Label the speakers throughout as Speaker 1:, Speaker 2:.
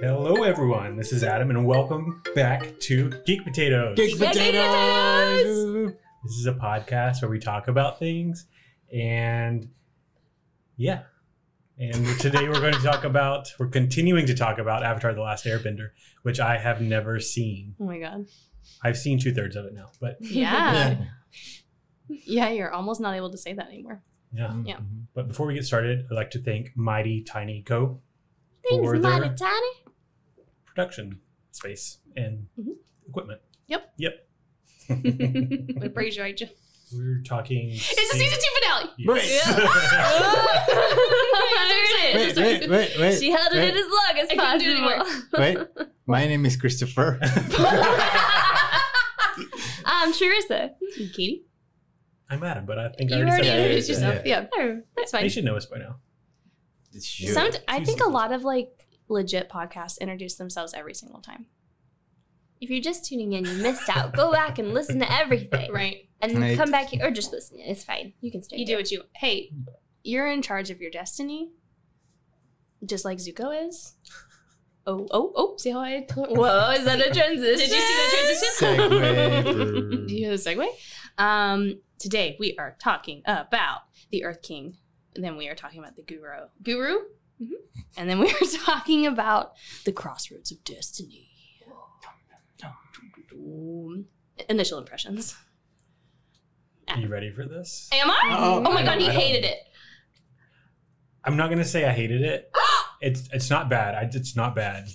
Speaker 1: Hello, everyone. This is Adam, and welcome back to Geek Potatoes.
Speaker 2: Geek potatoes.
Speaker 1: This is a podcast where we talk about things, and yeah. And today we're going to talk about, we're continuing to talk about Avatar The Last Airbender, which I have never seen.
Speaker 3: Oh my god.
Speaker 1: I've seen two thirds of it now, but
Speaker 3: Yeah. yeah, you're almost not able to say that anymore.
Speaker 1: yeah.
Speaker 3: Yeah.
Speaker 1: But before we get started, I'd like to thank Mighty Tiny Co.
Speaker 3: Things
Speaker 1: for
Speaker 3: mighty
Speaker 1: their
Speaker 3: tiny.
Speaker 1: production space and
Speaker 3: Mhm.
Speaker 1: equipment.
Speaker 3: Yep.
Speaker 1: Yep.
Speaker 3: We appreciate you.
Speaker 1: We're talking.
Speaker 3: It's a season two finale.
Speaker 2: Wait,
Speaker 3: That's
Speaker 2: wait, wait, wait.
Speaker 4: She held it
Speaker 2: wait,
Speaker 4: in as long as
Speaker 3: I couldn't do it
Speaker 4: possible.
Speaker 2: wait. My name is Christopher.
Speaker 3: Um,
Speaker 4: I'm Charissa.
Speaker 3: Katie,
Speaker 1: I'm Adam, but I think I
Speaker 3: you
Speaker 1: already said
Speaker 3: already
Speaker 2: yeah,
Speaker 1: that.
Speaker 3: introduced
Speaker 2: yeah,
Speaker 3: yourself. Yeah,
Speaker 4: Oh, that's fine.
Speaker 1: They should know us by now.
Speaker 2: It's you.
Speaker 3: Somet- I think a
Speaker 1: Season.
Speaker 3: lot of like legit podcasts introduce themselves every single time.
Speaker 4: If you're just tuning in, you missed out. Go back and listen to everything.
Speaker 3: Right.
Speaker 4: And
Speaker 2: Right.
Speaker 4: come back here, or just listen. It's fine. You can stay.
Speaker 3: You do
Speaker 4: here.
Speaker 3: what you. Hey, you're in charge of your destiny, just like Zuko is. Oh, oh, oh! See how I?
Speaker 4: Whoa, is that a transition?
Speaker 3: Did you see the
Speaker 2: Segway.
Speaker 3: Do you hear the segue? Um, today we are talking about the Earth King. And then we are talking about the Guru. Guru? Mm-hmm. And then we are talking about the Crossroads of Destiny. Initial impressions.
Speaker 1: Are you ready for this?
Speaker 3: Am I?
Speaker 2: Oh,
Speaker 3: Oh, my
Speaker 2: I
Speaker 3: god,
Speaker 2: don't-
Speaker 3: he
Speaker 2: I don't-
Speaker 3: hated it.
Speaker 1: I'm not gonna say I hated it. it's it's not bad. I, it's not bad,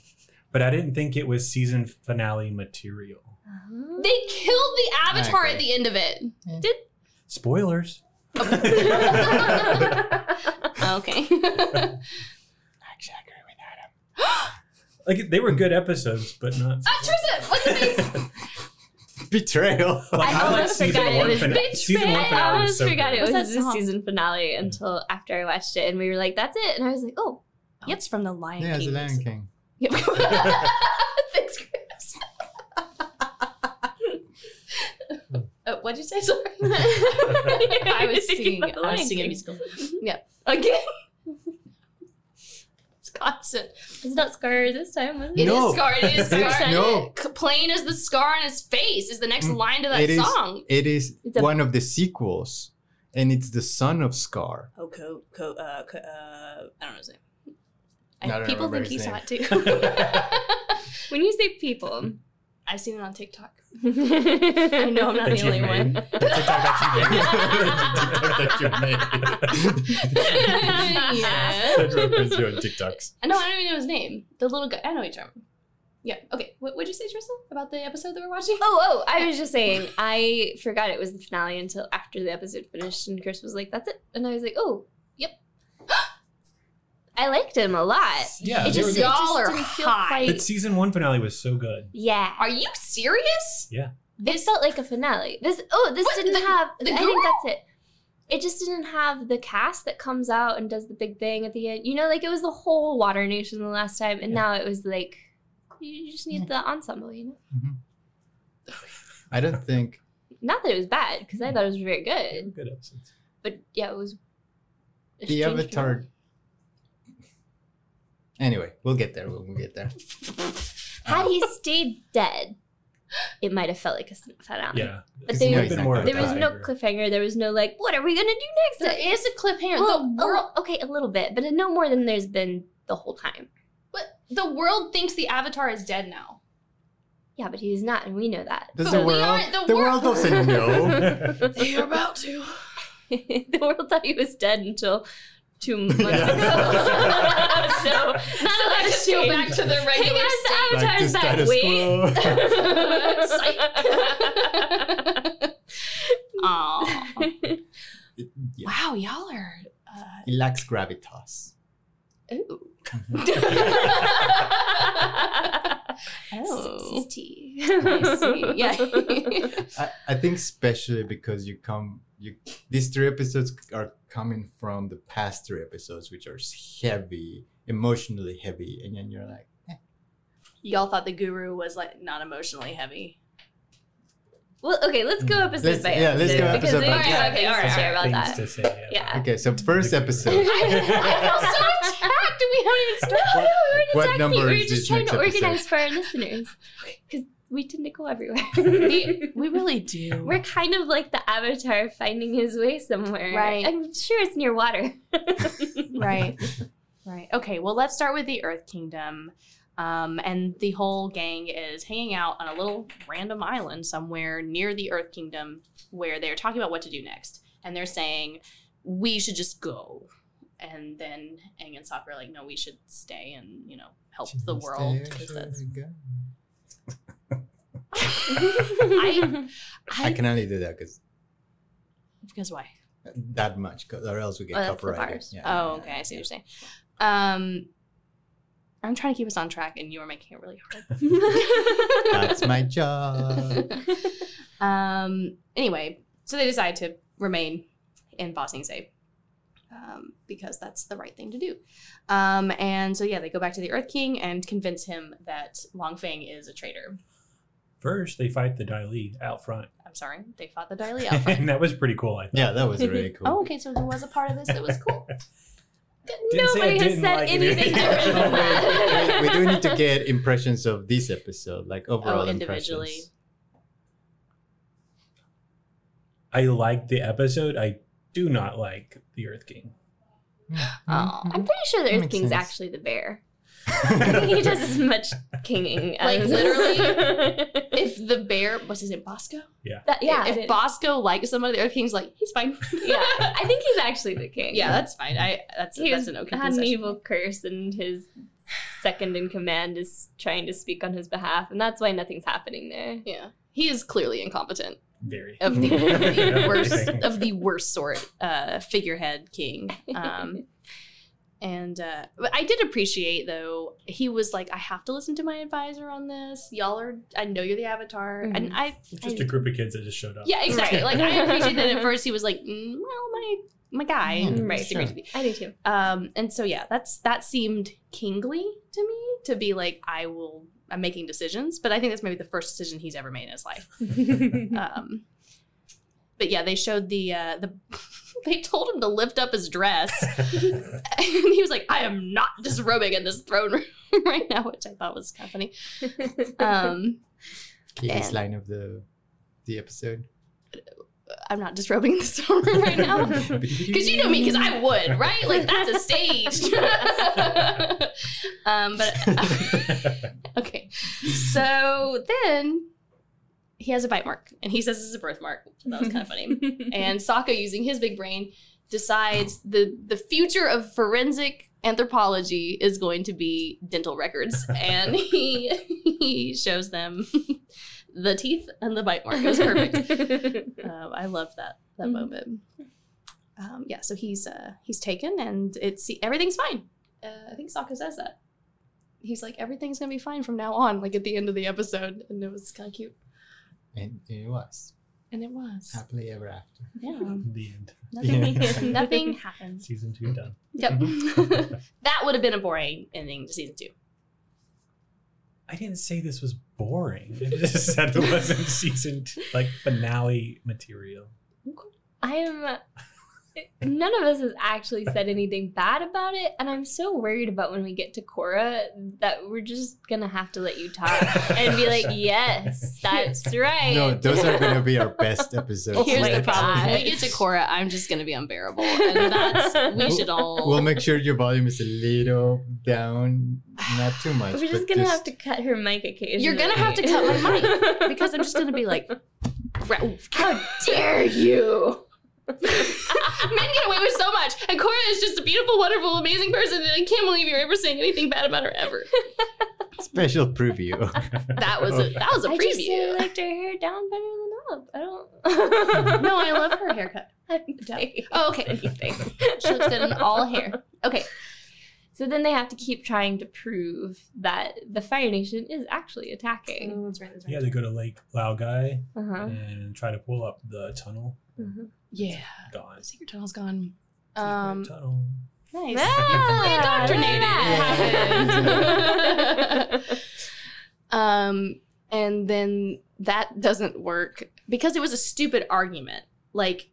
Speaker 1: but I didn't think it was season finale material.
Speaker 4: Uh-huh.
Speaker 3: They killed the Avatar at
Speaker 2: agree.
Speaker 3: the end of it.
Speaker 1: Spoilers.
Speaker 3: Okay.
Speaker 2: Actually, I agree with Adam.
Speaker 1: like they were good episodes, but not.
Speaker 3: Ah, Tristan, what's the face?
Speaker 2: Betrayal.
Speaker 1: Like,
Speaker 4: I almost forgot it was
Speaker 1: fina-
Speaker 4: bitch
Speaker 1: season one
Speaker 4: I
Speaker 1: finale
Speaker 4: almost
Speaker 1: was so
Speaker 4: forgot
Speaker 1: good.
Speaker 4: it was
Speaker 3: What's that
Speaker 4: the
Speaker 3: song?
Speaker 4: season finale until after I watched it, and we were like, "That's it," and I was like, "Oh,
Speaker 3: Yep, it's from the Lion
Speaker 2: Yeah, it's
Speaker 3: King.
Speaker 2: the Lion King.
Speaker 3: Yep. Thanks, Chris. Uh, what'd you say? Sorry. I was singing. it. I was singing a musical. Yeah. Again. It's constant.
Speaker 4: it's not Scar this time." Was
Speaker 3: It is
Speaker 4: it?
Speaker 2: No.
Speaker 3: scar. It is
Speaker 2: It's
Speaker 3: scar.
Speaker 2: no.
Speaker 3: C- Plain as the scar on his face is the next
Speaker 2: Mm,
Speaker 3: line to that
Speaker 2: it is-
Speaker 3: song.
Speaker 2: It is
Speaker 4: It's a-
Speaker 2: one of the sequels, and it's the son of Scar.
Speaker 3: Oh, co, co, uh, co, uh, I don't know his name. I,
Speaker 2: No, I don't
Speaker 3: people
Speaker 2: remember
Speaker 3: think he
Speaker 2: his
Speaker 3: saw
Speaker 2: name.
Speaker 3: it too.
Speaker 4: When you say people,
Speaker 3: I've seen it on TikTok.
Speaker 4: I
Speaker 3: I know I'm not
Speaker 1: That
Speaker 3: the
Speaker 1: you've
Speaker 3: only
Speaker 1: made.
Speaker 3: one.
Speaker 1: The TikTok that you made. The TikTok that you made.
Speaker 3: Yeah.
Speaker 1: Everyone's doing TikToks.
Speaker 3: I know, I don't even know his name. The little guy. I know each other. Yeah. Okay. What would you say, Tristan, about the episode that we're watching?
Speaker 4: Oh, oh, I was just saying, I forgot it was the finale until after the episode finished, and Chris was like, that's it. And I was like, oh, yep. I liked him a lot.
Speaker 1: Yeah,
Speaker 4: It
Speaker 1: they
Speaker 4: just,
Speaker 1: were
Speaker 4: it
Speaker 1: good.
Speaker 3: Y'all
Speaker 4: just
Speaker 3: are
Speaker 4: didn't feel
Speaker 3: high.
Speaker 4: quite.
Speaker 1: But season one finale was so good.
Speaker 4: yeah.
Speaker 3: Are you serious?
Speaker 4: It felt like a finale. This, oh, this
Speaker 3: What,
Speaker 4: didn't
Speaker 3: the-
Speaker 4: have,
Speaker 3: the
Speaker 4: I
Speaker 3: girl?
Speaker 4: think that's it. It just didn't have the cast that comes out and does the big thing at the end. You know, like it was the whole Water Nation the last time, and
Speaker 1: Yeah.
Speaker 4: now it was like, you just need the ensemble, you know?
Speaker 2: I don't think.
Speaker 4: Not that it was bad, because I thought it was very
Speaker 1: They were
Speaker 4: good,
Speaker 1: Good episodes.
Speaker 4: but yeah, it was.
Speaker 2: The
Speaker 4: a strange
Speaker 2: Avatar. Anyway, we'll get there. We'll, we'll get there.
Speaker 4: Had he stayed dead, it might have felt like a s- finale.
Speaker 1: Yeah,
Speaker 4: But
Speaker 1: Season
Speaker 4: they-
Speaker 1: one's been more of a
Speaker 4: There was no
Speaker 1: cliffhanger.
Speaker 4: cliffhanger. There was no like, what are we gonna do
Speaker 3: There
Speaker 4: next?
Speaker 3: is a cliffhanger.
Speaker 4: well,
Speaker 3: the world,
Speaker 4: oh, okay, a little bit, but no more than there's been the whole time.
Speaker 3: but the world thinks the Avatar is dead now.
Speaker 4: Yeah, but he's not, and we know that.
Speaker 2: Ah, Does
Speaker 3: But
Speaker 2: the
Speaker 3: we
Speaker 2: world?
Speaker 3: aren't
Speaker 2: The,
Speaker 3: the
Speaker 2: world
Speaker 3: world.
Speaker 2: doesn't know.
Speaker 3: They are about to.
Speaker 4: the world thought he was dead until two months
Speaker 1: Yeah.
Speaker 4: ago. so
Speaker 3: Not so
Speaker 4: lot
Speaker 3: allowed
Speaker 4: has
Speaker 3: to go back
Speaker 4: changed.
Speaker 3: to the
Speaker 4: hang
Speaker 3: regular state.
Speaker 4: on, the
Speaker 2: Back to
Speaker 4: Avatar's back.
Speaker 2: status
Speaker 4: Wait.
Speaker 2: quo.
Speaker 3: Psych. Aw.
Speaker 2: It- yeah,
Speaker 3: Wow, y'all are. Uh,
Speaker 2: It lacks gravitas.
Speaker 3: ooh. oh.
Speaker 4: Oh. I see. Yeah.
Speaker 2: I, I think especially because you come you these three episodes are coming from the past three episodes which are heavy emotionally heavy and then you're like
Speaker 3: Y'all thought the guru was like not emotionally heavy.
Speaker 4: Well, okay, let's go episode
Speaker 2: Mm. Let's-
Speaker 4: by episode.
Speaker 2: yeah, let's go
Speaker 4: because
Speaker 2: episode
Speaker 4: we
Speaker 2: by
Speaker 4: don't
Speaker 3: episode.
Speaker 4: have things
Speaker 3: Okay,
Speaker 4: to
Speaker 3: alright,
Speaker 4: share about
Speaker 1: Things
Speaker 4: that.
Speaker 1: to say, yeah.
Speaker 4: Yeah.
Speaker 2: okay so first episode
Speaker 3: I, I felt so attacked. and We haven't even started.
Speaker 2: What- what number
Speaker 4: we were
Speaker 2: is
Speaker 4: just
Speaker 2: this
Speaker 4: trying
Speaker 2: next
Speaker 4: to organize
Speaker 2: episode?
Speaker 4: for our listeners because we tend to go everywhere.
Speaker 3: we, we really do.
Speaker 4: We're kind of like the avatar finding his way somewhere.
Speaker 3: Right.
Speaker 4: I'm sure it's near water.
Speaker 3: right. Right. Okay. Well, let's start with the Earth Kingdom. Um, and the whole gang is hanging out on a little random island somewhere near the Earth Kingdom where they're talking about what to do next. And they're saying, we should just go. And then Aang and Sokka are like, no, we should stay and, you know, help the world. 'cause that's- I-
Speaker 2: I
Speaker 3: I,
Speaker 2: can only do that because
Speaker 3: because why?
Speaker 2: that much, 'cause- or else we get
Speaker 4: Oh, that's the
Speaker 2: copyrighted.
Speaker 4: bars.
Speaker 2: Yeah,
Speaker 3: Oh,
Speaker 2: yeah,
Speaker 3: okay. I see
Speaker 2: yeah.
Speaker 3: what you're saying. Um, I'm trying to keep us on track, and you are making it really hard.
Speaker 2: That's my job.
Speaker 3: Um, anyway, so they decide to remain in Bosnia um, because that's the right thing to do. Um, and so, yeah, they go back to the Earth King and convince him that Longfang is a traitor.
Speaker 1: First, they fight the Dai Li out front,
Speaker 3: I'm sorry, they fought the Daily out front.
Speaker 1: and that was pretty cool. I thought.
Speaker 2: yeah, that was really cool.
Speaker 3: Oh, okay, so there was a part of this that was cool.
Speaker 1: Didn't say I
Speaker 4: Nobody has
Speaker 1: didn't
Speaker 4: said
Speaker 1: like it.
Speaker 4: anything different than that.
Speaker 2: we do need to get impressions of this episode, like overall
Speaker 3: oh, individually.
Speaker 2: impressions.
Speaker 1: I liked the episode. I do not like the Earth King.
Speaker 3: Aw.
Speaker 4: I'm pretty sure the
Speaker 2: That
Speaker 4: Earth
Speaker 2: makes
Speaker 4: King's
Speaker 2: sense.
Speaker 4: actually the bear. he does as much kinging.
Speaker 3: Like,
Speaker 4: as-
Speaker 3: literally, If the bear, what's his name, Bosco?
Speaker 4: That- yeah.
Speaker 3: If
Speaker 4: it-
Speaker 3: Bosco likes somebody, the Earth King's like, he's fine.
Speaker 4: yeah, I think he's actually the king.
Speaker 3: yeah, that's fine. I that's
Speaker 4: He
Speaker 3: that's an okay.
Speaker 4: had an
Speaker 3: concession.
Speaker 4: evil curse, and his second in command is trying to speak on his behalf, and that's why nothing's happening there.
Speaker 3: Yeah, he is clearly incompetent.
Speaker 1: Very.
Speaker 3: of the, the
Speaker 1: Yeah.
Speaker 3: worst of the worst sort uh, figurehead king. Um, and uh, but I did appreciate though he was like, I have to listen to my advisor on this. Y'all are, I know you're the avatar, and
Speaker 4: Mhm.
Speaker 3: I
Speaker 1: Just
Speaker 3: I-
Speaker 1: a group of kids that just showed up.
Speaker 3: yeah, exactly. Like
Speaker 4: Right.
Speaker 3: I appreciate that at first he was like, mm, well, my my guy,
Speaker 1: Hmm.
Speaker 3: and
Speaker 4: Mm, right,
Speaker 3: disagreed
Speaker 2: sure.
Speaker 3: with me.
Speaker 4: I do too.
Speaker 3: Um, and so yeah, that's that seemed kingly to me to be like, I will, I'm making decisions, but I think that's maybe the first decision he's ever made in his life um, but yeah, they showed the uh, the. They told him to lift up his dress, and he was like, "I am not disrobing in this throne room right now," which I thought was kind of funny. Um,
Speaker 2: The
Speaker 3: And-
Speaker 2: line of the the episode.
Speaker 3: I'm not disrobing in this throne room right now because you know me, because I would, right? Like that's a stage. um, but okay, so then he has a bite mark, and he says it's a birthmark. So that was kind of funny. and Saka, using his big brain, decides the the future of forensic anthropology is going to be dental records, and he he shows them the teeth and the bite mark. It was perfect. um, I love that that
Speaker 4: Mhm.
Speaker 3: moment. Um, yeah, so he's uh, he's taken, and it's everything's fine. Uh, I think Saka says that. He's like everything's gonna be fine from now on, like at the end of the episode, and it was kind of cute,
Speaker 2: And it was
Speaker 3: and it was.
Speaker 2: happily ever after.
Speaker 3: Yeah,
Speaker 1: the end.
Speaker 3: nothing,
Speaker 4: Yeah.
Speaker 3: nothing happens.
Speaker 1: Season two done.
Speaker 3: Yep. Mm-hmm. that would have been a boring ending to season two.
Speaker 1: I didn't say this was boring. I just said it wasn't season two, like finale material.
Speaker 4: I am. None of us has actually said anything bad about it, and I'm so worried about when we get to Cora that we're just gonna have to let you talk and be like, "Yes, that's right."
Speaker 2: No, those are gonna be our best episodes.
Speaker 4: Here's
Speaker 2: yet.
Speaker 4: the problem.
Speaker 3: When we get to Cora, I'm just going to be unbearable. And that's, we should all.
Speaker 2: We'll make sure your volume is a little down, not too much.
Speaker 4: We're just
Speaker 2: but
Speaker 4: gonna have to cut her mic occasionally.
Speaker 3: You're gonna have to cut my
Speaker 4: mic
Speaker 3: because I'm just going to be like, ra-
Speaker 4: "How dare you!"
Speaker 3: men get away with so much. And Cora is just a beautiful, wonderful, amazing person. And I can't believe you're ever saying anything bad about her ever.
Speaker 2: special preview.
Speaker 4: Mhm.
Speaker 3: That was a, that was a
Speaker 4: I just really
Speaker 3: preview.
Speaker 4: liked her hair down better than up. I don't.
Speaker 3: no, I love her haircut.
Speaker 4: Okay.
Speaker 3: Oh, okay.
Speaker 4: Anything.
Speaker 3: She looks good in all hair. Okay.
Speaker 4: So then they have to keep trying to prove that the Fire Nation is actually attacking.
Speaker 3: that's right. That's
Speaker 1: Yeah, they go to Lake Laogai
Speaker 4: Uh-huh.
Speaker 1: and try to pull up the tunnel.
Speaker 4: Mhm.
Speaker 3: Yeah.
Speaker 1: Gone.
Speaker 3: Secret tunnel's gone.
Speaker 1: Secret
Speaker 3: Um,
Speaker 1: tunnel.
Speaker 3: nice.
Speaker 4: Ah,
Speaker 3: You're fully indoctrinated.
Speaker 4: yeah.
Speaker 3: Um, and then that doesn't work because it was a stupid argument. Like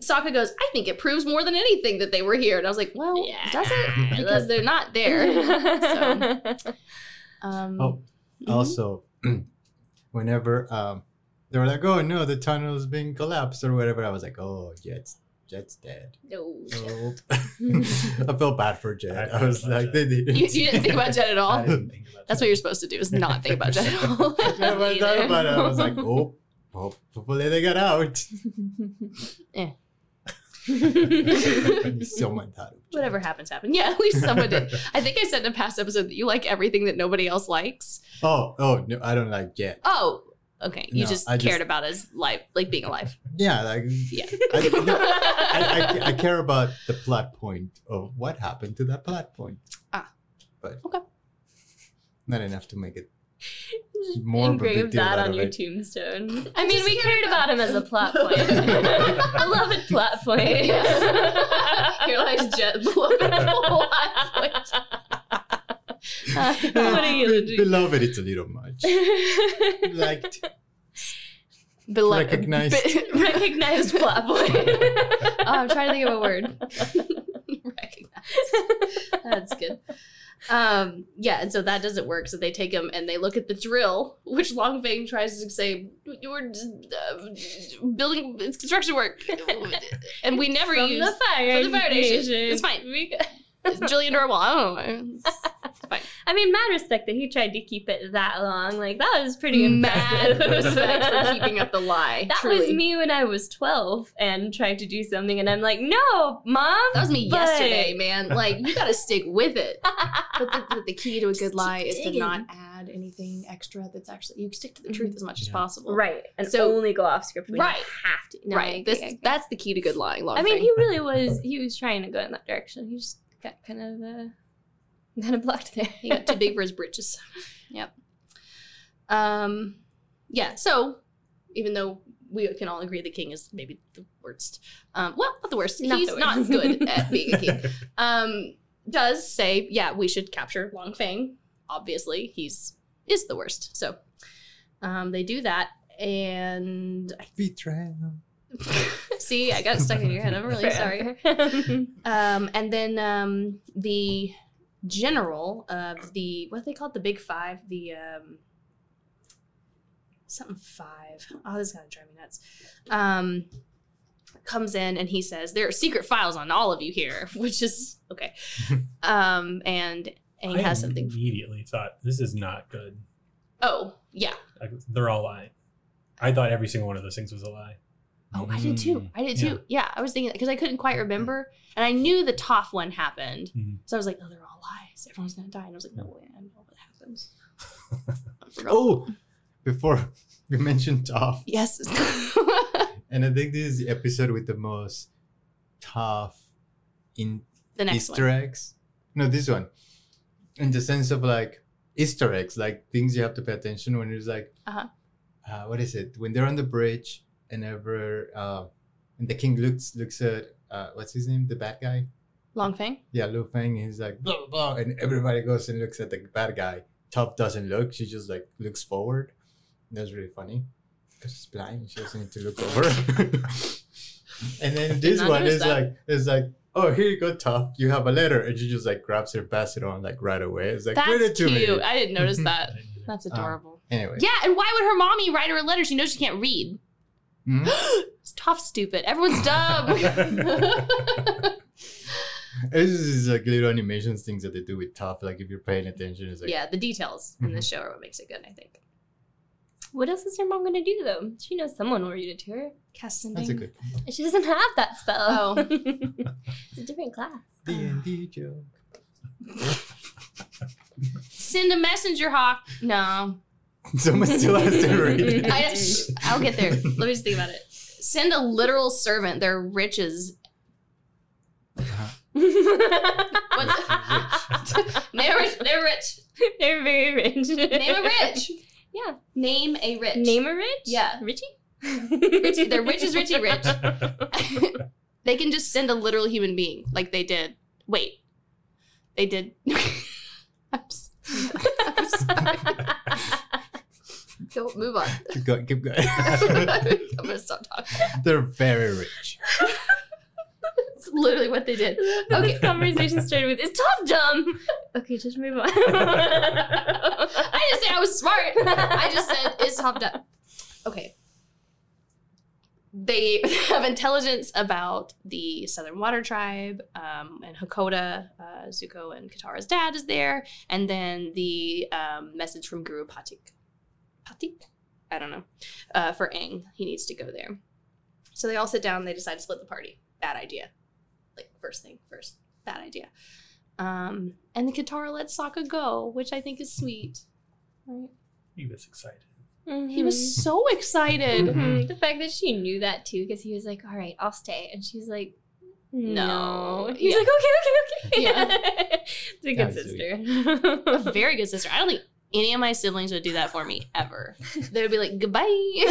Speaker 3: Sokka goes, I think it proves more than anything that they were here. And I was like, well,
Speaker 4: Yeah.
Speaker 3: does it? Because they're not there.
Speaker 4: there.
Speaker 3: Um,
Speaker 2: Oh,
Speaker 3: mhm.
Speaker 2: Also, whenever um, they were like, "Oh no, the tunnel's being collapsed" or whatever, I was like, "Oh, Jet's Jet's dead."
Speaker 4: no.
Speaker 2: Oh. I felt bad for Jet.
Speaker 1: I
Speaker 2: I, was
Speaker 1: felt
Speaker 2: like,
Speaker 1: bad.
Speaker 2: "They did."
Speaker 3: You, you didn't think about Jet at all?
Speaker 2: I didn't
Speaker 1: think about
Speaker 3: oh. That's what you're supposed to do is not think about Jet at all.
Speaker 2: yeah, when I thought about it, I was like, "Oh, oh hopefully they got out." Someone thought of Jet.
Speaker 3: Whatever happens, happened. Yeah, at least someone did. I think I said in a past episode that you like everything that nobody else likes.
Speaker 2: Oh, oh no, I don't like Jet.
Speaker 3: Oh, okay. You
Speaker 2: No,
Speaker 3: just
Speaker 2: I just-
Speaker 3: cared about his life, like being alive.
Speaker 2: Yeah, like
Speaker 3: Yeah.
Speaker 2: I, no, I, I, I care about the plot point of what happened to that plot point.
Speaker 3: Ah.
Speaker 2: But
Speaker 3: Okay.
Speaker 2: Not enough to make it more of a big
Speaker 4: Engrave
Speaker 2: deal
Speaker 4: that
Speaker 2: out
Speaker 4: on
Speaker 2: of
Speaker 4: your
Speaker 2: it.
Speaker 4: tombstone. I mean, we cared about him as a plot point. I love it, plot point.
Speaker 3: Your lies Jet blew up in a lot.
Speaker 4: What are you
Speaker 2: Be-
Speaker 4: doing?
Speaker 2: Beloved, it's a little much. Liked.
Speaker 3: Beloved.
Speaker 2: Recognized.
Speaker 3: Be-
Speaker 4: Recognized plot point.
Speaker 3: oh, I'm trying to think of a word. Recognized. That's good. Um, yeah, and so that doesn't work. So they take him and they look at the drill, which Longfang tries to say, "You were uh, building it's construction work," and we never
Speaker 4: From
Speaker 3: use
Speaker 4: the fire,
Speaker 3: from the fire nation. It's fine.
Speaker 4: We-
Speaker 3: Jillian Durable. I don't know.
Speaker 4: I mean, mad respect that he tried to keep it that long. Like that was pretty
Speaker 3: Mad
Speaker 4: impressive.
Speaker 3: respect for keeping up the lie.
Speaker 4: That
Speaker 3: truly.
Speaker 4: was me when I was 12 and tried to do something, and I'm like, no, mom.
Speaker 3: That was me
Speaker 4: but-
Speaker 3: yesterday, man. Like you got to stick with it. But the, the- the key to a good
Speaker 4: Just
Speaker 3: lie
Speaker 4: keep
Speaker 3: is to
Speaker 4: digging.
Speaker 3: not add anything extra. That's actually you stick to the truth as much as
Speaker 1: Yeah.
Speaker 3: possible.
Speaker 4: Right. And
Speaker 3: So-
Speaker 4: only go off script when
Speaker 3: Right.
Speaker 4: you have to. No, I
Speaker 3: right.
Speaker 4: agree,
Speaker 3: This
Speaker 4: I agree.
Speaker 3: that's the key to good lying. Long
Speaker 4: I mean, he really was. He was trying to go in that direction. He just got kind of uh, kind of blocked there.
Speaker 3: he got too big for his britches. Yep. Um, yeah. So even though we can all agree the king is maybe the worst, um, well, not the worst.
Speaker 4: Not
Speaker 3: He's
Speaker 4: the
Speaker 3: not
Speaker 4: worst.
Speaker 3: good at being a king. Um, does say, yeah, we should capture Long Fang. Obviously, he's is the worst. So um, they do that, and
Speaker 2: Betrayal.
Speaker 3: see, I got stuck in your head. I'm really sorry.
Speaker 4: sorry.
Speaker 3: Um, and then um, the general of the what are they called the Big Five, the um, something five. Oh, this is gonna drive me nuts. Um, comes in and he says there are secret files on all of you here, which is okay. Um, and Aang
Speaker 1: I
Speaker 3: has something.
Speaker 1: Immediately thought this is not good.
Speaker 3: Oh yeah.
Speaker 1: Like, they're all lying. I thought every single one of those things was a lie.
Speaker 3: Oh, I did
Speaker 2: Mm.
Speaker 3: too. I did
Speaker 1: Yeah.
Speaker 3: too. Yeah, I was thinking that because I couldn't quite remember, and I knew the Toph one happened,
Speaker 2: Mm-hmm.
Speaker 1: Mhm.
Speaker 3: so I was like, "Oh, they're all lies. Everyone's gonna die." And I was like,
Speaker 2: Mm.
Speaker 3: "No way, I know what happens." I forgot.
Speaker 2: Oh, before we mentioned off,
Speaker 3: yes.
Speaker 2: and I think this is the episode with the most tough in
Speaker 3: the next
Speaker 2: Easter
Speaker 3: one.
Speaker 2: eggs. No, this one. In the sense of like Easter eggs, like things you have to pay attention when it's like,
Speaker 3: Uh-huh.
Speaker 2: uh, what is it? When they're on the bridge and ever, uh, and the king looks looks at uh, what's his name, the bad guy.
Speaker 3: Long Fang.
Speaker 2: Yeah, Lu Feng. He's like blah blah blah, and everybody goes and looks at the bad guy. Top doesn't look. She just like looks forward. That's really funny because she's blind. She doesn't need to look over. and then this
Speaker 3: not
Speaker 2: one
Speaker 3: notice
Speaker 2: is
Speaker 3: that.
Speaker 2: like is like. Oh, here you go, Top. You have a letter, and she just like grabs her, passes it on like right away. It's like read it
Speaker 3: That's
Speaker 2: to
Speaker 3: cute.
Speaker 2: me. Mm-hmm.
Speaker 3: I didn't notice that. That's
Speaker 2: Um,
Speaker 3: adorable.
Speaker 2: Anyway,
Speaker 3: yeah, and why would her mommy write her a letter? She knows she can't read.
Speaker 2: Mhm.
Speaker 3: It's Toph stupid. Everyone's dumb.
Speaker 2: this is like little animations things that they do with Top. Like if you're paying attention, it's like
Speaker 3: yeah, the details in
Speaker 2: Mm-hmm.
Speaker 3: this show are what makes it good. I think.
Speaker 4: what else is your mom gonna do though? She knows someone will read it to her.
Speaker 3: Casting.
Speaker 2: that's a good
Speaker 4: She doesn't have that spell.
Speaker 3: Oh.
Speaker 4: it's a different class.
Speaker 2: D and D joke.
Speaker 3: Send a messenger, Hawk. No,
Speaker 2: Someone still has to read. it.
Speaker 3: I, shh, I'll get there. Let me just think about it. Send a literal servant their riches. What's, name, a rich, name a rich.
Speaker 4: They're very rich.
Speaker 3: Name a rich.
Speaker 4: Yeah.
Speaker 3: Name a rich.
Speaker 4: Name a rich?
Speaker 3: Yeah.
Speaker 4: Richie?
Speaker 3: Richie. They're rich as Richie rich.
Speaker 1: Rich.
Speaker 3: They can just send a literal human being like they did. Wait. They did. I'm, s- I'm sorry. Go, move on.
Speaker 2: keep going, keep going.
Speaker 3: I'm going to stop talking.
Speaker 2: They're very rich.
Speaker 3: literally what they did.
Speaker 4: But This conversation started with "It's tough, dumb." Okay, just move on.
Speaker 3: I didn't say I was smart. I just said it's hopped up. Okay. They have intelligence about the Southern Water Tribe um, and Hakoda. Uh, Zuko and Katara's dad is there. And then the um, message from Guru Patik. Patik? I don't know. Uh, for Aang. He needs to go there. So they all sit down. They decide to split the party. Bad idea. Like, first thing first. Bad idea. Um, and the Katara lets Sokka go, which I think is sweet. Right?
Speaker 1: He was excited.
Speaker 4: Mm-hmm.
Speaker 3: He was so excited.
Speaker 4: Mhm. the fact that she knew that too, because he was like, "All right, I'll stay," and she's like,
Speaker 3: No.
Speaker 4: "No." He's
Speaker 3: Yeah.
Speaker 4: like, "Okay, okay, okay."
Speaker 3: Yeah.
Speaker 4: it's a
Speaker 2: That
Speaker 4: good
Speaker 2: was
Speaker 4: sister.
Speaker 3: A very good sister. I don't think any of my siblings would do that for me ever. They would be like, goodbye.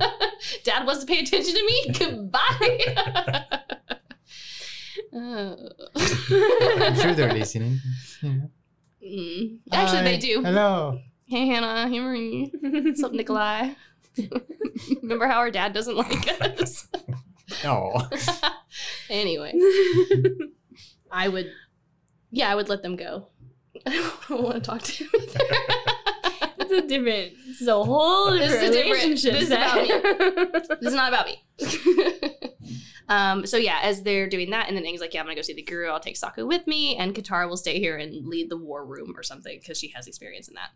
Speaker 3: Like, Dad wants to pay attention to me. Goodbye.
Speaker 4: Oh.
Speaker 2: I'm sure
Speaker 3: Uh.
Speaker 2: they're listening.
Speaker 3: Mm. Actually, they
Speaker 2: Hi.
Speaker 3: do.
Speaker 2: Hello.
Speaker 3: Hey, Hannah. Hey, Marie. What's up, Nikolai? Remember how our dad doesn't like us?
Speaker 2: Oh,
Speaker 3: anyway. I would, yeah, I would let them go. I don't want to talk to him either.
Speaker 4: it's a different. It's a whole
Speaker 3: This
Speaker 4: different
Speaker 3: is a different-
Speaker 4: relationship.
Speaker 3: this is this is not about me. um, so yeah, as they're doing that, and then Aang's like, yeah, I'm gonna go see the guru. I'll take Sokka with me, and Katara will stay here and lead the war room or something because she has experience in that.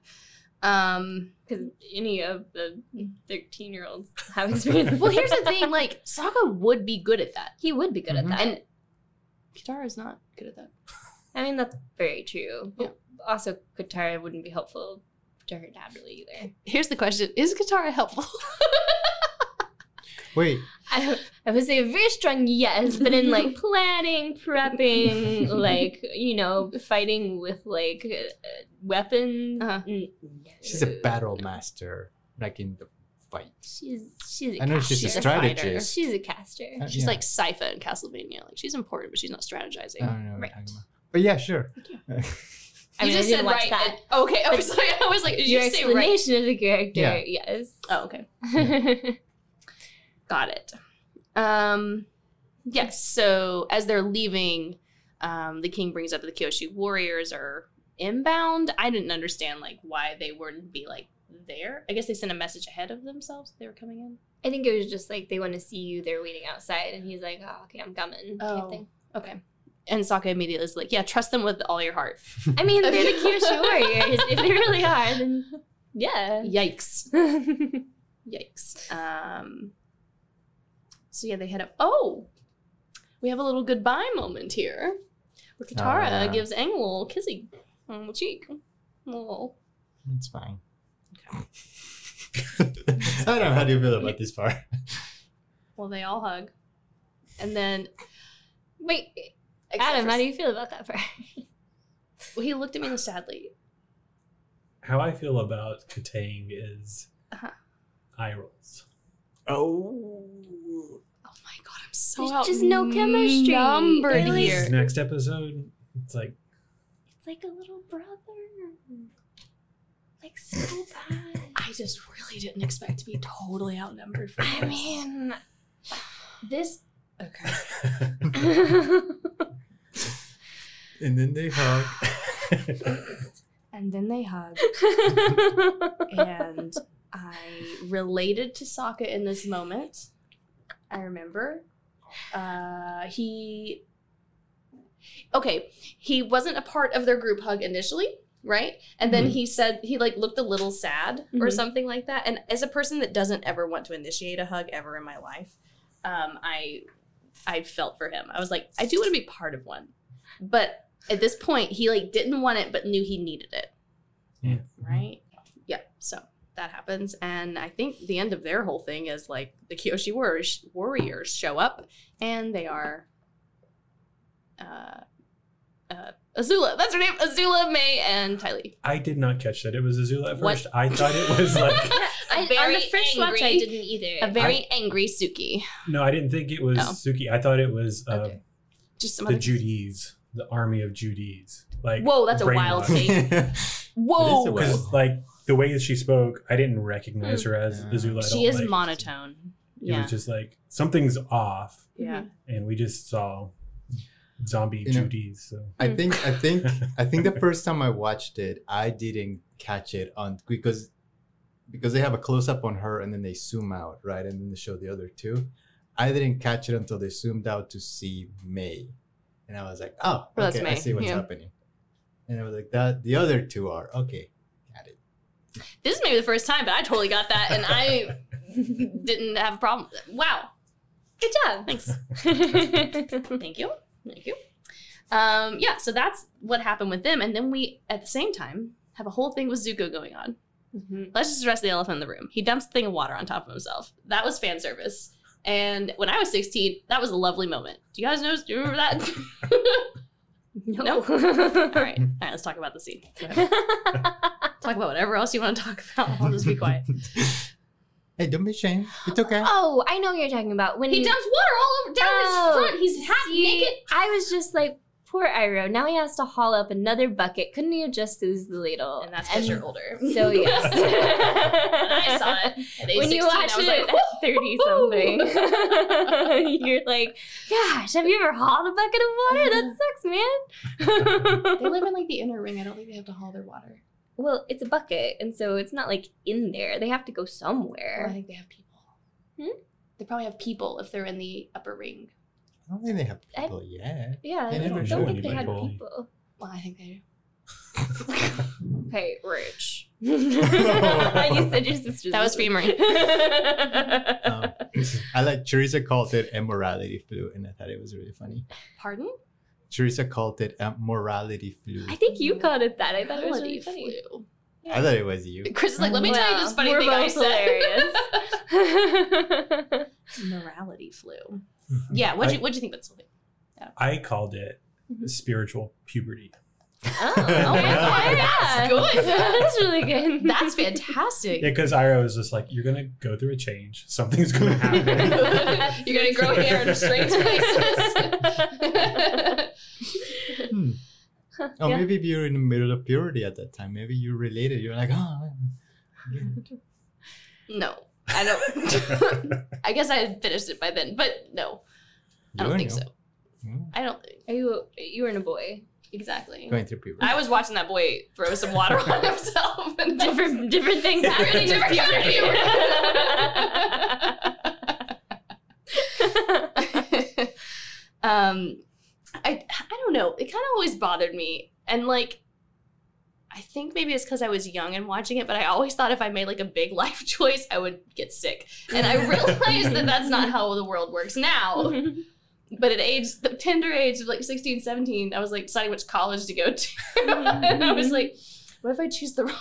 Speaker 3: Um,
Speaker 4: because any of the
Speaker 3: Mm.
Speaker 4: thirteen-year-olds have experience.
Speaker 3: well, here's the thing: like Sokka would be good at that,
Speaker 4: he would be good
Speaker 2: Mhm.
Speaker 4: at that.
Speaker 3: and Katara is not good at that.
Speaker 4: I mean, that's very true.
Speaker 3: Yeah.
Speaker 4: But also, Katara wouldn't be helpful to her dad really either.
Speaker 3: Here's the question: Is Katara helpful?
Speaker 2: wait.
Speaker 4: I, I would say a very strong yes, but in like planning, prepping, like, you know, fighting with like uh, uh, weapons.
Speaker 3: Uh-huh.
Speaker 4: n-
Speaker 2: She's a
Speaker 4: no.
Speaker 2: battle master, like in the fight.
Speaker 4: She's, she's a
Speaker 2: I know she's a
Speaker 4: caster.
Speaker 3: fighter.
Speaker 2: strategist.
Speaker 4: She's a caster.
Speaker 2: Uh,
Speaker 3: She's
Speaker 2: yeah.
Speaker 3: like Sypha in Castlevania. Like she's important, but she's not strategizing.
Speaker 2: I don't know what you're
Speaker 4: Right.
Speaker 2: talking about. But yeah, sure.
Speaker 4: I mean, I didn't watch that.
Speaker 3: Okay, I was like, I was like, did
Speaker 4: Your
Speaker 3: you say
Speaker 4: explanation
Speaker 3: right?
Speaker 4: of the character,
Speaker 2: Yeah.
Speaker 4: yes.
Speaker 3: Oh, okay. Got it. Um, yes. So as they're leaving, um, the king brings up the Kyoshi warriors are inbound. I didn't understand like why they wouldn't be like there. I guess they sent a message ahead of themselves. They were coming in.
Speaker 4: I think it was just like they want to see you. They're waiting outside, and he's like, "Oh, okay, I'm coming." type
Speaker 3: Oh.
Speaker 4: thing.
Speaker 3: Okay. And Sokka immediately is like, "Yeah, trust them with all your heart."
Speaker 4: I mean, they're the Kyoshi warriors. If they really are, then yeah.
Speaker 3: Yikes! Yikes! Um. So yeah, they head up. Oh, we have a little goodbye moment here, where Katara
Speaker 2: yeah.
Speaker 3: gives Aang a little kissy on the cheek. A little
Speaker 2: It's fine. I don't know how do you feel about this part.
Speaker 3: Well, they all hug. And then
Speaker 4: Wait,
Speaker 3: except
Speaker 4: Adam,
Speaker 3: for-
Speaker 4: how do you feel about that part?
Speaker 3: well, e-, he looked at me sadly.
Speaker 1: How I feel about Katang is
Speaker 3: Uh-huh.
Speaker 1: eye rolls.
Speaker 2: Oh.
Speaker 3: Oh my god, I'm so
Speaker 4: There's just no chemistry.
Speaker 3: outnumbered
Speaker 1: I think
Speaker 4: Really?
Speaker 1: this
Speaker 3: here.
Speaker 1: next episode, it's like
Speaker 4: It's like a little brother. Like so bad.
Speaker 3: I just really didn't expect to be totally outnumbered. For
Speaker 4: I
Speaker 3: this.
Speaker 4: mean, this. Okay.
Speaker 2: And then they hug.
Speaker 3: And then they hug, and I related to Sokka in this moment. I remember. Uh, he. Okay, he wasn't a part of their group hug initially, right? And then
Speaker 2: Mhm.
Speaker 3: he said he like looked a little sad or
Speaker 4: Mhm.
Speaker 3: something like that. And as a person that doesn't ever want to initiate a hug ever in my life, um, I I felt for him. I was like, I do want to be part of one, but at this point, he like didn't want it but knew he needed it.
Speaker 2: Yeah.
Speaker 3: Right. Yeah. So that happens, and I think the end of their whole thing is like the Kyoshi warriors, warriors show up, and they are. Uh, uh, Azula, that's her name. Azula, May, and Tylee.
Speaker 1: I did not catch that it was Azula at
Speaker 3: What?
Speaker 1: first. I thought it was like
Speaker 4: I, on the first watch, I
Speaker 3: angry-
Speaker 4: didn't either.
Speaker 3: A very angry Suki.
Speaker 1: no, I didn't think it was
Speaker 3: Oh.
Speaker 1: Suki. I thought it was uh,
Speaker 3: Okay. Just some
Speaker 1: the
Speaker 3: other.
Speaker 1: Judies, the army of Judies. Like
Speaker 3: Whoa, that's a wild
Speaker 1: brainwashed.
Speaker 3: take. Whoa,
Speaker 2: It is a
Speaker 1: because like the way that she spoke, I didn't recognize her as
Speaker 2: Yeah.
Speaker 1: Azula. I
Speaker 3: Hmm. she
Speaker 1: don't
Speaker 3: is
Speaker 1: like-
Speaker 3: monotone.
Speaker 1: It
Speaker 3: Yeah. Mm-hmm.
Speaker 1: was just like something's off,
Speaker 3: yeah.
Speaker 1: and we just saw zombie
Speaker 2: You know-
Speaker 1: Judy's. So
Speaker 3: Hmm.
Speaker 2: I think I think I think the first time I watched it, I didn't catch it on because because they have a close up on her and then they zoom out, right? And then they show the other two. I didn't catch it until they zoomed out to see May. And I was like, oh,
Speaker 3: Well, that's
Speaker 2: okay, I
Speaker 3: May,
Speaker 2: see what's
Speaker 3: yeah.
Speaker 2: happening. And I was like, that the other two are okay. Got it.
Speaker 3: This is maybe the first time, but I totally got that and I didn't have a problem. Wow.
Speaker 4: Good job.
Speaker 3: Thanks.
Speaker 4: Thanks.
Speaker 3: Thank you. Thank you. Um, yeah, so that's what happened with them. And then we, at the same time, have a whole thing with Zuko going on.
Speaker 4: Mm-hmm.
Speaker 3: Let's just address the elephant in the room. He dumps the thing of water on top of himself. That was fan service. And when I was 16, that was a lovely moment. Do you guys know? Do you remember that?
Speaker 4: No.
Speaker 3: All right. All right, let's talk about the scene. Whatever. talk about whatever else you want to talk about. I'll just be quiet.
Speaker 2: Hey, don't be ashamed. It's okay.
Speaker 4: Oh, I know what you're talking about. When
Speaker 3: He dumps water all over down
Speaker 4: Oh,
Speaker 3: his front. He's half
Speaker 4: see,
Speaker 3: naked.
Speaker 4: I was just like, poor Iroh. Now he has to haul up another bucket. Couldn't he have just used the ladle?
Speaker 3: And that's because you're older.
Speaker 4: So Oh, yes.
Speaker 3: When I saw it. At age
Speaker 4: when you
Speaker 3: 16,
Speaker 4: watch
Speaker 3: I was
Speaker 4: it
Speaker 3: like,
Speaker 4: at 30 something, you're like, gosh, have you ever hauled a bucket of water? That sucks,
Speaker 3: Mm-hmm.
Speaker 4: man.
Speaker 3: they live in like the inner ring. I don't think they have to haul their water.
Speaker 4: well, it's a bucket, and so it's not like in there. They have to go
Speaker 3: Or I
Speaker 4: somewhere.
Speaker 3: think they have people. They probably have people if they're in the upper ring.
Speaker 2: I don't think they have
Speaker 4: I-
Speaker 2: people yet.
Speaker 4: Yeah,
Speaker 2: They
Speaker 4: I
Speaker 2: never
Speaker 4: don't
Speaker 2: show
Speaker 4: think they had
Speaker 1: anybody.
Speaker 4: people.
Speaker 3: Well, I think they
Speaker 4: Okay, Rich. you said your sister's
Speaker 3: That was for you, Marie.
Speaker 4: Marie.
Speaker 2: Um, I like Teresa called it a morality flu, and I thought it was really funny.
Speaker 3: Pardon?
Speaker 2: Teresa called it a morality flu.
Speaker 4: I think you called it that. I thought it was really
Speaker 3: Reality
Speaker 4: funny.
Speaker 3: flu.
Speaker 2: I thought it was you.
Speaker 3: Chris is like, let me tell you
Speaker 4: Well,
Speaker 3: this funny
Speaker 4: we're
Speaker 3: thing I
Speaker 4: both
Speaker 3: said.
Speaker 4: hilarious.
Speaker 3: Morality flu.
Speaker 2: Mm-hmm.
Speaker 3: Yeah, what'd you, what'd you think about something?
Speaker 1: I called it
Speaker 3: Mm-hmm.
Speaker 1: spiritual puberty.
Speaker 4: oh,
Speaker 2: Oh my
Speaker 3: God, that's good.
Speaker 4: That's really good.
Speaker 3: That's fantastic.
Speaker 1: Yeah, because Ira was just like, "You're gonna go through a change. Something's gonna happen."
Speaker 3: You're gonna grow hair in strange places.
Speaker 2: Hmm. Or
Speaker 4: Yeah.
Speaker 2: maybe if you're in the middle of puberty at that time, maybe you related. You're like, oh,
Speaker 3: no, I don't. I guess I had finished it by then, but no, I don't
Speaker 2: you're
Speaker 3: think
Speaker 2: new.
Speaker 3: so.
Speaker 2: Hmm.
Speaker 3: I don't think
Speaker 4: Are you you were in a boy?
Speaker 3: exactly.
Speaker 2: Going through puberty.
Speaker 3: I was watching that boy throw some water on himself. And
Speaker 4: Different different things
Speaker 3: happening in
Speaker 4: happening different
Speaker 3: puberty. um, I I don't know. It kind of always bothered me, and like, I think maybe it's because I was young and watching it, but I always thought if I made like a big life choice, I would get sick. And I realized that that's not how the world works now. But at age, the tender age of like 16, 17, I was like deciding which college to go to, and I was like, what if I choose the wrong?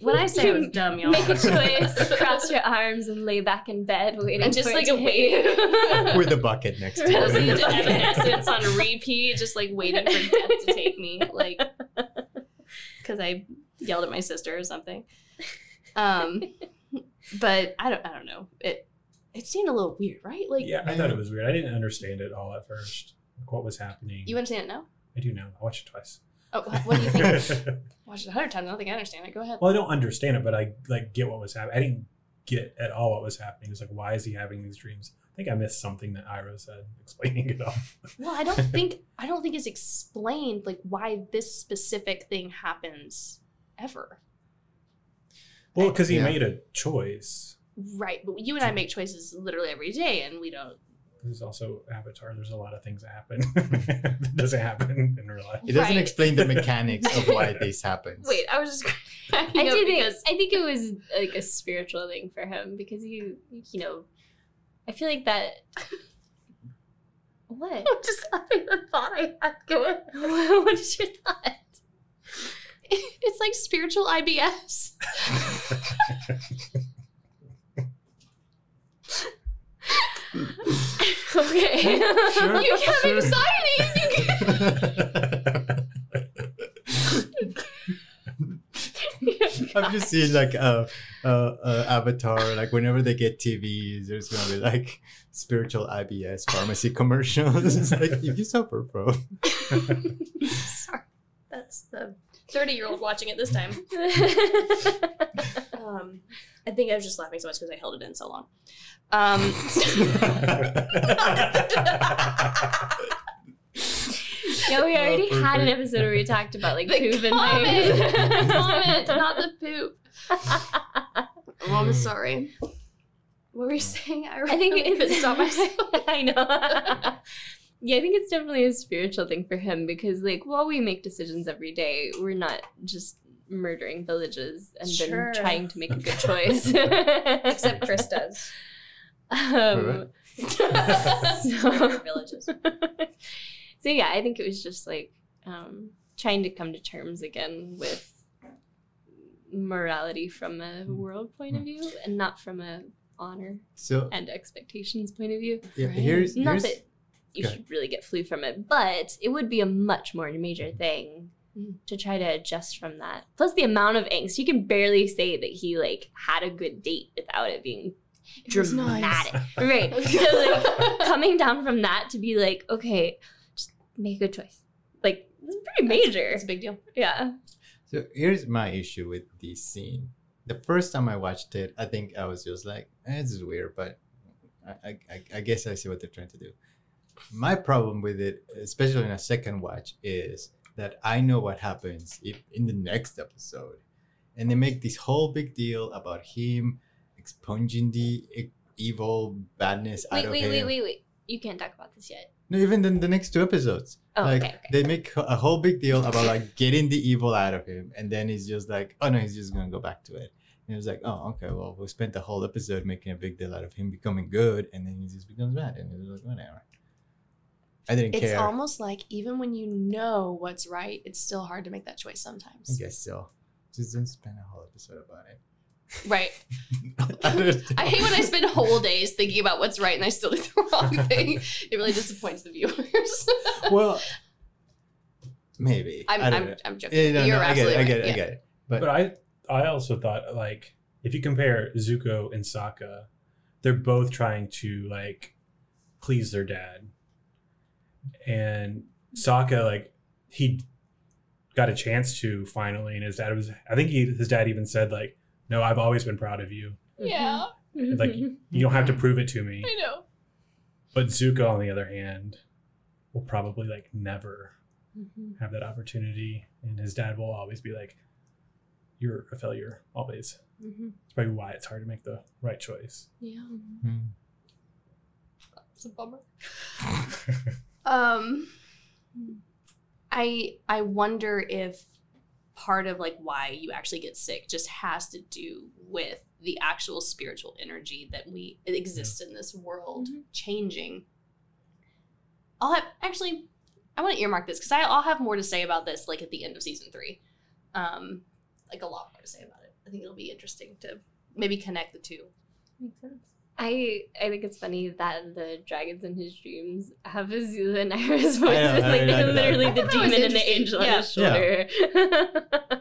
Speaker 3: when I say I was dumb, y'all.
Speaker 4: Make a choice, cross your arms, and lay back in bed waiting
Speaker 3: And just
Speaker 4: for
Speaker 3: like
Speaker 4: it
Speaker 3: a
Speaker 4: to hit you.
Speaker 3: wave.
Speaker 2: With a bucket next to
Speaker 4: Really?
Speaker 3: listening
Speaker 2: you.
Speaker 3: to Evanescence on repeat, just like waiting for death to take me, like because I yelled at my sister or something. Um, but I don't, I don't know. It it seemed a little weird, right? Like
Speaker 1: yeah, I thought it was weird. I didn't understand it all at first. Like, what was happening?
Speaker 3: you understand it now?
Speaker 1: I do now. I watched it twice.
Speaker 3: Oh, wh- what do you think? Watched it a hundred times. I don't think I understand it. Go ahead.
Speaker 1: well, I don't understand it, but I like get what was happening. I didn't get at all what was happening. It's like, why is he having these dreams? I think I missed something that Ira said explaining it all.
Speaker 3: Well, I don't think I don't think it's explained like why this specific thing happens ever.
Speaker 1: Well, because he
Speaker 2: Yeah.
Speaker 1: made a choice.
Speaker 3: Right, but you and I make choices literally every day, and we don't.
Speaker 1: There's also Avatar. There's a lot of things that happen that doesn't happen in real life.
Speaker 2: It doesn't
Speaker 3: Right.
Speaker 2: explain the mechanics of why this happens.
Speaker 3: Wait, I was just.
Speaker 4: I do think I think it was like a spiritual thing for him because you you know I feel like that what
Speaker 3: I'm just having the thought I had going.
Speaker 4: what is your thought
Speaker 3: It's like spiritual IBS.
Speaker 4: okay
Speaker 2: Sure,
Speaker 3: you have
Speaker 2: sure.
Speaker 3: anxieties. You get,
Speaker 2: I've just seen like a, a, a avatar. Like whenever they get TVs, there's gonna be like spiritual IBS pharmacy commercials. It's like if you suffer from
Speaker 3: sorry. That's the 30 year old watching it this time. Um, I think I was just laughing so much because I held it in so long. Um,
Speaker 4: No, we
Speaker 2: Oh,
Speaker 4: already had an
Speaker 2: perfect.
Speaker 4: episode where we talked about like
Speaker 3: The
Speaker 4: poop and
Speaker 3: comment,
Speaker 4: things.
Speaker 3: comment, not the poop. Oh, I'm sorry. What were you saying? I,
Speaker 4: I think
Speaker 3: if it's not myself.
Speaker 4: I know. yeah, I think it's definitely a spiritual thing for him because, like, while we make decisions every day, we're not just murdering villages and
Speaker 3: Sure.
Speaker 4: then trying to make a good choice.
Speaker 3: Except Chris does.
Speaker 4: um, so,
Speaker 3: villages.
Speaker 4: so yeah, I think it was just like um, trying to come to terms again with morality from a world point of view and not from a honor
Speaker 2: So
Speaker 4: and expectations point of view.
Speaker 2: yeah,
Speaker 3: Right.
Speaker 2: here's,
Speaker 4: Not
Speaker 2: here's
Speaker 4: that you
Speaker 2: Go
Speaker 4: should really get flu from it, but it would be a much more major thing
Speaker 3: Mm.
Speaker 4: to try to adjust from that. Plus the amount of angst, you can barely say that he like had a good date without it being dramatic. Right. So like coming down from that to be like, okay, just make a choice. Like it's pretty major.
Speaker 3: It's a big deal.
Speaker 4: yeah.
Speaker 2: so here's my issue with this scene. The first time I watched it, I think I was just like, eh, "This is weird," but I, I- I, I guess I see what they're trying to do. My problem with it, especially in a second watch, is that I know what happens if, in the next episode, and they make this whole big deal about him expunging the e- evil badness out
Speaker 4: Wait,
Speaker 2: of
Speaker 4: wait,
Speaker 2: him.
Speaker 4: wait, wait, wait. You can't talk about this yet.
Speaker 2: No, even in the next two episodes.
Speaker 4: Oh,
Speaker 2: like
Speaker 4: okay, okay.
Speaker 2: they make a whole big deal about like getting the evil out of him, and then he's just like, oh no, he's just gonna go back to it. And it was like, oh okay, well we spent the whole episode making a big deal out of him becoming good, and then he just becomes bad, and it's like whatever. I didn't
Speaker 3: It's
Speaker 2: care.
Speaker 3: almost like even when you know what's right, it's still hard to make that choice
Speaker 2: I
Speaker 3: sometimes.
Speaker 2: guess so. Just don't spend a whole episode about it.
Speaker 3: Right.
Speaker 2: don't-
Speaker 3: I hate when I spend whole days thinking about what's right and I still do the wrong thing. It really disappoints the viewers.
Speaker 2: well, maybe
Speaker 3: I'm,
Speaker 2: I don't
Speaker 3: I'm,
Speaker 2: know.
Speaker 3: I'm joking.
Speaker 2: Yeah, no,
Speaker 3: You're
Speaker 2: no, I get
Speaker 3: absolutely
Speaker 2: it. I
Speaker 3: right.
Speaker 2: get it.
Speaker 3: Yeah.
Speaker 2: I get it.
Speaker 1: But I I also thought like if you compare Zuko and Sokka, they're both trying to like please their dad. And Sokka like he got a chance to finally and his dad was I think he, his dad even said like no I've always been proud of you.
Speaker 3: Yeah,
Speaker 4: Mm-hmm.
Speaker 1: Like you don't have to prove it to me.
Speaker 3: I know.
Speaker 1: But Zuko on the other hand will probably like never
Speaker 3: Mm-hmm.
Speaker 4: Mhm.
Speaker 1: have that opportunity and his dad will always be like you're a failure always.
Speaker 3: Mm-hmm.
Speaker 4: Mhm.
Speaker 1: It's probably why it's hard to make the right choice.
Speaker 3: Yeah.
Speaker 2: Hmm.
Speaker 3: It's a bummer. Um, I I wonder if part of like why you actually get sick just has to do with the actual spiritual energy that we that exists in this world
Speaker 4: Mhm.
Speaker 3: changing. I'll have actually I want to earmark this because I'll have more to say about this like at the end of season three, um, like a lot more to say about it. I think it'll be interesting to maybe connect the two.
Speaker 4: Makes sense. I I think it's funny that the dragons in his dreams have a Azula and Iris voices.
Speaker 2: I
Speaker 4: like
Speaker 2: know that.
Speaker 4: literally
Speaker 3: I
Speaker 4: the
Speaker 3: thought that was
Speaker 4: demon and the
Speaker 3: interesting.
Speaker 4: angel
Speaker 3: Yeah.
Speaker 4: on his shoulder.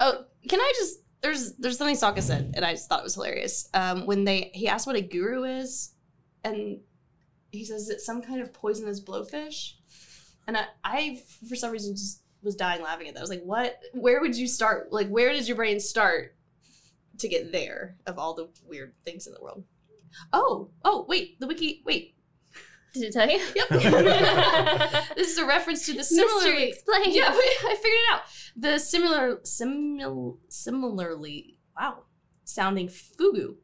Speaker 3: Oh, can I just? There's there's something Sokka said, and I just thought it was hilarious. Um, when they he asked what a guru is, and he says it's some kind of poisonous blowfish, and I, I for some reason just was dying laughing at that. I was like, what? Where would you start? Like, where does your brain start to get there of all the weird things in the world? Oh, oh, wait, the wiki, wait,
Speaker 4: Did it tell you?
Speaker 3: yep. this is a reference to the
Speaker 4: Mystery
Speaker 3: similarly
Speaker 4: explained.
Speaker 3: yeah, but I figured it out. The similar, simil, similarly, wow, sounding fugu,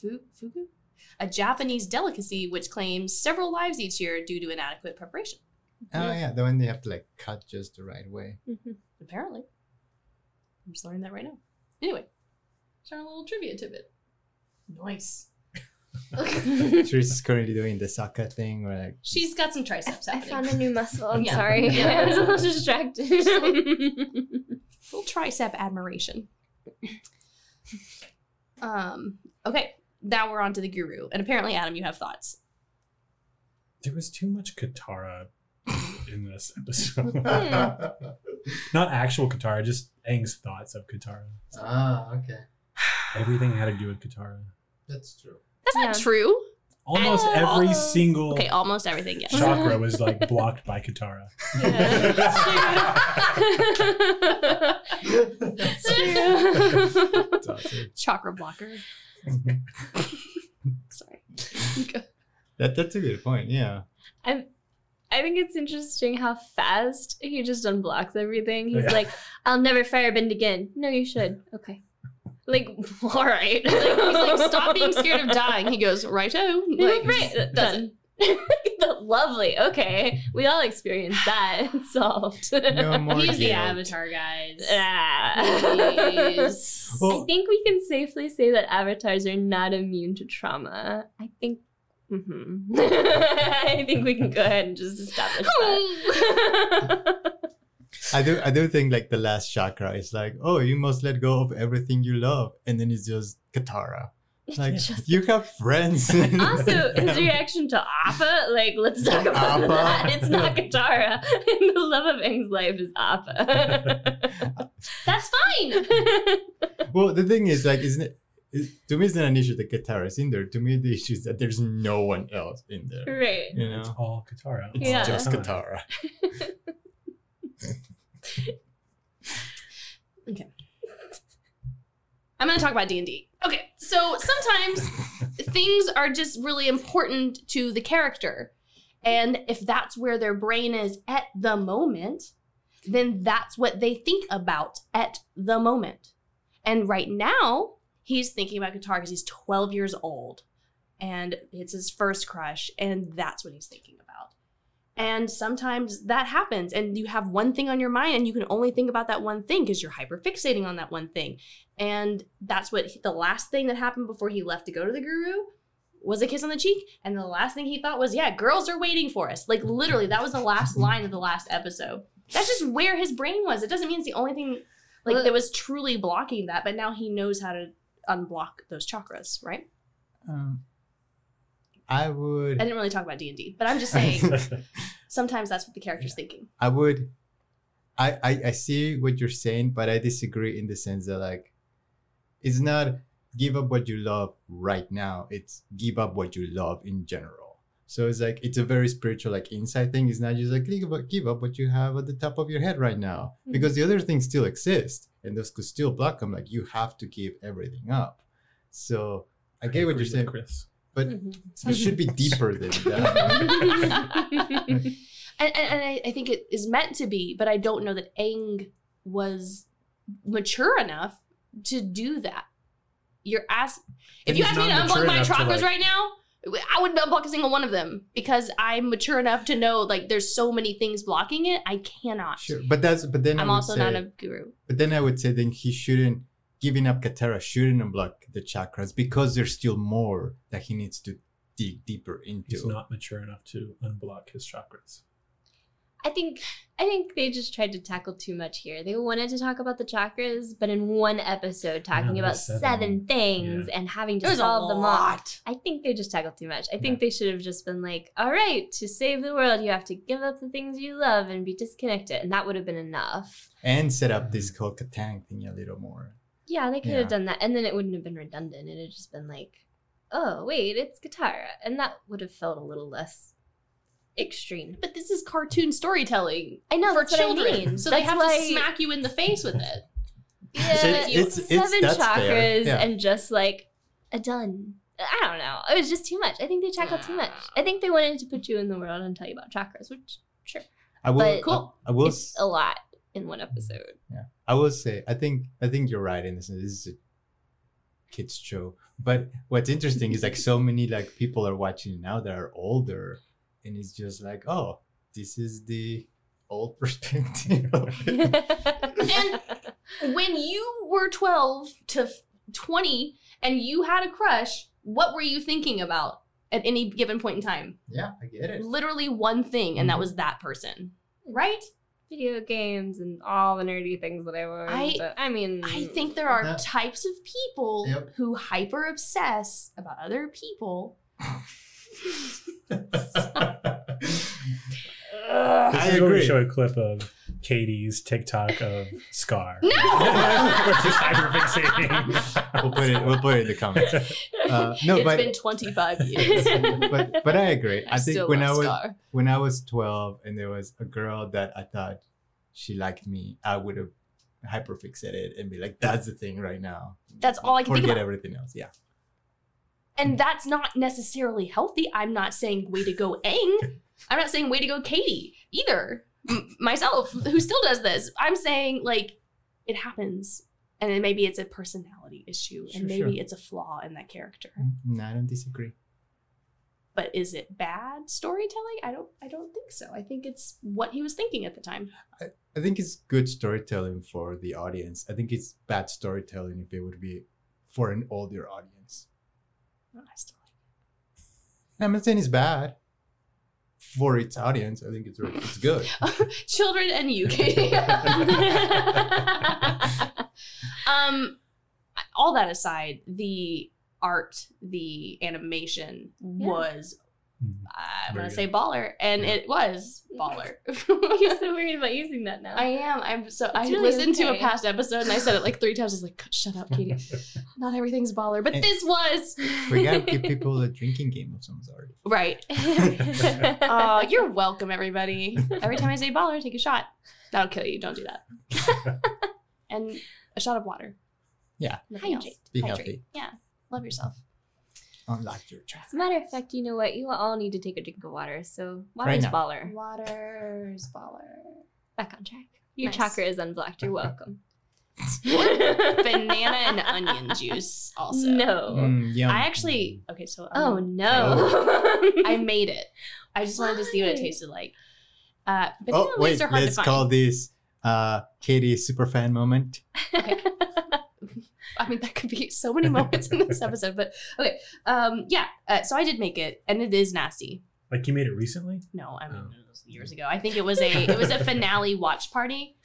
Speaker 3: Fu, fugu, a Japanese delicacy which claims several lives each year due to inadequate preparation.
Speaker 2: Oh yeah, the one they have to like cut just the right way.
Speaker 4: Mhm.
Speaker 3: Apparently, I'm just learning that right now. Anyway, it's our little trivia tidbit. Nice.
Speaker 2: She's just currently doing the soccer thing where like
Speaker 3: She's got some triceps
Speaker 4: I
Speaker 3: happening.
Speaker 4: found a new muscle. I'm
Speaker 3: Yeah.
Speaker 4: sorry. I was a little distracted.
Speaker 3: little tricep admiration. um. Okay. Now we're on to the guru, and apparently, Adam, you have thoughts.
Speaker 1: there was too much Katara in this episode.
Speaker 2: ah
Speaker 1: Not actual Katara, just Aang's thoughts of Katara.
Speaker 2: okay,
Speaker 1: Everything had to do with Katara.
Speaker 2: that's true.
Speaker 3: That's
Speaker 4: Yeah.
Speaker 3: not true.
Speaker 1: almost every
Speaker 3: all-
Speaker 1: single
Speaker 3: Okay, almost everything. Yes.
Speaker 1: chakra was like blocked by Katara.
Speaker 4: Yeah, that's true.
Speaker 2: It's awesome.
Speaker 3: Chakra blocker. Sorry.
Speaker 2: that, that's a good point. Yeah.
Speaker 4: I I think it's interesting how fast he just unblocks everything. He's
Speaker 1: Yeah.
Speaker 4: like, I'll never firebend again. No, you should. Okay. Like, all right.
Speaker 3: He's like, stop being scared of dying. He goes, righto. Like,
Speaker 4: Right, that doesn't- Lovely. Okay. We all experienced that. It's solved.
Speaker 2: No more.
Speaker 3: He's the
Speaker 2: guilt.
Speaker 3: avatar, guys.
Speaker 4: Ah.
Speaker 3: Please.
Speaker 2: Well-
Speaker 4: I think we can safely say that avatars are not immune to trauma. I think. mhm. I think we can go ahead and just establish that.
Speaker 2: I do I do think like the last chakra is like, oh, you must let go of everything you love. And then it's just Katara. Like
Speaker 4: Just-
Speaker 2: you have friends.
Speaker 4: also, his reaction to Appa, like, let's talk about
Speaker 2: Appa.
Speaker 4: that. It's not Katara. the love of Aang's life is Appa.
Speaker 3: That's fine.
Speaker 2: well, the thing is, like, isn't it? it- to me, it's not an issue that Katara is in there. To me, the issue is that there's no one else in there.
Speaker 4: right.
Speaker 2: You
Speaker 1: It's
Speaker 2: know,
Speaker 1: all Katara.
Speaker 2: it's
Speaker 4: Yeah.
Speaker 2: just Katara.
Speaker 3: I'm going to talk about D&D. Okay, so sometimes things are just really important to the character. And if that's where their brain is at the moment, then that's what they think about at the moment. And right now, he's thinking about guitar because he's 12 years old and it's his first crush, and that's what he's thinking about. And sometimes that happens, and you have one thing on your mind, and you can only think about that one thing because you're hyper fixating on that one thing. And that's what he- the last thing that happened before he left to go to the guru was a kiss on the cheek. And the last thing he thought was, yeah, girls are waiting for us. Like literally, that was the last line of the last episode. That's just where his brain was. It doesn't mean it's the only thing like that was truly blocking that, but now he knows how to unblock those chakras, right?
Speaker 2: Um, I would.
Speaker 3: I didn't really talk about D and D, but I'm just saying sometimes that's what the character's thinking.
Speaker 2: I would I, I I see what you're saying, but I disagree in the sense that like it's not give up what you love right now, it's give up what you love in general. So it's like it's a very spiritual like inside thing. It's not just like give up, give up what you have at the top of your head right now.
Speaker 3: Mm-hmm.
Speaker 4: Mhm.
Speaker 2: Because the other things still exist and those could still block them. Like you have to give everything up. So I get what you're saying.
Speaker 1: Chris.
Speaker 2: It should be deeper than that.
Speaker 3: and and, and I, I think it is meant to be, but I don't know that Aang was mature enough to do that. You're ask if
Speaker 1: And
Speaker 3: you
Speaker 1: he's
Speaker 3: asked me to
Speaker 1: not mature
Speaker 3: unblock my
Speaker 1: enough to,
Speaker 3: chakras
Speaker 1: like-
Speaker 3: right now, I wouldn't unblock a single one of them because I'm mature enough to know like there's so many things blocking it. I cannot.
Speaker 2: sure. But that's but then I
Speaker 3: I'm
Speaker 2: would
Speaker 3: also not
Speaker 2: say-
Speaker 3: a guru.
Speaker 2: But then I would say then he shouldn't giving up Katara shouldn't unblock the chakras because there's still more that he needs to dig deeper
Speaker 1: He's
Speaker 2: into.
Speaker 1: not mature enough to unblock his chakras.
Speaker 4: I think I think they just tried to tackle too much here. They wanted to talk about the chakras, but in one episode, talking
Speaker 1: there
Speaker 4: about
Speaker 1: was seven.
Speaker 4: seven, things and having to solve them all. I think they just tackled too much. I think
Speaker 1: Yeah.
Speaker 4: they should have just been like, "All right, to save the world, you have to give up the things you love and be disconnected," and that would have been enough.
Speaker 2: and set up this whole Katang thing a little more.
Speaker 4: Yeah, they could
Speaker 2: Yeah.
Speaker 4: have done that, and then it wouldn't have been redundant. It would have just been like, "Oh, wait, it's Katara," and that would have felt a little less extreme.
Speaker 3: But this is cartoon storytelling.
Speaker 4: I know
Speaker 3: for
Speaker 4: that's what I
Speaker 3: children.
Speaker 4: mean.
Speaker 3: So they
Speaker 4: That's
Speaker 3: have to
Speaker 4: why-
Speaker 3: smack you in the face with it.
Speaker 2: So
Speaker 4: Yeah,
Speaker 2: it's- it's- it's-
Speaker 4: seven
Speaker 2: that's fair.
Speaker 4: chakras
Speaker 2: Yeah.
Speaker 4: and just like a done. I don't know. It was just too much. I think they tackled too much. I think they wanted to put you in the world and tell you about chakras, which
Speaker 2: I will
Speaker 4: But-
Speaker 3: Cool.
Speaker 2: I, I will
Speaker 4: is a lot in one episode.
Speaker 2: I will say I think I think you're right in this. This is a kids show. But what's interesting is like so many like people are watching now that are older and it's just like, oh, this is the old perspective. of it.
Speaker 4: and
Speaker 3: When you were 12 to f- 20 and you had a crush, what were you thinking about at any given point in time?
Speaker 2: yeah, I get it.
Speaker 3: Literally one thing,
Speaker 2: Mm-hmm.
Speaker 3: and that was that person. Right?
Speaker 4: video games and all the nerdy things that I was.
Speaker 3: I-
Speaker 4: I, I mean,
Speaker 3: I think there are
Speaker 2: Yeah.
Speaker 3: types of people
Speaker 2: Yep.
Speaker 3: who hyper obsess about other people.
Speaker 2: I Uh,
Speaker 1: This is what we show a clip of. Katie's TikTok of Scar.
Speaker 3: No!
Speaker 1: We're just hyperfixating.
Speaker 2: we'll put it. We'll put it in the comments. Uh, no,
Speaker 3: It's
Speaker 2: but,
Speaker 3: been 25 years.
Speaker 2: but but I agree. I,
Speaker 3: I,
Speaker 2: think
Speaker 3: still
Speaker 2: when
Speaker 3: love
Speaker 2: I was
Speaker 3: Scar.
Speaker 2: when I was twelve and there was a girl that I thought she liked me, I would have hyperfixated and be like, "That's the thing right now."
Speaker 3: That's all I can think
Speaker 2: Forget
Speaker 3: about.
Speaker 2: everything else. Yeah.
Speaker 3: And that's not necessarily healthy. I'm not saying way to go, Aang. I'm not saying way to go, Katie, either. M- myself, who still does this. I'm saying, like, it happens. And then maybe it's a personality issue, and
Speaker 2: Sure,
Speaker 3: maybe
Speaker 2: sure.
Speaker 3: it's a flaw in that character.
Speaker 2: No, I don't disagree.
Speaker 3: But is it bad storytelling? I don't. I don't think so. I think it's what he was thinking at the time.
Speaker 2: I think it's good storytelling for the audience. I think it's bad storytelling if it would be for an older audience.
Speaker 3: No, I still like
Speaker 2: I'm not saying it's bad for its audience. I think it's really, it's good.
Speaker 3: children and you, Katie. um, all that aside, the art, the animation was, I
Speaker 1: Mm-hmm. Very
Speaker 3: want to say baller, and
Speaker 1: Yeah.
Speaker 3: it was baller.
Speaker 4: You're so worried about using that now.
Speaker 3: I am. I'm so. I
Speaker 4: really
Speaker 3: listened to a
Speaker 4: okay.
Speaker 3: past episode and I said it like three times. I was like, "Shut up, Katie. Not everything's baller, but
Speaker 2: And-
Speaker 3: this was
Speaker 2: We gotta give people a drinking game of some sort.
Speaker 3: right." Oh, you're welcome, everybody. Every time I say baller, take a shot. That'll kill you. Don't do that. and a shot of water.
Speaker 2: Yeah.
Speaker 3: Nothing else.
Speaker 4: Hydrate.
Speaker 2: Be
Speaker 3: Hydrate.
Speaker 2: healthy.
Speaker 3: Yeah. Love yourself.
Speaker 2: Unlock your trap.
Speaker 4: As a matter of fact, you know what? You all need to take a drink of water. So
Speaker 2: Right
Speaker 4: water's
Speaker 2: now.
Speaker 4: baller.
Speaker 3: Water's baller.
Speaker 4: Back on track. Your
Speaker 3: Nice.
Speaker 4: chakra is unblocked. You're welcome.
Speaker 3: Banana and onion juice also.
Speaker 4: No.
Speaker 2: Mm, yum.
Speaker 3: I actually okay, so
Speaker 4: Oh
Speaker 3: um,
Speaker 4: no.
Speaker 3: I made it. I just wanted to see what it
Speaker 4: Why?
Speaker 3: tasted like. Uh banana
Speaker 2: Oh
Speaker 3: leaves
Speaker 2: wait,
Speaker 3: are hard
Speaker 2: let's
Speaker 3: to find.
Speaker 2: call this uh, Katie's super fan moment.
Speaker 3: I mean, that could be so many moments in this episode, but okay. Um, yeah, uh, so I did make it, and it is nasty.
Speaker 1: Like you made it recently?
Speaker 3: No, I mean,
Speaker 1: Oh.
Speaker 3: it was years ago. I think it was a it was a finale watch party.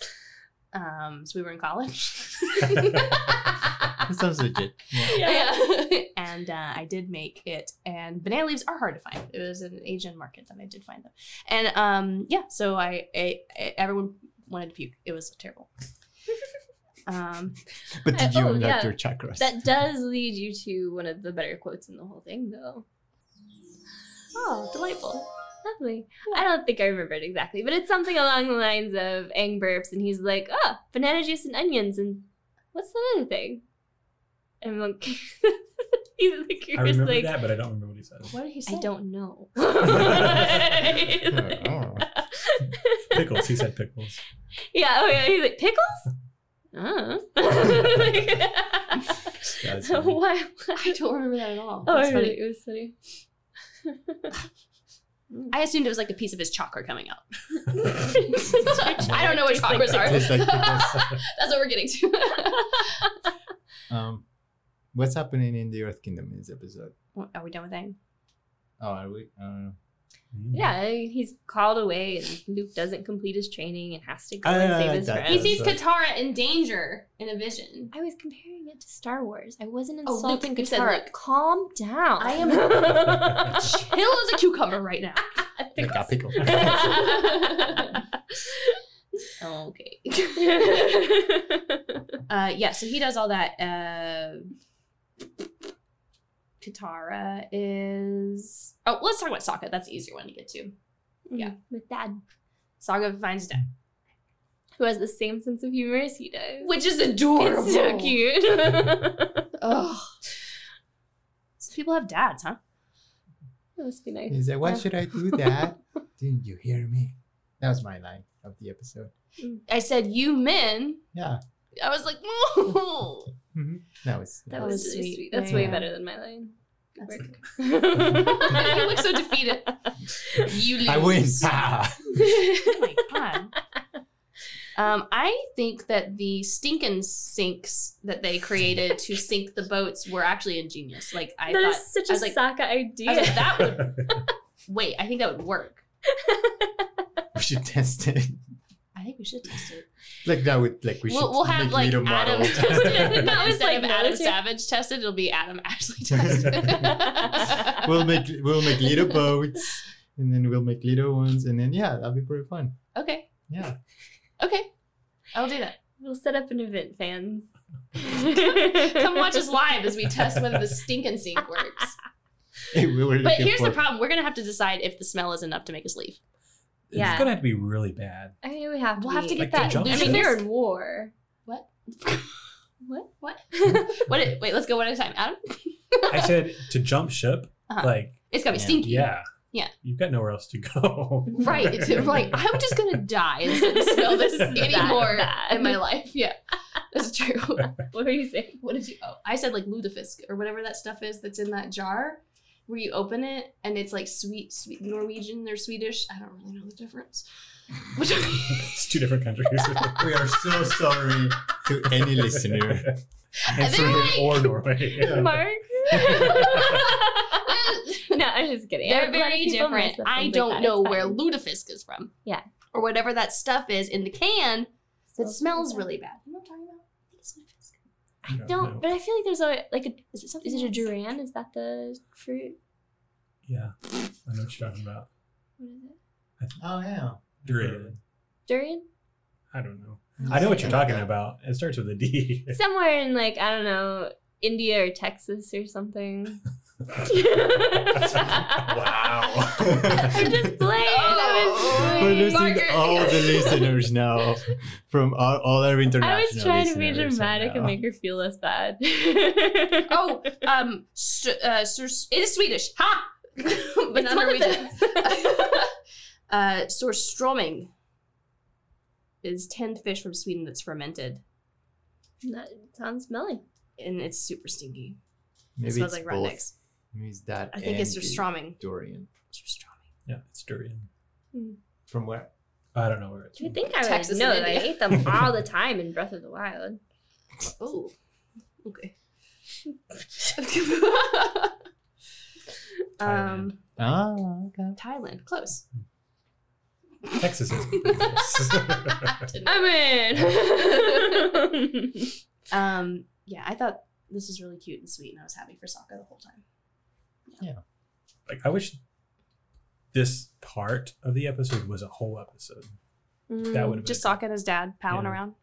Speaker 3: Um, so we were in college.
Speaker 2: That sounds legit. Yeah.
Speaker 3: yeah. and uh, I did make it, and banana leaves are hard to find. It was an Asian market that I did find them, and um, yeah, so I, I, I everyone wanted to puke. It was terrible. um,
Speaker 2: But did you
Speaker 4: Oh,
Speaker 2: unlock
Speaker 4: yeah.
Speaker 2: your chakras?
Speaker 4: that does lead you to one of the better quotes in the whole thing, though.
Speaker 3: oh, delightful.
Speaker 4: Lovely. I don't think I remember it exactly, but it's something along the lines of Aang burps and he's like, oh, banana juice and onions and what's that other thing? And Monk, he's like,
Speaker 1: I
Speaker 4: you're just
Speaker 1: remember
Speaker 4: like,
Speaker 1: that, but I don't remember what he said.
Speaker 3: What did he say?
Speaker 4: I don't know.
Speaker 2: I
Speaker 4: He's like-
Speaker 2: don't know.
Speaker 1: Pickles. He said pickles.
Speaker 4: yeah, oh yeah, he's like, pickles? Uh
Speaker 2: That's
Speaker 4: like,
Speaker 2: funny.
Speaker 4: why?
Speaker 3: I don't remember that at all.
Speaker 4: Oh,
Speaker 3: That's
Speaker 4: I
Speaker 3: funny.
Speaker 4: really- it was funny.
Speaker 3: I assumed it was like a piece of his chakra coming out. I
Speaker 4: I
Speaker 3: don't know what chakras are.
Speaker 2: Just like
Speaker 3: That's
Speaker 2: because,
Speaker 3: what we're getting to.
Speaker 2: um, what's happening in the Earth Kingdom in this episode?
Speaker 3: Are we done with Aang?
Speaker 2: Oh, are we? I don't know.
Speaker 1: Mm.
Speaker 4: Yeah, he's called away, and Luke doesn't complete his training and has to go
Speaker 2: I-
Speaker 4: and
Speaker 2: I
Speaker 4: save
Speaker 2: like
Speaker 4: his
Speaker 2: Ah, that.
Speaker 4: friends.
Speaker 3: He
Speaker 2: He's-
Speaker 3: sees Katara in danger in a vision.
Speaker 4: I was comparing it to Star Wars. I wasn't
Speaker 3: Oh, Luke,
Speaker 4: insulting
Speaker 3: you said
Speaker 4: Katara.
Speaker 3: Luke.
Speaker 4: Calm down.
Speaker 3: I am- Hill is a cucumber right now.
Speaker 2: Like a pickle.
Speaker 3: okay. uh, yeah, so he does all that. Uh, Katara is. Oh, let's talk about Sokka. That's the easier one to get to.
Speaker 4: yeah, with Dad,
Speaker 3: Sokka finds Dad,
Speaker 4: who has the same sense of humor as he does.
Speaker 3: which is adorable.
Speaker 4: it's so cute.
Speaker 3: Ugh. So people have dads, huh?
Speaker 4: that must be nice.
Speaker 2: He's like, why
Speaker 3: Yeah.
Speaker 2: should I do that? Didn't you hear me? That was my line of the episode.
Speaker 3: I said, you men.
Speaker 2: Yeah.
Speaker 3: I was like, oh.
Speaker 2: Mm-hmm. That was.
Speaker 4: That
Speaker 3: That
Speaker 4: was
Speaker 3: was
Speaker 4: really
Speaker 3: sweet.
Speaker 4: sweet. That's
Speaker 3: Yeah,
Speaker 4: way
Speaker 3: yeah.
Speaker 4: better than my line. Good
Speaker 3: That's
Speaker 4: work.
Speaker 3: you look so defeated. You lose.
Speaker 2: I win.
Speaker 3: oh my god. Um, I think that the stinking sinks that they created to sink the boats were actually ingenious. Like I
Speaker 4: That
Speaker 3: thought,
Speaker 4: is such
Speaker 3: I
Speaker 4: a
Speaker 3: was like-
Speaker 4: Sokka
Speaker 3: I was
Speaker 4: idea.
Speaker 3: like, that would wait. I think that would work.
Speaker 2: we should test it.
Speaker 3: I think we should test it.
Speaker 2: Like that would like we
Speaker 3: We will
Speaker 2: should
Speaker 3: we'll have
Speaker 2: make
Speaker 3: like
Speaker 2: little
Speaker 3: Adam
Speaker 2: models.
Speaker 3: test it.
Speaker 4: That was,
Speaker 3: instead
Speaker 4: like,
Speaker 3: of Adam
Speaker 4: military.
Speaker 3: Savage tested, it'll be Adam Ashley tested.
Speaker 2: we'll make we'll make little boats, and then we'll make little ones, and then yeah, that'll be pretty fun.
Speaker 3: okay.
Speaker 2: Yeah.
Speaker 3: Okay, I'll do that.
Speaker 4: We'll set up an event, fans.
Speaker 3: Come watch us live as we test whether the stink and sink works.
Speaker 2: we were
Speaker 3: But here's the problem: we're gonna have to decide if the smell is enough to make us leave.
Speaker 4: Yeah.
Speaker 1: It's gonna have to be really bad.
Speaker 4: I mean, we have to.
Speaker 3: We'll have to
Speaker 4: be-
Speaker 1: Like
Speaker 3: get
Speaker 1: the
Speaker 3: that.
Speaker 1: jump
Speaker 4: I
Speaker 1: ship.
Speaker 4: mean,
Speaker 3: illusionist-
Speaker 4: they're in war.
Speaker 3: What? what? What? what? It, wait, let's go one at a time. Adam,
Speaker 1: I said to jump ship,
Speaker 3: Uh-huh.
Speaker 1: like
Speaker 3: it's gotta be
Speaker 2: Yeah.
Speaker 3: stinky.
Speaker 1: yeah,
Speaker 3: Yeah.
Speaker 1: You've got nowhere else to go.
Speaker 3: Right. It's like I'm just gonna die and smell this
Speaker 1: That
Speaker 3: anymore
Speaker 4: bad.
Speaker 3: in my life. Yeah, that's true.
Speaker 4: What were you saying?
Speaker 3: what did you? Oh, I said like lutefisk or whatever that stuff is that's in that jar, where you open it and it's like sweet, sweet Norwegian or Swedish. I don't really know the difference. Which-
Speaker 1: it's two different countries.
Speaker 2: We are so sorry to any listener.
Speaker 1: and
Speaker 3: they're
Speaker 1: Sweden
Speaker 3: like-
Speaker 1: or Norway.
Speaker 2: Yeah.
Speaker 4: Mark? no, I'm just kidding.
Speaker 3: They're
Speaker 4: A lot of
Speaker 3: very
Speaker 4: people mess
Speaker 3: different.
Speaker 4: up
Speaker 3: I
Speaker 4: things like
Speaker 3: don't
Speaker 4: that.
Speaker 3: know
Speaker 4: It's
Speaker 3: where
Speaker 4: fine.
Speaker 3: lutefisk is from.
Speaker 4: Yeah.
Speaker 3: Or whatever that stuff is in the can that
Speaker 4: Smells
Speaker 3: smells
Speaker 4: really
Speaker 3: really bad. You know what I'm talking about? I think it's lutefisk.
Speaker 1: I don't
Speaker 4: No,
Speaker 1: know.
Speaker 4: but I feel like there's a like a
Speaker 3: Is it something?
Speaker 4: is it a
Speaker 3: else?
Speaker 4: duran? Is that the fruit?
Speaker 1: Yeah, I know what you're talking about.
Speaker 4: What is it?
Speaker 2: Oh yeah.
Speaker 1: Durian.
Speaker 4: Durian?
Speaker 1: I don't know. I know what you're talking about. It starts with a D.
Speaker 4: Somewhere in like I don't know India or Texas or something.
Speaker 2: Wow.
Speaker 4: I'm just playing.
Speaker 3: Oh.
Speaker 2: We're
Speaker 4: I was
Speaker 2: losing
Speaker 4: playing.
Speaker 3: Margaret.
Speaker 2: all the listeners now from all, all our international
Speaker 4: I was trying to be
Speaker 2: listeners
Speaker 4: dramatic and
Speaker 2: now.
Speaker 4: make her feel less bad.
Speaker 3: Oh, um, s- uh, sors- it is Swedish. Ha! but
Speaker 4: It's
Speaker 3: not
Speaker 4: one of
Speaker 3: Norwegian. uh, Sorstroming is tinned fish from Sweden that's fermented,
Speaker 4: that sounds smelly.
Speaker 3: and it's super stinky.
Speaker 2: Maybe
Speaker 3: it smells
Speaker 2: it's
Speaker 3: like
Speaker 2: both.
Speaker 3: rotten
Speaker 2: Maybe it's that
Speaker 3: I think it's
Speaker 2: and
Speaker 3: Sorstroming.
Speaker 2: the Durian.
Speaker 3: Sorstroming.
Speaker 1: yeah, it's durian.
Speaker 2: From where?
Speaker 1: I don't know where it's.
Speaker 4: You
Speaker 1: From.
Speaker 4: would think I
Speaker 3: Texas
Speaker 4: would
Speaker 3: and
Speaker 4: know that I
Speaker 3: India.
Speaker 4: ate them all the time in Breath of the Wild.
Speaker 3: Oh, okay. um,
Speaker 2: Oh, okay.
Speaker 3: Thailand, close.
Speaker 1: Texas is. Texas.
Speaker 4: I'm in.
Speaker 3: um, yeah, I thought this was really cute and sweet, and I was happy for Sokka the whole time.
Speaker 1: like I wish this part of the episode was a whole episode. That would have
Speaker 3: Just
Speaker 1: been
Speaker 3: Sokka and his dad palling
Speaker 1: Yeah.
Speaker 3: around.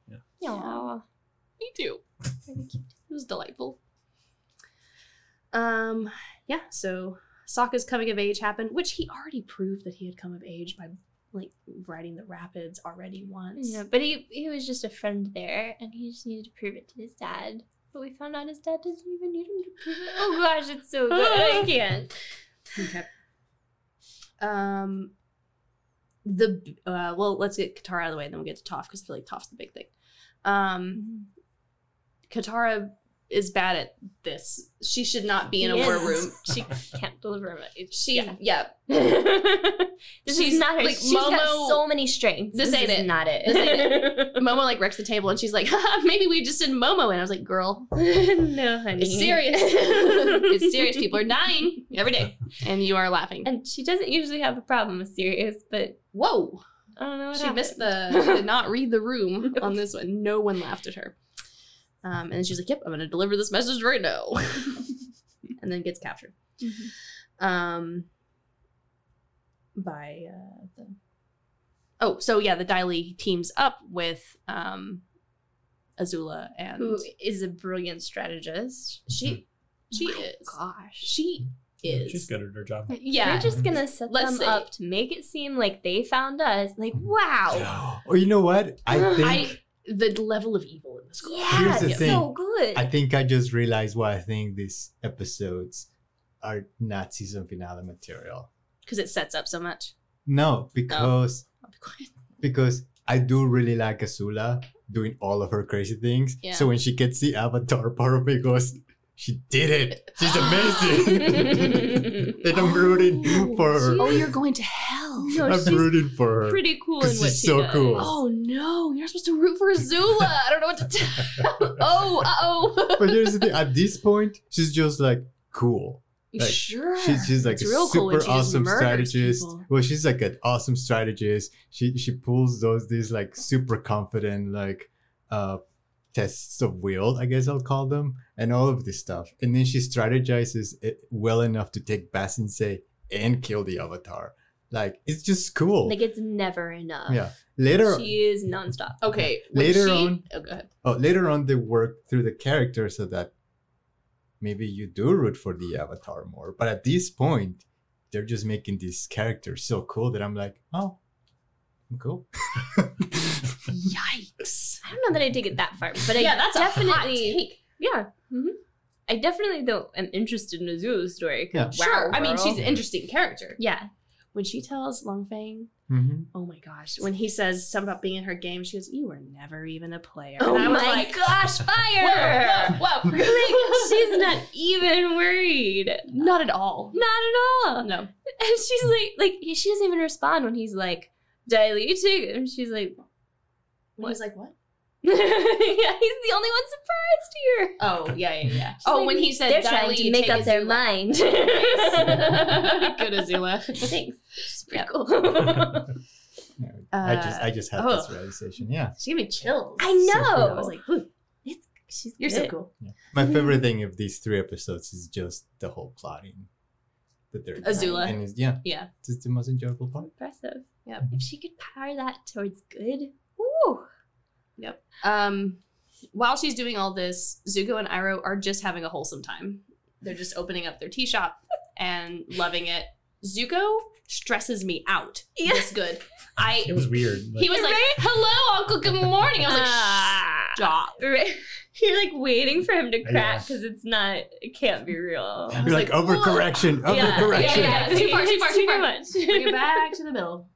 Speaker 4: Aw.
Speaker 3: Me too. it was delightful. Um, yeah, so Sokka's coming of age happened, which he already proved that he had come of age by like riding the rapids already once.
Speaker 4: Yeah, but he he was just a friend there, and he just needed to prove it to his dad. But we found out his dad doesn't even need him to prove it. Oh gosh, it's so good. I can't.
Speaker 3: Okay. Um, the uh, well, let's get Katara out of the way, and then we'll get to Toph because I feel like Toph's the big thing. Um, Katara is bad at this. She should not be in a
Speaker 4: He
Speaker 3: war
Speaker 4: is.
Speaker 3: room. She,
Speaker 4: Can't deliver him. a- It's,
Speaker 3: she, yeah.
Speaker 4: yeah. this
Speaker 3: She's
Speaker 4: is not her.
Speaker 3: like
Speaker 4: She's got
Speaker 3: Momo-
Speaker 4: so many strengths.
Speaker 3: This ain't
Speaker 4: is
Speaker 3: it.
Speaker 4: not it.
Speaker 3: This Momo like wrecks the table, and she's like, Haha, "Maybe we just send Momo." in." I was like, "Girl,
Speaker 4: no, honey.
Speaker 3: it's serious. it's serious. People are dying every day, and you are laughing."
Speaker 4: And she doesn't usually have a problem with serious, but
Speaker 3: Whoa,
Speaker 4: I don't know what
Speaker 3: she missed
Speaker 4: happened.
Speaker 3: the did not read the room on this one. No one laughed at her, um, and she's like, "Yep, I'm going to deliver this message right now," and then gets captured.
Speaker 4: Mm-hmm.
Speaker 3: um by uh the oh so yeah the Daily teams up with um azula and
Speaker 4: Who is a brilliant strategist?
Speaker 3: she she
Speaker 4: My
Speaker 3: is
Speaker 4: Gosh.
Speaker 3: she is
Speaker 1: She's good at her job.
Speaker 3: yeah
Speaker 4: We're just gonna set
Speaker 3: Let's
Speaker 4: them
Speaker 3: say-
Speaker 4: up to make it seem like they found us. Like, wow.
Speaker 2: Or Oh, you know what? I
Speaker 4: I-
Speaker 2: think
Speaker 3: i the level of evil in this girl
Speaker 4: Yeah,
Speaker 2: Here's the
Speaker 4: it's
Speaker 2: thing.
Speaker 4: so good.
Speaker 2: I think I just realized why I think these episodes are not season finale material.
Speaker 3: because it sets up so much
Speaker 2: No, because
Speaker 3: I'll be quiet.
Speaker 2: because I do really like Azula doing all of her crazy things.
Speaker 3: Yeah.
Speaker 2: So when she gets the avatar, part of me goes, "She did it! She's amazing!" and I'm rooting for her.
Speaker 3: oh you're going to hell
Speaker 4: No,
Speaker 2: I'm
Speaker 4: she's
Speaker 2: rooting for her.
Speaker 4: Pretty cool in
Speaker 2: This
Speaker 4: what
Speaker 2: is
Speaker 4: she
Speaker 2: so
Speaker 4: does.
Speaker 2: cool.
Speaker 3: oh no you're not supposed to root for azula i don't know what to tell oh uh-oh
Speaker 2: But here's the thing: at this point, she's just like cool. Like,
Speaker 3: sure
Speaker 2: She's she's like a
Speaker 3: It's real cool when
Speaker 2: super
Speaker 3: she just
Speaker 2: awesome
Speaker 3: murders
Speaker 2: strategist.
Speaker 3: people.
Speaker 2: Well, she's like an awesome strategist. She she pulls those these like super confident like uh tests of will, I guess I'll call them, and all of this stuff. And then she strategizes it well enough to take Bass and say and kill the avatar. Like it's just cool.
Speaker 4: Like it's never enough.
Speaker 2: Yeah. Later,
Speaker 4: She is nonstop.
Speaker 3: Okay. when
Speaker 2: Later
Speaker 3: she-
Speaker 2: on-
Speaker 3: Oh, go ahead.
Speaker 2: oh, later on, they work through the characters so that maybe you do root for the avatar more. But at this point, they're just making these characters so cool that I'm like, oh, cool.
Speaker 3: Yikes.
Speaker 4: I don't know that I take it that far, but I
Speaker 3: yeah, that's
Speaker 4: definitely
Speaker 3: a hot take.
Speaker 4: yeah. hmm I definitely though am interested in Azu's story. 'cause
Speaker 3: Sure.
Speaker 4: wow,
Speaker 3: I mean,
Speaker 4: girl.
Speaker 3: she's an interesting character.
Speaker 4: yeah.
Speaker 3: When she tells Longfang,
Speaker 2: mm-hmm.
Speaker 3: oh my gosh, when he says something about being in her game, she goes, "You were never even a player."
Speaker 4: Oh
Speaker 3: and I
Speaker 4: my
Speaker 3: was like,
Speaker 4: gosh,
Speaker 3: "Whoa,
Speaker 4: fire!
Speaker 3: whoa, whoa!"
Speaker 4: like she's not even worried.
Speaker 3: not at all.
Speaker 4: Not at all.
Speaker 3: No. Mm.
Speaker 4: And she's like, like she doesn't even respond when he's like dilating, and she's like,
Speaker 3: When He's like, "What?"
Speaker 4: yeah, he's the only one surprised here.
Speaker 3: Oh yeah, yeah, yeah.
Speaker 4: She's
Speaker 3: oh,
Speaker 4: like,
Speaker 3: when he said
Speaker 4: they're
Speaker 3: "Dali,
Speaker 4: trying to
Speaker 3: you
Speaker 4: make
Speaker 3: take
Speaker 4: up their
Speaker 3: Azula."
Speaker 4: mind.
Speaker 3: Nice. Good Azula.
Speaker 4: Thanks. She's pretty
Speaker 3: Yeah.
Speaker 4: cool.
Speaker 2: I just, I just had this
Speaker 3: oh.
Speaker 2: realization. Yeah,
Speaker 3: she gave me chills.
Speaker 4: I
Speaker 2: So cool.
Speaker 4: know.
Speaker 3: I was like, "Ooh,
Speaker 4: she's
Speaker 3: you're so cool."
Speaker 2: my favorite thing of these three episodes is just the whole plotting. That they're doing.
Speaker 3: Azula.
Speaker 2: and it's, yeah,
Speaker 3: Yeah.
Speaker 2: it's the most enjoyable part.
Speaker 4: Impressive.
Speaker 3: Yep.
Speaker 4: If she could power that towards good, ooh.
Speaker 3: Um, while she's doing all this, Zuko and Iroh are just having a wholesome time. They're just opening up their tea shop and loving it. Zuko stresses me out.
Speaker 4: Yeah.
Speaker 3: It's good. I
Speaker 1: It was weird. Like,
Speaker 3: he was like,
Speaker 4: Right?
Speaker 3: "Hello, Uncle. Good morning." I was like,
Speaker 4: Ah.
Speaker 3: "Stop."
Speaker 4: Right. You're like waiting for him to crack
Speaker 1: Yeah.
Speaker 4: because it's not, it can't be real.
Speaker 3: I was
Speaker 2: You're like, "Oh,
Speaker 3: like, whoa.
Speaker 2: overcorrection, overcorrection.
Speaker 3: Yeah, yeah. Too far, too far, too far.
Speaker 4: much.
Speaker 3: Bring it back to the middle.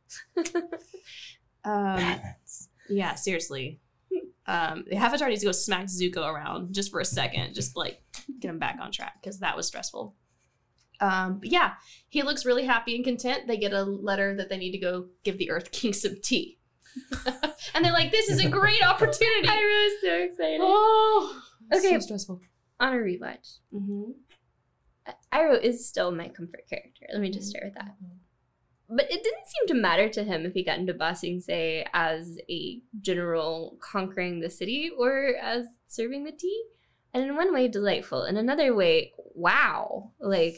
Speaker 3: Um, yeah, seriously. Um, the Avatar needs to go smack Zuko around just for a second, just to, like get him back on track because that was stressful. Um, but yeah, he looks really happy and content. They get a letter that they need to go give the Earth King some tea, and they're like, "This is a great opportunity."
Speaker 4: I was so excited.
Speaker 3: oh,
Speaker 4: Okay.
Speaker 3: so stressful.
Speaker 4: On a rewatch,
Speaker 3: Mm-hmm.
Speaker 4: Iroh is still my comfort character. Let me just start with that. But it didn't seem to matter to him if he got into Ba Sing Se as a general conquering the city or as serving the tea. And in one way, delightful. In another way, wow. Like,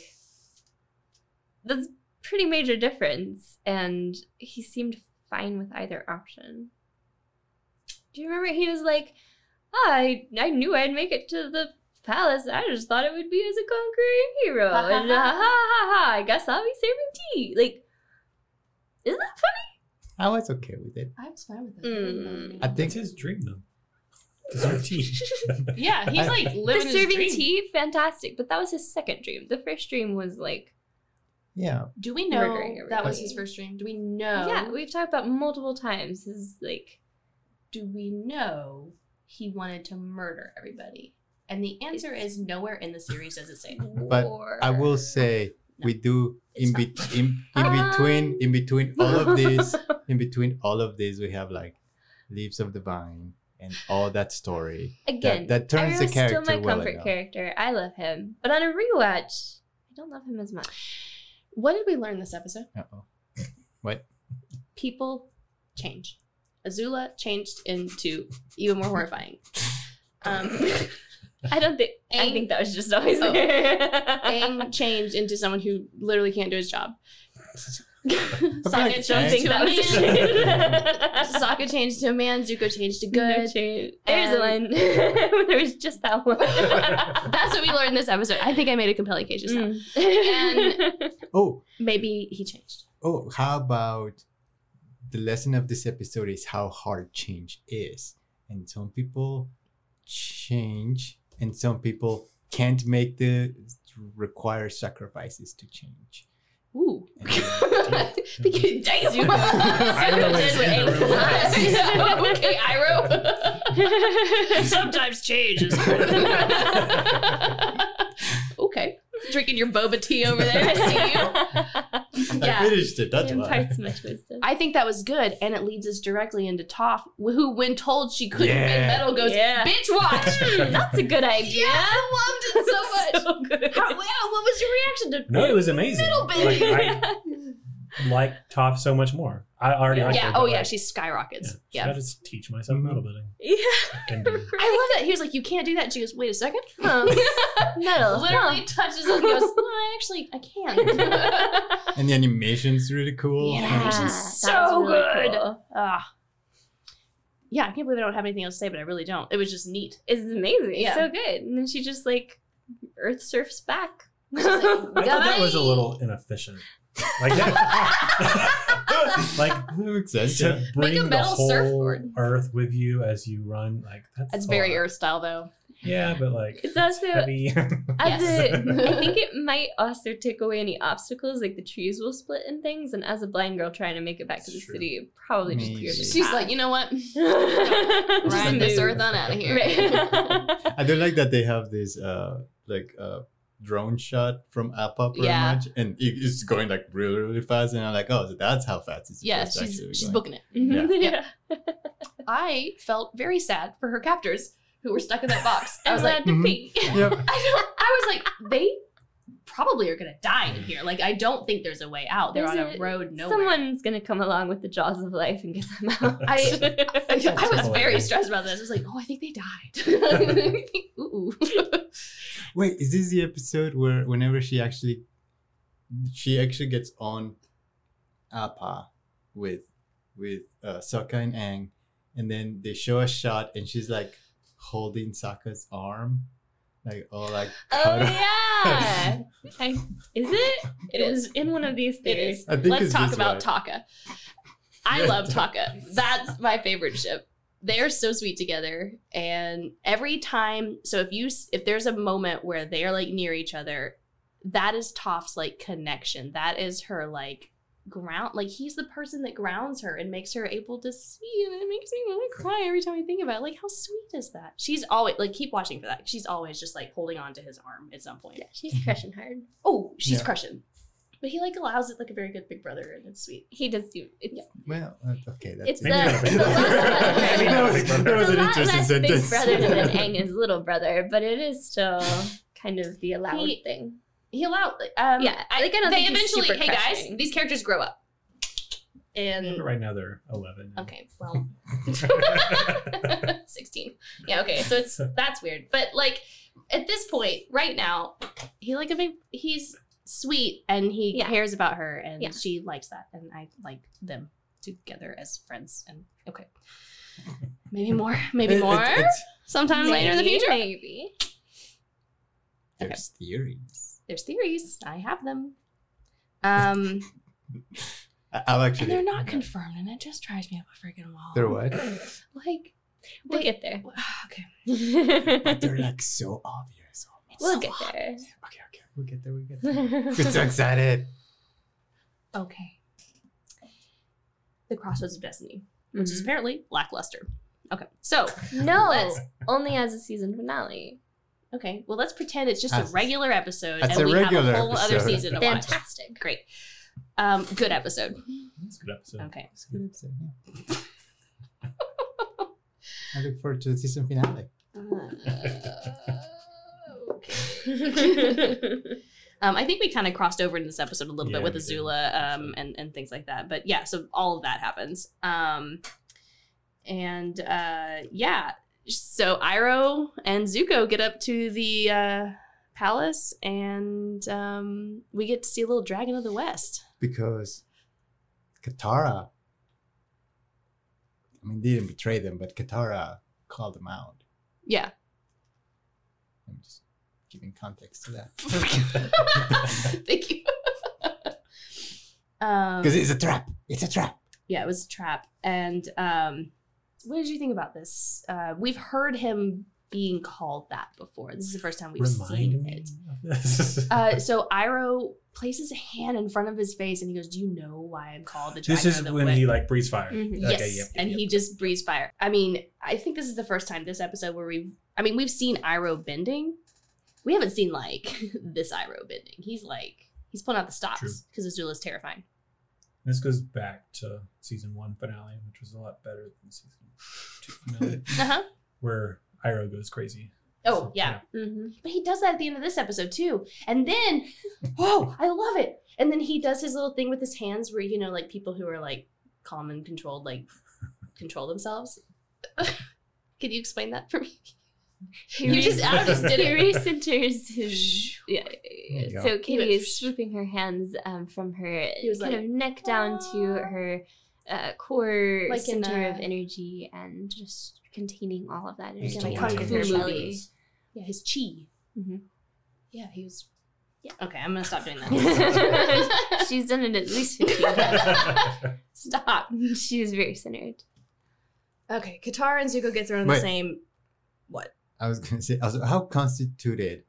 Speaker 4: that's pretty major difference. And he seemed fine with either option. Do you remember he was like, "Ah, I, I knew I'd make it to the palace. I just thought it would be as a conquering hero. and uh, ha ha ha, I guess I'll be serving tea. Like, is that funny?
Speaker 2: I was okay with it.
Speaker 3: I was fine with that.
Speaker 4: Mm.
Speaker 2: I
Speaker 1: it's
Speaker 2: think
Speaker 1: his dream though. Deserve tea.
Speaker 3: Yeah, he's like living
Speaker 4: the
Speaker 3: his
Speaker 4: serving
Speaker 3: dream.
Speaker 4: tea, fantastic. But that was his second dream. The first dream was like,
Speaker 2: yeah,
Speaker 3: Do we know
Speaker 4: Murdering
Speaker 3: that was his
Speaker 4: everybody.
Speaker 3: first dream? Do we know?
Speaker 4: yeah, we've talked about multiple times. His like,
Speaker 3: do we know he wanted to murder everybody? And the answer is nowhere in the series does it say. that.
Speaker 2: But I will say we do in, be- in in between in between all of this in between all of this we have like leaves of the vine and all that story
Speaker 4: again
Speaker 2: that turns the
Speaker 4: Iroh's
Speaker 2: character
Speaker 4: still my
Speaker 2: well
Speaker 4: comfort
Speaker 2: enough.
Speaker 4: character. I love him, but on a rewatch, I don't love him as much.
Speaker 3: What did we learn this episode?
Speaker 2: Uh-oh. what
Speaker 3: People change. Azula changed into even more horrifying. Um,
Speaker 4: I don't think. I
Speaker 3: Aang-
Speaker 4: think that was just always
Speaker 3: Oh.
Speaker 4: there.
Speaker 3: Aang changed into someone who literally can't do his job.
Speaker 2: like
Speaker 3: Sokka
Speaker 4: I
Speaker 2: Aang-
Speaker 3: changed
Speaker 4: think
Speaker 3: to
Speaker 4: that was
Speaker 3: a man.
Speaker 4: just
Speaker 3: Sokka changed to a man. Zuko changed to
Speaker 4: good.
Speaker 3: good.
Speaker 4: There's one. there was just that one.
Speaker 3: That's what we learned this episode. I think I made a compelling case just now.
Speaker 4: Mm.
Speaker 3: And-
Speaker 2: oh
Speaker 3: Maybe he changed.
Speaker 2: oh how about the lesson of this episode is how hard change is and some people change and some people can't make the require sacrifices to change
Speaker 3: Ooh.
Speaker 2: And-
Speaker 3: Because- Damn.
Speaker 4: Zuko-
Speaker 1: Iroh
Speaker 3: Zuko
Speaker 1: is
Speaker 3: did
Speaker 1: in the
Speaker 3: what
Speaker 1: room.
Speaker 3: Aang was. okay, Iroh. Sometimes change is hard. okay. Drinking your boba tea over there. I see you.
Speaker 2: I
Speaker 3: Yeah.
Speaker 2: finished it. That's why.
Speaker 4: Imparts much wisdom.
Speaker 3: I think that was good, and it leads us directly into Toph, who, when told she couldn't win
Speaker 2: Yeah.
Speaker 3: medal, goes,
Speaker 4: Yeah.
Speaker 3: "Bitch, watch."
Speaker 4: Mm, that's a good idea.
Speaker 3: Yeah, I loved it so much.
Speaker 4: so good.
Speaker 3: How, wow, what was your reaction to
Speaker 1: no, it was amazing.
Speaker 3: Little bit.
Speaker 1: Like, I like Toph so much more. I already like
Speaker 3: yeah.
Speaker 1: her,
Speaker 3: Oh
Speaker 1: but,
Speaker 3: yeah,
Speaker 1: like,
Speaker 3: she skyrockets.
Speaker 1: should
Speaker 3: Yeah.
Speaker 1: I just teach myself metal building?
Speaker 4: Yeah.
Speaker 1: Can do.
Speaker 3: I love that. He was like, "You can't do that." She goes, "Wait a second.
Speaker 4: Huh. Metal.
Speaker 3: Literally touches it and goes, "Oh, actually, I can.
Speaker 4: Huh.
Speaker 2: And the animation's really cool.
Speaker 3: Yeah.
Speaker 2: And
Speaker 3: Animation's
Speaker 4: that's
Speaker 3: so good.
Speaker 4: cool.
Speaker 3: Ah. Yeah, I can't believe I don't have anything else to say, but I really don't. It was just neat.
Speaker 4: It's amazing. It's
Speaker 3: Yeah.
Speaker 4: so good. And then she just like earth surfs back.
Speaker 1: I thought that was a little inefficient. Like that. like
Speaker 2: it makes sense, yeah.
Speaker 1: to bring
Speaker 3: a
Speaker 1: the
Speaker 3: metal
Speaker 1: whole
Speaker 3: surfboard.
Speaker 1: earth with you as you run, like that's
Speaker 3: That's
Speaker 1: a
Speaker 3: very
Speaker 1: lot.
Speaker 3: Earth style, though.
Speaker 1: Yeah, but like
Speaker 4: It's also
Speaker 1: heavy.
Speaker 4: as
Speaker 1: Yes.
Speaker 4: a, I think it might also take away any obstacles, like the trees will split and things. And as a blind girl trying to make it back to the
Speaker 2: That's true.
Speaker 4: city, it probably just
Speaker 2: Maybe.
Speaker 4: clears the
Speaker 3: She's
Speaker 4: path.
Speaker 3: like, you know what?
Speaker 4: Just
Speaker 3: Ride this
Speaker 4: move.
Speaker 3: earth on out of here.
Speaker 4: Right.
Speaker 2: I do like that they have this uh like uh drone shot from Appa pretty
Speaker 3: Yeah.
Speaker 2: much, and it- it's going like really really fast. And I'm like, oh, so that's how fast it's.
Speaker 3: Yeah,
Speaker 2: supposed to
Speaker 3: she's
Speaker 2: actually
Speaker 3: she's
Speaker 2: going.
Speaker 3: booking it.
Speaker 2: Yeah.
Speaker 4: yeah.
Speaker 3: I felt very sad for her captors who were stuck in that box. I
Speaker 4: I'm
Speaker 3: was like,
Speaker 4: glad
Speaker 1: Mm-hmm.
Speaker 4: to
Speaker 2: mhm.
Speaker 4: be.
Speaker 2: Yep.
Speaker 3: I, don't, I was like, they probably are gonna die in here. Like, I don't think there's a way out. They're
Speaker 4: There's
Speaker 3: on a, road nowhere.
Speaker 4: Someone's gonna come along with the jaws of life and get them out.
Speaker 3: I- I was very
Speaker 1: Hilarious.
Speaker 3: stressed about this. I was like, oh, I think they died. Ooh.
Speaker 2: Wait, is this the episode where whenever she actually, she actually gets on Appa with with uh, Sokka and Aang, and then they show a shot, and she's like holding Sokka's arm, like all like
Speaker 4: oh
Speaker 2: cut up.
Speaker 4: yeah. I, is it? It is in one of these
Speaker 3: It
Speaker 4: theories.
Speaker 3: is.
Speaker 2: I think
Speaker 3: Let's
Speaker 2: it's
Speaker 3: talk
Speaker 2: this
Speaker 3: about
Speaker 2: way.
Speaker 3: Taka. I
Speaker 2: Yeah.
Speaker 3: love Taka. That's my favorite ship. They're so sweet together, and every time, so if you s- if there's a moment where they're like near each other, that is Toph's like connection. That is her like ground. Like he's the person that grounds her and makes her able to see, and it makes me want to cry every time I think about it. Like how sweet is that? She's always like keep watching for that. She's always just like holding on to his arm at some point.
Speaker 4: Yeah, she's crushing hard.
Speaker 3: Oh, she's
Speaker 2: Yeah.
Speaker 3: crushing. But he like allows it like a very good big brother, and it's sweet.
Speaker 4: He does do. It's
Speaker 2: Well, uh, okay, that's
Speaker 4: It's
Speaker 1: Maybe
Speaker 4: the-
Speaker 1: not a big
Speaker 4: it's the
Speaker 1: brother.
Speaker 4: last-
Speaker 1: Maybe not a big brother.
Speaker 2: That was
Speaker 4: it's a
Speaker 2: an
Speaker 4: lot
Speaker 2: interesting
Speaker 4: less
Speaker 2: sentence.
Speaker 4: big brother than Aang's little brother, but it is still kind of the allowed
Speaker 3: He-
Speaker 4: thing.
Speaker 3: He allowed um,
Speaker 4: Yeah,
Speaker 3: I,
Speaker 4: like, I don't
Speaker 3: they
Speaker 4: think he's
Speaker 3: eventually.
Speaker 4: super
Speaker 3: Hey
Speaker 4: crushing.
Speaker 3: guys, these characters grow up.
Speaker 1: But
Speaker 3: And
Speaker 1: right now they're eleven.
Speaker 3: okay, well, sixteen. Yeah, okay. So it's that's weird, but like at this point, right now, he like a big. He's sweet and he
Speaker 4: Yeah.
Speaker 3: cares about her, and
Speaker 4: Yeah.
Speaker 3: she likes that, and I like them together as friends. And okay, maybe more, maybe
Speaker 2: It- it-
Speaker 3: more.
Speaker 2: it's-
Speaker 3: Sometime later in the
Speaker 4: Maybe,
Speaker 3: future.
Speaker 4: maybe.
Speaker 2: there's theories.
Speaker 3: there's theories. I have them. Um,
Speaker 2: I, I've actually.
Speaker 3: and they're not confirmed, and it just drives me up a freaking wall.
Speaker 2: They're what?
Speaker 3: Like,
Speaker 4: We'll
Speaker 3: They-
Speaker 4: get there.
Speaker 3: okay,
Speaker 2: they're
Speaker 4: we'll
Speaker 2: like so obvious.
Speaker 3: it's so
Speaker 4: get
Speaker 3: hot.
Speaker 4: there.
Speaker 2: Okay, okay, we'll get there. We'll get there. I'm so
Speaker 4: That's
Speaker 2: excited.
Speaker 3: Okay. The Crossroads of Destiny, which is apparently lackluster. Mm-hmm. Okay, so
Speaker 4: no,
Speaker 3: Let's-
Speaker 4: only as a season finale.
Speaker 3: okay, well, let's pretend it's just
Speaker 2: That's-
Speaker 3: a regular episode,
Speaker 2: that's
Speaker 3: and
Speaker 2: a
Speaker 3: we
Speaker 2: regular
Speaker 3: have a whole other
Speaker 2: episode.
Speaker 3: season to watch.
Speaker 4: Fantastic.
Speaker 3: Great, um, good episode.
Speaker 1: That's a good episode.
Speaker 3: Okay,
Speaker 2: It's a good episode. Yeah. I look forward to the season finale.
Speaker 3: Uh, Um, I think we kind of crossed over in this episode a little
Speaker 1: Yeah,
Speaker 3: bit with
Speaker 1: we did.
Speaker 3: Azula um,
Speaker 1: Absolutely.
Speaker 3: and and things like that. But yeah, so all of that happens. Um, and uh, yeah, so Iroh and Zuko get up to the uh, palace, and um, we get to see a little Dragon of the West.
Speaker 2: Because Katara, I mean, didn't betray them, but Katara called them out.
Speaker 3: Yeah,
Speaker 2: I'm just giving context to that.
Speaker 3: thank you. um,
Speaker 2: Because it's a trap. It's a trap.
Speaker 3: yeah, it was a trap. And um, what did you think about this? Uh, we've heard him being called that before. This is the first time we've
Speaker 1: Remind
Speaker 3: seen
Speaker 1: me
Speaker 3: it.
Speaker 1: of this.
Speaker 3: Uh, so Iroh places a hand in front of his face and he goes, "Do you know why I'm called the Dragon
Speaker 1: this is
Speaker 3: of the
Speaker 1: when
Speaker 3: West?"
Speaker 1: he like breathes fire.
Speaker 4: Mhm.
Speaker 1: Okay,
Speaker 3: yes,
Speaker 1: yep,
Speaker 3: and
Speaker 1: yep.
Speaker 3: he just breathes fire. I mean, I think this is the first time this episode where we've. I mean, we've seen Iroh bending. We haven't seen like this Iroh bending. He's like he's pulling out the
Speaker 1: True.
Speaker 3: stops because Azula's terrifying.
Speaker 1: This goes back to season one finale, which was a lot better than season two finale,
Speaker 3: Uh huh.
Speaker 1: where Iroh goes crazy.
Speaker 3: Oh yeah.
Speaker 4: Mm-hmm.
Speaker 3: But he does that at the end of this episode too. And then, oh, whoa, I love it. And then he does his little thing with his hands where, you know, like people who are like calm and controlled, like control themselves. Can you explain that for me? You just, I just did it.
Speaker 4: Yuri centers his. Yeah,
Speaker 2: There you go.
Speaker 4: so Katie
Speaker 3: went
Speaker 4: is swooping her hands um, from her
Speaker 3: He was
Speaker 4: kind
Speaker 3: like,
Speaker 4: of neck down to
Speaker 3: "Ah."
Speaker 4: her uh, core
Speaker 3: Like in
Speaker 4: center
Speaker 3: a-
Speaker 4: of energy and just containing all of that
Speaker 2: He's
Speaker 3: Like
Speaker 4: energy.
Speaker 3: in
Speaker 2: doing
Speaker 3: a Kung
Speaker 2: it.
Speaker 3: Fu
Speaker 2: He's
Speaker 3: movie.
Speaker 2: doing it.
Speaker 3: Yeah, his chi.
Speaker 4: Mhm.
Speaker 3: Yeah, he was. Yeah. Okay, I'm gonna stop doing
Speaker 4: that.
Speaker 3: that.
Speaker 4: She's done it at least 15 times.
Speaker 1: That's
Speaker 3: stop.
Speaker 4: She is very centered.
Speaker 3: Okay, Katara and Zuko get thrown in the
Speaker 2: Wait.
Speaker 3: same. What?
Speaker 2: I was gonna say, I was like, how constituted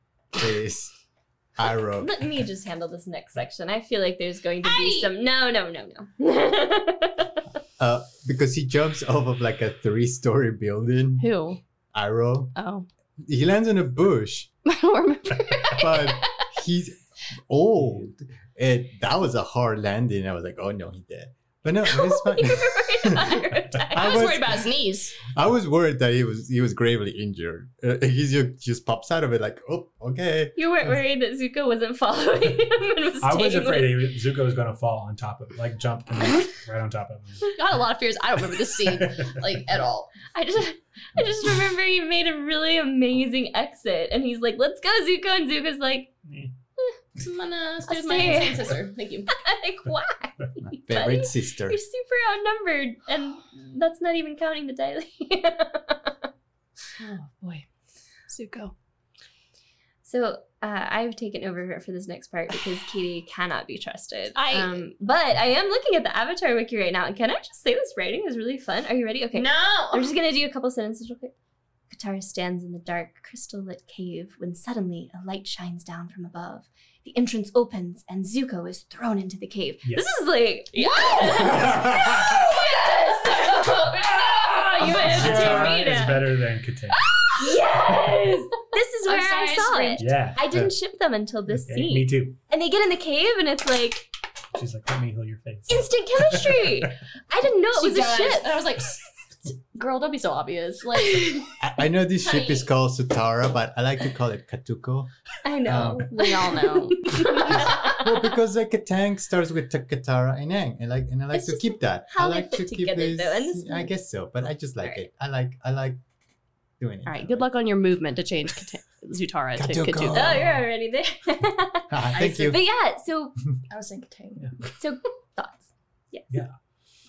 Speaker 2: is Iroh?
Speaker 4: Let me just handle this next section. I feel like there's going to be
Speaker 3: Hey!
Speaker 4: some. No, no, no, no.
Speaker 2: Uh, because he jumps off of like a three-story building.
Speaker 3: Who?
Speaker 2: Iroh,
Speaker 3: Oh,
Speaker 2: he lands in a bush,
Speaker 3: I don't remember.
Speaker 2: but he's old. And that was a hard landing. I was like, oh no, he dead. But no, it's
Speaker 4: You
Speaker 2: fine.
Speaker 4: remember it on her
Speaker 3: I was
Speaker 2: was-
Speaker 3: worried about his knees.
Speaker 2: I was worried that he was he was gravely injured. Uh, he just, just pops out of it like, oh, okay.
Speaker 4: You weren't worried that Zuko wasn't following him and was
Speaker 1: I was
Speaker 4: staying
Speaker 1: afraid
Speaker 4: with-
Speaker 1: he was- Zuko was going to fall on top of, like, jump and right on top of him.
Speaker 3: Got a lot of fears. I don't remember this scene like at all.
Speaker 4: I just, I just remember he made a really amazing exit, and he's like, "Let's go, Zuko," and Zuko's like,
Speaker 3: I'm gonna uh, stay
Speaker 4: I'll
Speaker 3: with my
Speaker 4: stay.
Speaker 3: hands and scissor. Thank you.
Speaker 4: "Like why?
Speaker 2: My
Speaker 4: Buddy,
Speaker 2: favorite sister.
Speaker 4: You're super outnumbered, and that's not even counting the daily."
Speaker 3: Oh boy, Zuko.
Speaker 4: So uh, I've taken over for this next part because Katie cannot be trusted.
Speaker 3: I-
Speaker 4: um, but I am looking at the Avatar wiki right now, and can I just say this writing is really fun? Are you ready? Okay.
Speaker 3: No,
Speaker 4: I'm just gonna do a couple sentences real quick. Katara stands in the dark, crystal lit cave when suddenly a light shines down from above. The entrance opens and Zuko is thrown into the cave.
Speaker 1: Yes.
Speaker 4: This is like what?
Speaker 1: Katara
Speaker 4: yes! Ah, you have to read
Speaker 1: is
Speaker 4: it.
Speaker 1: better than Katara.
Speaker 4: Yes, this is
Speaker 3: I'm
Speaker 4: where
Speaker 3: sorry,
Speaker 4: I
Speaker 3: I
Speaker 4: saw
Speaker 3: screamed.
Speaker 4: it.
Speaker 1: Yeah.
Speaker 4: I didn't ship them until this
Speaker 1: Yeah,
Speaker 4: scene.
Speaker 1: Me too.
Speaker 4: And they get in the cave, and it's like
Speaker 1: She's like, let me heal your face.
Speaker 4: instant chemistry. I didn't know it
Speaker 3: she
Speaker 4: was
Speaker 3: does.
Speaker 4: a ship.
Speaker 3: And I was like, girl, don't be so obvious. Like,
Speaker 2: I, I know this ship is called Sutara, but I like to call it Katuko.
Speaker 4: I know.
Speaker 3: we all know.
Speaker 2: Oh. Well, because like a tank starts with Ta- Katara and Aang, and like and I like
Speaker 4: It's
Speaker 2: to
Speaker 4: just
Speaker 2: keep that.
Speaker 4: how
Speaker 2: I
Speaker 4: they
Speaker 2: like
Speaker 4: fit together, though, and this
Speaker 2: I
Speaker 4: one-
Speaker 2: guess so, but I just like
Speaker 4: Alright.
Speaker 2: it. I like I like doing it.
Speaker 3: all right,
Speaker 2: that
Speaker 3: good
Speaker 2: way.
Speaker 3: luck on your movement to change Kata- Zutara to
Speaker 2: Katuko.
Speaker 4: Oh,
Speaker 3: Katuko.
Speaker 2: Uh,
Speaker 4: you're already there. but
Speaker 2: Ah, thank
Speaker 3: see.
Speaker 2: you.
Speaker 4: yeah, so
Speaker 3: I was saying Katang.
Speaker 4: so thoughts.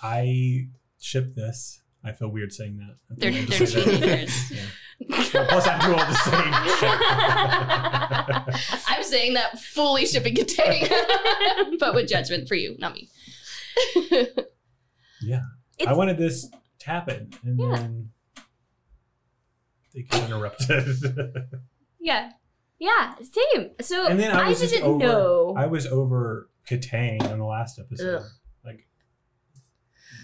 Speaker 1: I ship this. I feel weird saying that. I
Speaker 3: They're,
Speaker 1: think I
Speaker 3: they're
Speaker 1: just said that.
Speaker 3: teenagers.
Speaker 1: Well, Plus, I'm too old to say. ship.
Speaker 3: I'm saying that fully shipping Katang, but with judgment for you, not me.
Speaker 1: I wanted this to happen, and
Speaker 4: Yeah.
Speaker 1: then they got interrupted.
Speaker 4: Yeah. Yeah, same. So
Speaker 1: And then I
Speaker 4: I,
Speaker 1: was just
Speaker 4: didn't
Speaker 1: over-
Speaker 4: know.
Speaker 1: I was over Katang in the last episode.
Speaker 3: Ugh.
Speaker 1: Like,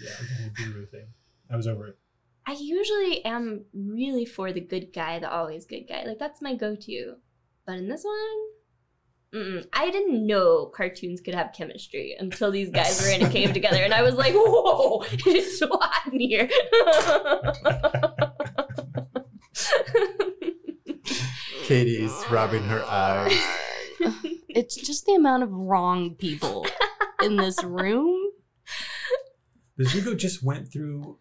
Speaker 1: yeah, the whole guru thing. I was over it.
Speaker 4: I usually am really for the good guy, the always good guy. Like that's my go-to. But in this one, mm-mm. I didn't know cartoons could have chemistry until these guys were in a cave together, and I was like, "Whoa, it is so hot in here."
Speaker 2: Katie is rubbing her eyes.
Speaker 3: It's just the amount of wrong people in this room.
Speaker 1: But Zuko just went through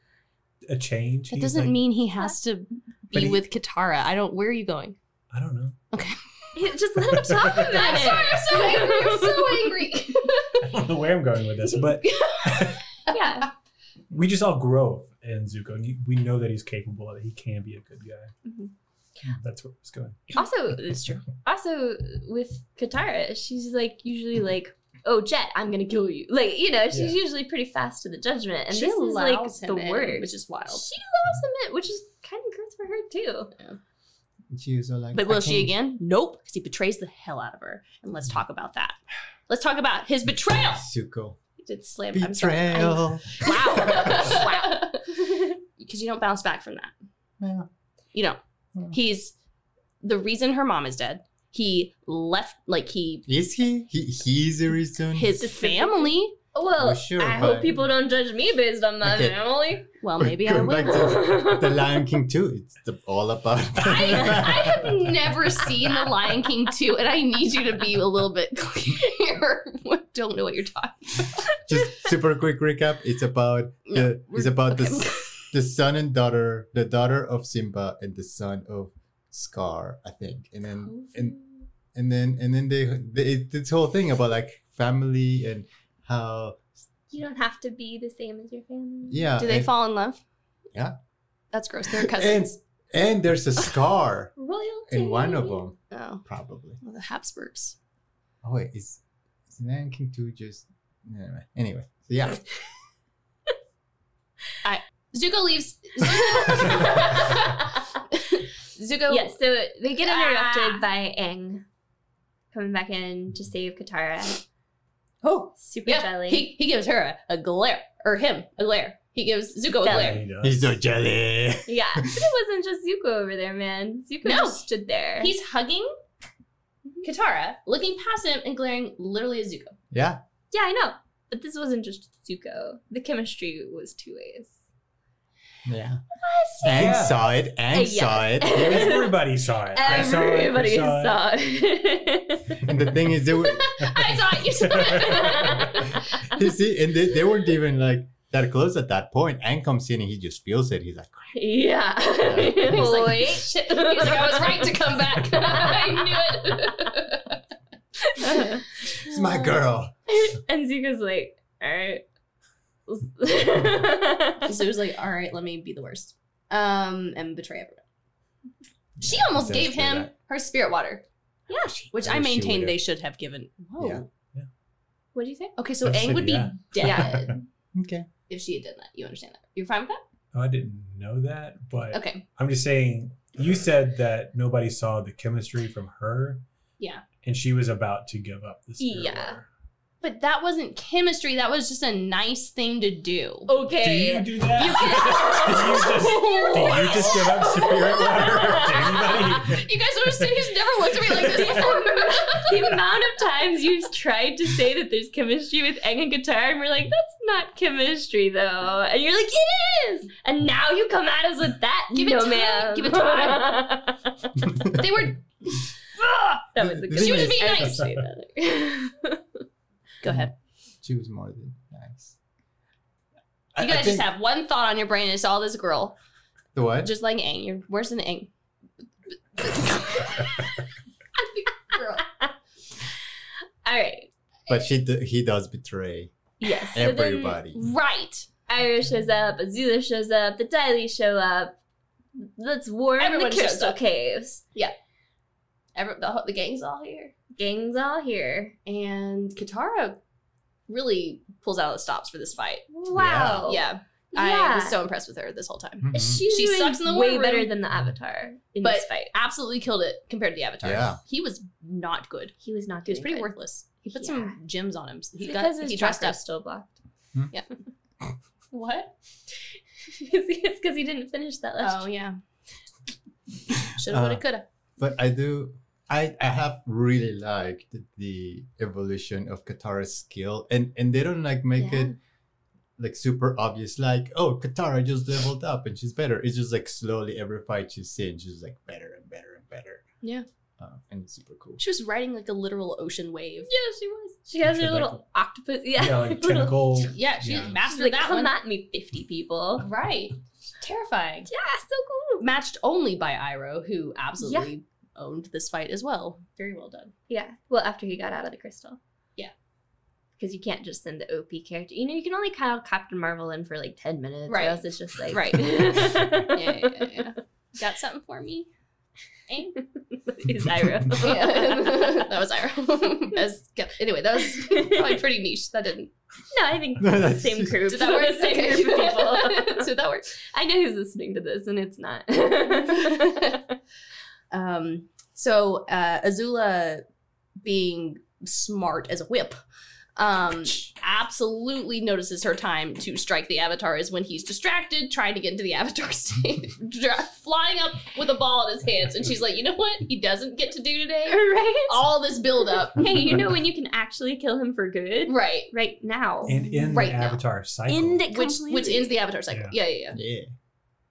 Speaker 1: a change.
Speaker 3: That
Speaker 1: He's
Speaker 3: doesn't
Speaker 1: like,
Speaker 3: mean he has to
Speaker 1: But
Speaker 3: be
Speaker 1: he-
Speaker 3: with Katara. I don't. Where are you going?
Speaker 1: I don't know.
Speaker 4: Just let him talk about
Speaker 1: I'm
Speaker 4: it.
Speaker 3: angry.
Speaker 1: I don't know where I'm going with this, but
Speaker 4: Yeah,
Speaker 1: we just all grow in Zuko. and you- We know that he's capable. That he can be a good guy.
Speaker 4: Mhm.
Speaker 3: Mm-hmm.
Speaker 1: That's where it's going.
Speaker 4: Also,
Speaker 3: It's true.
Speaker 4: also with Katara, she's like usually like, "Oh, Jet, I'm gonna kill you." Like you know, she's
Speaker 1: Yeah.
Speaker 4: usually pretty fast to the judgment, and this is like the worst.
Speaker 3: which is wild.
Speaker 4: She loves him, eh, which is kind of gross for her too.
Speaker 2: She was all like,
Speaker 3: But
Speaker 2: "I
Speaker 3: will she
Speaker 2: can't-
Speaker 3: again? Nope, because he betrays the hell out of her. And let's talk about that. Let's talk about his betrayal.
Speaker 2: Zuko.
Speaker 3: He did slam. I'm sorry. I'm-
Speaker 2: Betrayal.
Speaker 3: Wow. wow. Because you don't bounce back from that.
Speaker 2: Yeah.
Speaker 3: You don't.
Speaker 2: Yeah.
Speaker 3: He's the reason her mom is dead. He left, like he
Speaker 2: Is he? he? He's the reason.
Speaker 3: his family
Speaker 4: Well,
Speaker 2: Well, sure,
Speaker 4: I
Speaker 2: but-
Speaker 4: hope people don't judge me based on that,
Speaker 2: Okay.
Speaker 4: Emily.
Speaker 3: Well, maybe I
Speaker 2: Going
Speaker 3: will.
Speaker 2: back to the Lion King too. It's the, all about.
Speaker 3: I, I have never seen The Lion King 2, and I need you to be a little bit clearer. Don't know what you're talking
Speaker 2: Just super quick recap. It's about
Speaker 3: No,
Speaker 2: the. It's
Speaker 3: we're-
Speaker 2: about the
Speaker 3: okay.
Speaker 2: s- the son and daughter, the daughter of Simba and the son of Scar, I think, and then and and then and then they, they it- this whole thing about like family and how
Speaker 4: you don't have to be the same as your family.
Speaker 2: yeah
Speaker 3: Do they
Speaker 2: and,
Speaker 3: fall in love?
Speaker 2: Uh, Yeah.
Speaker 3: That's gross. They're
Speaker 2: and
Speaker 3: cousins.
Speaker 2: and there's a scar
Speaker 4: Royalty.
Speaker 2: in one of them
Speaker 3: oh,
Speaker 2: probably
Speaker 3: well, the Habsburgs.
Speaker 2: oh wait is is Lion King two just anyway anyway so yeah
Speaker 3: Zuko leaves. Zuko.
Speaker 4: yes, so they get interrupted
Speaker 3: Ah.
Speaker 4: by Aang coming back in to save Katara.
Speaker 3: Oh,
Speaker 4: Super
Speaker 3: yeah.
Speaker 4: jelly.
Speaker 3: He, he gives her a, a glare, or him a glare. He gives Zuko a glare.
Speaker 1: He does.
Speaker 2: he's so jelly
Speaker 4: yeah, but it wasn't just Zuko over there, man. Zuko
Speaker 3: No.
Speaker 4: just stood there.
Speaker 3: He's hugging Katara, looking past him and glaring literally at Zuko.
Speaker 2: yeah
Speaker 4: yeah, I know. But this wasn't just Zuko. The chemistry was two ways.
Speaker 2: yeah and
Speaker 1: Yeah.
Speaker 2: saw it and
Speaker 4: Uh, yes.
Speaker 2: saw it
Speaker 1: Everybody saw it. I saw it, you
Speaker 4: Everybody
Speaker 1: saw it.
Speaker 4: saw it.
Speaker 2: and the thing is they were
Speaker 3: I saw it. You saw it.
Speaker 2: you see and they, they weren't even like that close at that point and comes in and he just feels it he's like
Speaker 4: yeah.
Speaker 3: He was like,
Speaker 4: Boy.
Speaker 3: "Shit." He was like, I was right to come back. I knew it.
Speaker 2: it's my girl
Speaker 4: and Zuko's like, all right.
Speaker 3: So it was like, all right, let me be the worst. Um, and betray everyone. She almost
Speaker 2: Does
Speaker 3: gave
Speaker 2: do
Speaker 3: him
Speaker 2: that.
Speaker 3: her spirit water. Yeah. Which I
Speaker 2: wish she
Speaker 3: maintain
Speaker 2: would've.
Speaker 3: they should have given. Whoa.
Speaker 2: Yeah.
Speaker 4: What'd you say?
Speaker 3: Okay, so
Speaker 1: I
Speaker 3: Aang
Speaker 1: said
Speaker 3: would be
Speaker 1: yeah.
Speaker 3: dead
Speaker 2: okay
Speaker 3: if she had done that. You understand that? You're fine with that?
Speaker 1: Oh, I didn't know that, but
Speaker 3: Okay.
Speaker 1: I'm just saying. You said that nobody saw the chemistry from her.
Speaker 3: Yeah.
Speaker 1: And she was about to give up the spirit
Speaker 4: Yeah.
Speaker 1: water.
Speaker 3: But that wasn't chemistry. That was just a nice thing to do.
Speaker 1: Do
Speaker 4: Okay.
Speaker 1: you do that?
Speaker 3: You can-
Speaker 1: you just- do you just give up spirit water to anybody?
Speaker 3: You guys understand? He's never looked at me like this before.
Speaker 4: the amount of times you've tried to say that there's chemistry with Aang and Katara, and we're like, that's not chemistry though. And you're like, it is! And now you come at us with that.
Speaker 3: Give it
Speaker 4: no,
Speaker 3: time,
Speaker 4: ma'am.
Speaker 3: give it time. they were. Ugh!
Speaker 4: that was a good
Speaker 2: She was
Speaker 4: one.
Speaker 3: being
Speaker 4: I
Speaker 3: nice.
Speaker 4: appreciate that.
Speaker 3: Go ahead.
Speaker 2: she was more than nice I-
Speaker 3: You
Speaker 2: I
Speaker 3: guys
Speaker 2: think-
Speaker 3: just have one thought on your brain, and it's all this girl.
Speaker 2: the what
Speaker 3: Just like Aang. You're worse than Aang. girl.
Speaker 4: All right.
Speaker 2: But she d- he does betray
Speaker 4: Yes. So then
Speaker 2: everybody.
Speaker 3: Right.
Speaker 4: Ira shows up, Azula shows up, the Daily show up. Let's warn
Speaker 3: Everyone
Speaker 4: the
Speaker 3: shows
Speaker 4: crystal
Speaker 3: up.
Speaker 4: caves.
Speaker 3: Every, the, whole- the gang's all here.
Speaker 4: Gang's all here.
Speaker 3: And Katara really pulls out the stops for this fight.
Speaker 4: Wow.
Speaker 3: Oh. Yeah. I
Speaker 4: Yeah.
Speaker 3: was so impressed with her this whole time.
Speaker 2: Mhm.
Speaker 4: She's
Speaker 3: She
Speaker 4: doing
Speaker 3: sucks in the
Speaker 4: way
Speaker 3: war
Speaker 4: better
Speaker 3: room.
Speaker 4: than the Avatar in
Speaker 3: But-
Speaker 4: this fight.
Speaker 3: Absolutely killed it compared to the Avatar.
Speaker 2: Yeah.
Speaker 3: He was not good.
Speaker 4: He was not.
Speaker 3: He was
Speaker 4: doing
Speaker 3: pretty
Speaker 4: good.
Speaker 3: worthless. He put
Speaker 4: Yeah.
Speaker 3: some gems on him. He
Speaker 4: It's
Speaker 3: got
Speaker 4: because his
Speaker 3: he dressed
Speaker 4: chakras
Speaker 3: up.
Speaker 4: still blocked.
Speaker 3: What?
Speaker 4: it's because he didn't finish that last.
Speaker 3: Oh yeah. Shoulda, woulda,
Speaker 2: Uh,
Speaker 3: coulda.
Speaker 2: But I do. I, I have really liked the evolution of Katara's skill, and and they don't like make
Speaker 4: Yeah.
Speaker 2: it like super obvious. Like oh, Katara just leveled up and she's better. It's just like slowly every fight she's in, she's like better and better and better.
Speaker 3: Yeah.
Speaker 2: uh, and it's super cool.
Speaker 3: She was riding like a literal ocean wave.
Speaker 4: Yeah, she was. She has
Speaker 1: She
Speaker 4: her
Speaker 1: had, like,
Speaker 4: little octopus. Yeah,
Speaker 1: Yeah, like tentacle.
Speaker 3: Yeah, she
Speaker 1: Yeah.
Speaker 4: She's
Speaker 3: mastered
Speaker 4: like,
Speaker 3: that
Speaker 4: come
Speaker 3: one.
Speaker 4: at me, fifty people.
Speaker 3: Right. Terrifying.
Speaker 4: Yeah, so cool.
Speaker 3: Matched only by Iroh, who absolutely owned this fight as well. Very well done.
Speaker 4: Yeah. Well, after he got out of the crystal.
Speaker 3: Yeah.
Speaker 4: Because you can't just send the OP character. You know, you can only call Captain Marvel in for like ten minutes.
Speaker 3: Right.
Speaker 4: Or else it's just like
Speaker 3: Right.
Speaker 4: yeah,
Speaker 3: Got something for me?
Speaker 4: Is Iroh.
Speaker 3: that was Iroh. That was- yeah. anyway, that was probably pretty niche. That didn't.
Speaker 4: No, I think
Speaker 2: No,
Speaker 4: the
Speaker 2: that's-
Speaker 4: same group.
Speaker 3: Did that work?
Speaker 4: same
Speaker 3: Okay.
Speaker 4: group of people.
Speaker 3: so that worked.
Speaker 4: I know who's listening to this, and it's not.
Speaker 3: Um, so uh, Azula, being smart as a whip, um, absolutely notices her time to strike the avatar is when he's distracted trying to get into the avatar state, dra- flying up with a ball in his hands. And she's like, you know what? He doesn't get to do today.
Speaker 4: right?
Speaker 3: All this buildup.
Speaker 4: hey, you know when you can actually kill him for good?
Speaker 3: Right.
Speaker 4: Right now.
Speaker 1: And in
Speaker 3: Right
Speaker 1: the
Speaker 3: now.
Speaker 1: Avatar cycle.
Speaker 4: End it
Speaker 3: Which
Speaker 4: completely.
Speaker 3: which ends the avatar cycle. Yeah, yeah, yeah.
Speaker 2: Yeah.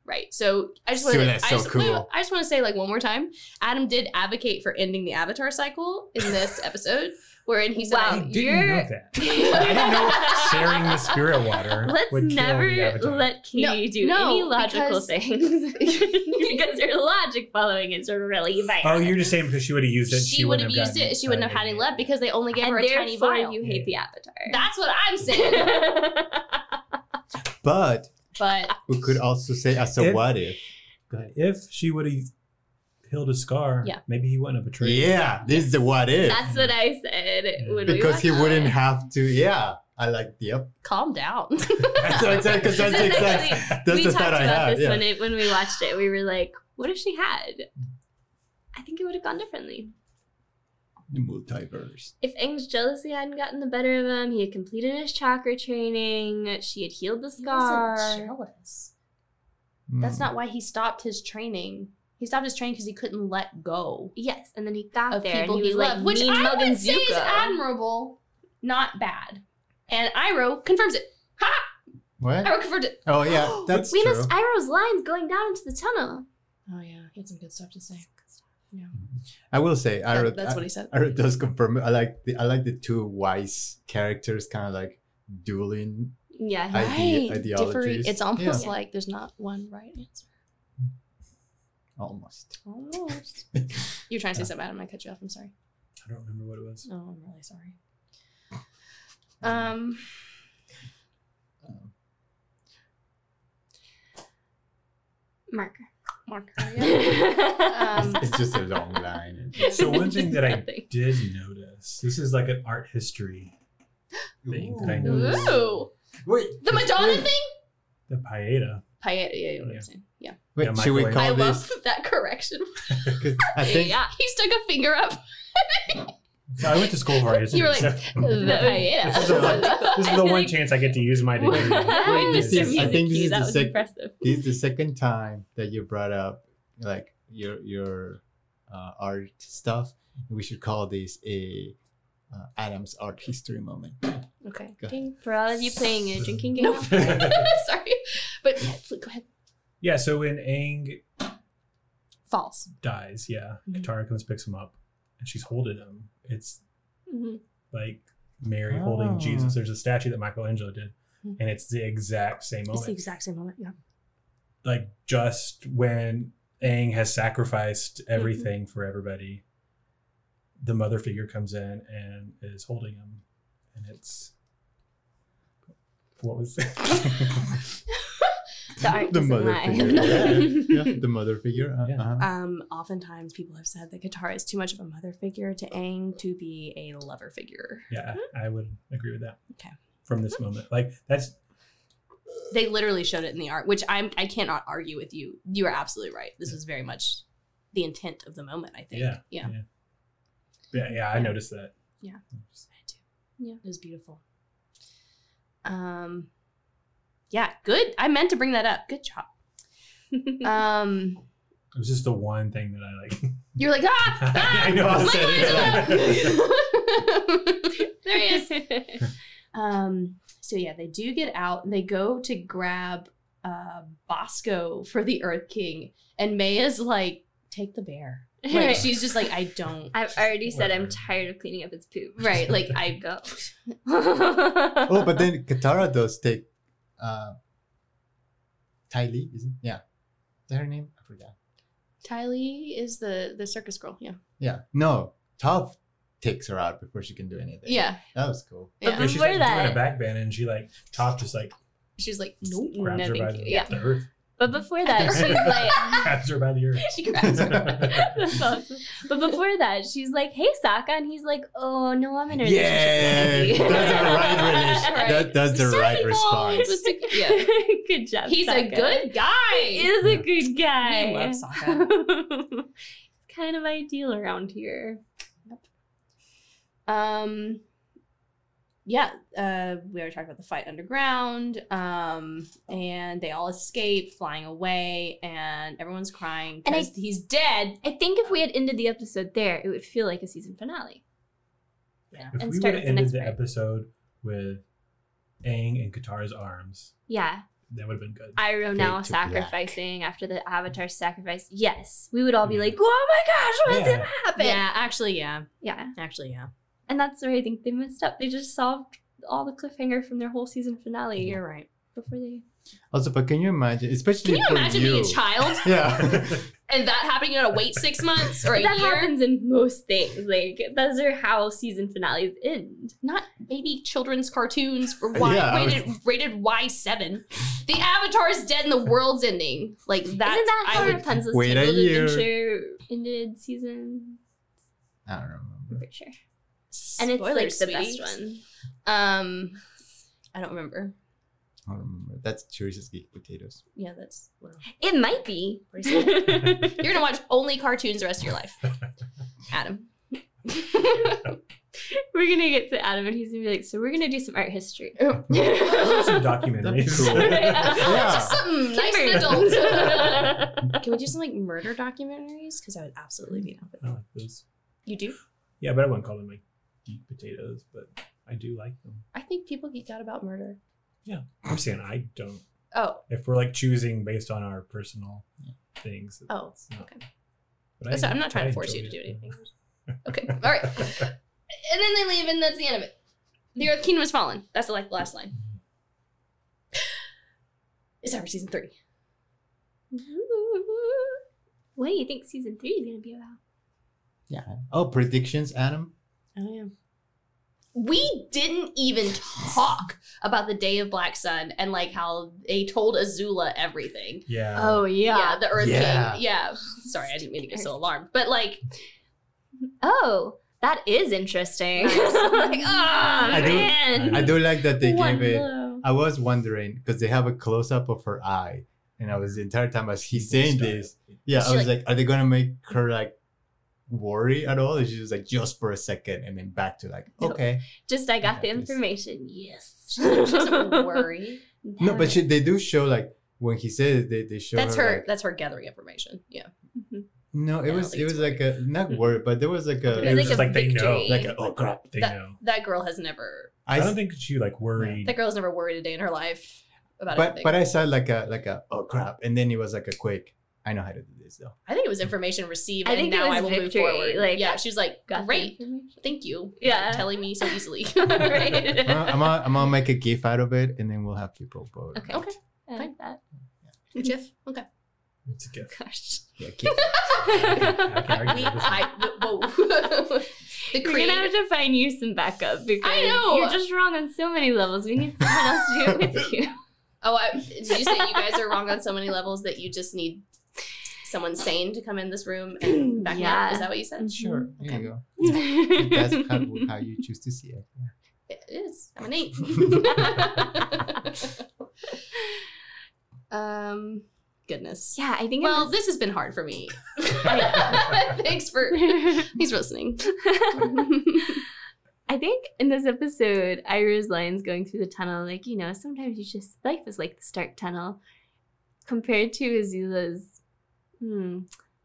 Speaker 3: Right. So I just want
Speaker 2: Dude,
Speaker 3: to
Speaker 2: that's
Speaker 3: I
Speaker 2: so
Speaker 3: just,
Speaker 2: cool.
Speaker 3: wait, wait, I just want to say like one more time. Adam did advocate for ending the avatar cycle in this episode, wherein he said
Speaker 1: I
Speaker 4: Wow.
Speaker 1: didn't
Speaker 4: You're-
Speaker 1: know that. I didn't know sharing the spirit water
Speaker 4: Let's
Speaker 1: would kill the
Speaker 4: never
Speaker 1: Avatar.
Speaker 4: let Katie
Speaker 3: No,
Speaker 4: do
Speaker 3: no,
Speaker 4: any logical
Speaker 3: because-
Speaker 4: things because her logic following is really bad.
Speaker 1: Oh, you're just saying because she would have used it.
Speaker 3: she would have used
Speaker 1: gotten
Speaker 3: it. She wouldn't have had any
Speaker 1: anything.
Speaker 3: left because they only gave
Speaker 4: and
Speaker 3: her a tiny
Speaker 4: therefore
Speaker 3: vial.
Speaker 4: you hate the Avatar.
Speaker 3: That's what I'm saying.
Speaker 2: But
Speaker 3: but
Speaker 2: we could also say as a
Speaker 1: If-
Speaker 2: what if.
Speaker 1: But if she would have healed a scar,
Speaker 3: Yeah.
Speaker 1: maybe he wouldn't have betrayed. her.
Speaker 2: Yeah, this is the what if.
Speaker 4: That's what I said. When
Speaker 2: because
Speaker 4: we
Speaker 2: he
Speaker 4: watched
Speaker 2: wouldn't
Speaker 4: it.
Speaker 2: have to. Yeah, I like. Yep.
Speaker 3: calm down.
Speaker 2: That's what I said. Because that's
Speaker 4: This is
Speaker 2: exactly.
Speaker 4: actually-
Speaker 2: That's
Speaker 4: we
Speaker 2: the
Speaker 4: talked
Speaker 2: thought I
Speaker 4: about
Speaker 2: had.
Speaker 4: this when
Speaker 2: Yeah.
Speaker 4: it when we watched it. We were like, "What if she had?" I think it would have gone differently.
Speaker 2: The multiverse.
Speaker 4: If Aang's jealousy hadn't gotten the better of him, he had completed his chakra training. She had healed the
Speaker 3: He
Speaker 4: scar.
Speaker 3: wasn't jealous.
Speaker 2: Hmm.
Speaker 3: That's not why he stopped his training. He stopped his training because he couldn't let go
Speaker 4: Yes, and then he got
Speaker 3: of
Speaker 4: there
Speaker 3: people
Speaker 4: and
Speaker 3: he,
Speaker 4: he, was
Speaker 3: loved,
Speaker 4: like,
Speaker 3: which
Speaker 4: "Mean
Speaker 3: I
Speaker 4: mug
Speaker 3: would
Speaker 4: and
Speaker 3: say is
Speaker 4: Zuko."
Speaker 3: admirable, not bad. And Iroh confirms it.
Speaker 2: What?
Speaker 3: Iroh confirmed it.
Speaker 2: Oh yeah, that's
Speaker 4: we
Speaker 2: true.
Speaker 4: missed Iroh's lines going down into the tunnel.
Speaker 3: Oh yeah, he had some good stuff to say.
Speaker 2: I will say, I wrote.
Speaker 3: that's
Speaker 2: I,
Speaker 3: what he said.
Speaker 2: I wrote does confirm. I like the. I like the two wise characters, kind of like dueling.
Speaker 4: Yeah,
Speaker 2: I- ide-
Speaker 3: differing-
Speaker 2: ideologies.
Speaker 3: It's almost
Speaker 4: Yeah.
Speaker 3: like there's not one right answer.
Speaker 2: Almost.
Speaker 3: Almost. You're trying to say something, Adam. I cut you off. I'm sorry.
Speaker 1: I don't remember what it was.
Speaker 3: Oh, I'm really sorry. Um,
Speaker 4: marker.
Speaker 3: Mark.
Speaker 4: um,
Speaker 3: Um,
Speaker 2: it's just a long line.
Speaker 1: So one thing that I
Speaker 4: Nothing.
Speaker 1: did notice. This is like an art history. Thing that I know.
Speaker 3: Ooh,
Speaker 2: Wait,
Speaker 3: the Madonna
Speaker 2: wait,
Speaker 3: thing.
Speaker 1: The paella.
Speaker 3: Paella. Yeah, you know what
Speaker 1: Yeah.
Speaker 3: I'm saying. Yeah.
Speaker 2: Wait,
Speaker 1: Yeah,
Speaker 2: should we
Speaker 1: microwave.
Speaker 2: call
Speaker 3: I
Speaker 2: this?
Speaker 3: love that correction.
Speaker 2: 'cause I think
Speaker 3: yeah, he stuck a finger up.
Speaker 1: So I went to school for art history.
Speaker 3: You were like,
Speaker 1: so
Speaker 3: the paella.
Speaker 1: This is a one- this is the
Speaker 4: I
Speaker 1: one
Speaker 4: think-
Speaker 1: chance I get to use my degree.
Speaker 4: I missed your
Speaker 2: I
Speaker 4: music
Speaker 2: think this
Speaker 4: cue.
Speaker 2: is
Speaker 4: That
Speaker 2: the
Speaker 4: was
Speaker 2: sec-
Speaker 4: impressive.
Speaker 2: this is the second time that you brought up like your your uh, art stuff. We should call this a uh, Adam's art history moment.
Speaker 3: okay.
Speaker 2: Go ahead.
Speaker 4: Ding. For all of you playing a drinking game,
Speaker 3: Nope. sorry, but yeah, please, go ahead.
Speaker 1: yeah, so when Aang
Speaker 3: False.
Speaker 1: dies, yeah,
Speaker 3: Mhm.
Speaker 1: Katara comes picks him up and she's holding him. It's
Speaker 3: Mm-hmm.
Speaker 4: Mhm.
Speaker 1: like Mary holding
Speaker 2: Oh.
Speaker 1: Jesus. There's a statue that Michelangelo did,
Speaker 3: Mhm.
Speaker 1: and it's the exact same
Speaker 3: It's the
Speaker 1: moment.
Speaker 3: exact same moment. Yeah.
Speaker 1: like just when Aang has sacrificed
Speaker 3: Mm-hmm.
Speaker 1: everything for everybody, the mother figure comes in and is holding him, and it's what was
Speaker 4: the art
Speaker 2: the
Speaker 4: doesn't
Speaker 2: mother
Speaker 4: lie.
Speaker 2: figure. yeah, yeah, the mother figure. Uh,
Speaker 1: Yeah.
Speaker 2: uh-huh.
Speaker 3: Um, oftentimes people have said that Katara is too much of a mother figure to Aang to be a lover figure.
Speaker 1: yeah, I would agree with that.
Speaker 3: Mm-hmm. Okay. Mm-hmm.
Speaker 1: From this moment, like that's
Speaker 3: They literally showed it in the art, which I'm I cannot argue with you. You are absolutely right. This was very much the intent of the moment, I think.
Speaker 1: Yeah.
Speaker 3: Yeah.
Speaker 1: yeah, yeah. I noticed that.
Speaker 3: Yeah. I do.
Speaker 4: Yeah.
Speaker 3: It was beautiful. Um yeah, good. I meant to bring that up. Good job. Um
Speaker 1: It was just the one thing that I like.
Speaker 3: you're like, ah, ah
Speaker 1: I know. I said
Speaker 3: Michelangelo! there he is.
Speaker 4: is.
Speaker 3: Um, so yeah, they do get out and they go to grab uh Bosco for the Earth King, and Maya's like, take the bear. Like she's just like, I don't.
Speaker 4: I've already said I'm
Speaker 1: Whatever.
Speaker 4: tired of cleaning up its poop.
Speaker 3: Right, like I
Speaker 4: Go.
Speaker 2: Oh, but then Katara does take uh, Ty Lee, isn't? Yeah, is that her name? I forgot.
Speaker 3: Tylee is the the circus girl. Yeah.
Speaker 2: Yeah, no, Toph takes her out before she can do anything.
Speaker 3: Yeah.
Speaker 2: that was cool.
Speaker 1: Yeah,
Speaker 3: Yeah.
Speaker 1: she's
Speaker 4: Before
Speaker 1: like doing
Speaker 4: that-
Speaker 1: a back band, and she like top just like
Speaker 3: She's like, nope, no,
Speaker 1: grabs her by
Speaker 3: thank you.
Speaker 1: the,
Speaker 3: Yeah.
Speaker 1: the earth,
Speaker 4: But before that, she's like,
Speaker 1: grabs her by the earth.
Speaker 3: She grabs her.
Speaker 4: That's awesome. But before that, she's like, "Hey, Saka," and he's like, "Oh no, I'm in a
Speaker 2: Yeah, that's
Speaker 4: relationship."
Speaker 2: the right relation.
Speaker 3: Right.
Speaker 2: That, that's the
Speaker 3: Sorry,
Speaker 2: right
Speaker 3: Mom.
Speaker 2: response.
Speaker 3: Was the- yeah.
Speaker 4: good job.
Speaker 3: He's a
Speaker 4: Sokka.
Speaker 3: good guy.
Speaker 4: He is a good guy.
Speaker 3: We love
Speaker 4: it's kind of ideal around here.
Speaker 3: Um, yeah, uh, we already talked about the fight underground, um, and they all escape, flying away, and everyone's crying
Speaker 4: And I-
Speaker 3: because he's dead.
Speaker 4: I think if we had ended the episode there, it would feel like a season finale.
Speaker 1: If
Speaker 4: And
Speaker 1: we
Speaker 4: start
Speaker 1: would have
Speaker 4: with the
Speaker 1: ended
Speaker 4: next
Speaker 1: the
Speaker 4: part.
Speaker 1: episode with Aang and Katara's arms,
Speaker 4: Yeah.
Speaker 1: that would have been good.
Speaker 4: Iroh
Speaker 2: Fade
Speaker 4: now
Speaker 2: to
Speaker 4: sacrificing after the Avatar sacrifice. Yes. We would all be
Speaker 2: Mm.
Speaker 1: Mhm.
Speaker 4: like, oh my gosh, what's
Speaker 1: Yeah.
Speaker 4: going to happen?
Speaker 3: Yeah, actually, yeah,
Speaker 4: yeah.
Speaker 3: actually, yeah.
Speaker 4: And that's where I think they messed up. They just solved all the cliffhanger from their whole season finale
Speaker 3: You're right.
Speaker 4: before they.
Speaker 2: Also, but can you imagine, especially
Speaker 3: Can you
Speaker 2: for
Speaker 3: imagine
Speaker 2: you.
Speaker 3: being a child
Speaker 2: Yeah.
Speaker 3: and that happening? You gotta wait six months or a
Speaker 4: But that
Speaker 3: year.
Speaker 4: happens in most things. Like, those are how season finales end.
Speaker 3: Not maybe children's cartoons for Y
Speaker 2: Yeah, I
Speaker 3: rated, rated Y seven. The Avatar is dead and the world's ending. Like that.
Speaker 4: Isn't that
Speaker 3: I
Speaker 4: how
Speaker 3: would-
Speaker 4: Rapunzel's
Speaker 2: Wait a
Speaker 4: Tangled
Speaker 2: year.
Speaker 4: Adventure ended season?
Speaker 2: I don't
Speaker 4: I'm
Speaker 2: remember.
Speaker 4: pretty sure. And it's like
Speaker 3: Spoilers,
Speaker 4: the best
Speaker 3: sweetie.
Speaker 4: one.
Speaker 3: Um, I don't remember.
Speaker 2: I don't remember. That's Teresa's geek potatoes.
Speaker 3: Yeah, that's well.
Speaker 4: It might be.
Speaker 3: What is You're gonna watch only cartoons the rest of your life, Adam.
Speaker 4: We're gonna get to Adam and he's gonna be like, so we're gonna do some art history.
Speaker 1: Some documentaries.
Speaker 2: That'd be
Speaker 3: Just something Mm, nice and adult. Can we do some like murder documentaries? Because I would absolutely be down with
Speaker 1: I
Speaker 3: that.
Speaker 1: like those.
Speaker 3: You do?
Speaker 1: Yeah, but I wouldn't call them like deep potatoes, but I do like them.
Speaker 3: I think people geek out about murder.
Speaker 1: I'm saying I don't.
Speaker 3: Oh,
Speaker 1: If we're like choosing based on our personal things,
Speaker 3: oh,
Speaker 1: it's not-
Speaker 3: okay.
Speaker 1: but I-
Speaker 3: So I'm not trying
Speaker 1: I
Speaker 3: to force
Speaker 1: enjoy
Speaker 3: you to do
Speaker 1: it.
Speaker 3: anything. Okay, all right. And then they leave, and that's the end of it. The Earth Kingdom has fallen. That's like the last line. It's time for season three.
Speaker 4: what do you think season three is gonna be about?
Speaker 2: Yeah. Oh, predictions, Adam?
Speaker 3: Oh yeah. We didn't even talk about the Day of Black Sun and like how they told Azula everything.
Speaker 1: Yeah.
Speaker 3: Yeah, the Earth
Speaker 2: Oh, Yeah.
Speaker 3: King. Yeah. Sorry, I didn't mean to get so alarmed, but like,
Speaker 4: Oh, that is interesting. like, oh
Speaker 3: I
Speaker 2: do-
Speaker 4: man.
Speaker 2: I do like that they
Speaker 4: One
Speaker 2: gave it.
Speaker 4: blow.
Speaker 2: I was wondering because they have a close up of her eye, and I was the entire time as he's
Speaker 1: Style.
Speaker 2: saying this. Yeah,
Speaker 3: She
Speaker 2: I was like, are they gonna make her like worry at all? And she was like, just for a second, and then back to like,
Speaker 4: No.
Speaker 2: okay.
Speaker 4: Just I got the
Speaker 2: Yeah, please.
Speaker 4: information. Yes.
Speaker 3: she doesn't worry.
Speaker 2: No, but she, they do show like when he says it, they they show
Speaker 3: That's her.
Speaker 2: like-
Speaker 3: That's her gathering information. Yeah.
Speaker 4: Mhm.
Speaker 2: no, it
Speaker 3: Yeah, I
Speaker 2: was
Speaker 3: think
Speaker 2: it
Speaker 3: it's
Speaker 2: was like a not worry, but there was like
Speaker 1: It
Speaker 2: a
Speaker 1: was
Speaker 4: like
Speaker 1: just
Speaker 4: a
Speaker 1: like they know.
Speaker 4: victory.
Speaker 2: like a, oh crap.
Speaker 1: They know.
Speaker 3: That girl has never.
Speaker 1: I,
Speaker 2: I,
Speaker 1: don't think she like worried.
Speaker 3: That girl's never worried a day in her life about
Speaker 2: but
Speaker 3: anything.
Speaker 2: but I saw like a like a oh crap, and then it was like a quick. I know how to do this though.
Speaker 3: I think it was information received,
Speaker 4: I
Speaker 3: and
Speaker 4: think it
Speaker 3: now
Speaker 4: was
Speaker 3: I will move
Speaker 4: victory,
Speaker 3: forward.
Speaker 4: like,
Speaker 3: yeah, she's like,
Speaker 4: Got the
Speaker 3: great,
Speaker 4: information.
Speaker 3: thank you,
Speaker 4: Yeah.
Speaker 3: for telling me so easily.
Speaker 4: Right.
Speaker 2: I'm gonna, I'm gonna, I'm gonna make a gif out of it, and then we'll have people vote.
Speaker 4: Okay.
Speaker 3: Okay.
Speaker 4: I like that.
Speaker 3: Jeff, okay.
Speaker 1: It's a gift.
Speaker 4: Gosh.
Speaker 2: Yeah, gif.
Speaker 1: I can argue
Speaker 3: We,
Speaker 1: with this one.
Speaker 3: I, whoa. the
Speaker 4: We're gonna have
Speaker 3: creator.
Speaker 4: to find you some backup because
Speaker 3: I know.
Speaker 4: you're just wrong on so many levels. We need someone else to do it with you.
Speaker 3: Oh, I, did you say you guys are wrong on so many levels that you just need someone sane to come in this room and back me up?
Speaker 4: Yeah.
Speaker 3: Is that what you said?
Speaker 4: Mm-hmm.
Speaker 2: Sure. There
Speaker 3: Okay.
Speaker 2: you go. If that's
Speaker 4: Mhm.
Speaker 2: how, how you choose to see it.
Speaker 3: It is. I'm an eight. um, goodness.
Speaker 4: yeah, I think. it
Speaker 3: Well,
Speaker 4: was-
Speaker 3: this has been hard for me.
Speaker 1: I-
Speaker 3: Thanks for thanks for listening.
Speaker 4: I think in this episode, Ira's lines going through the tunnel, like you know, sometimes you just life is like the Stark Tunnel, compared to Azula's. Hmm,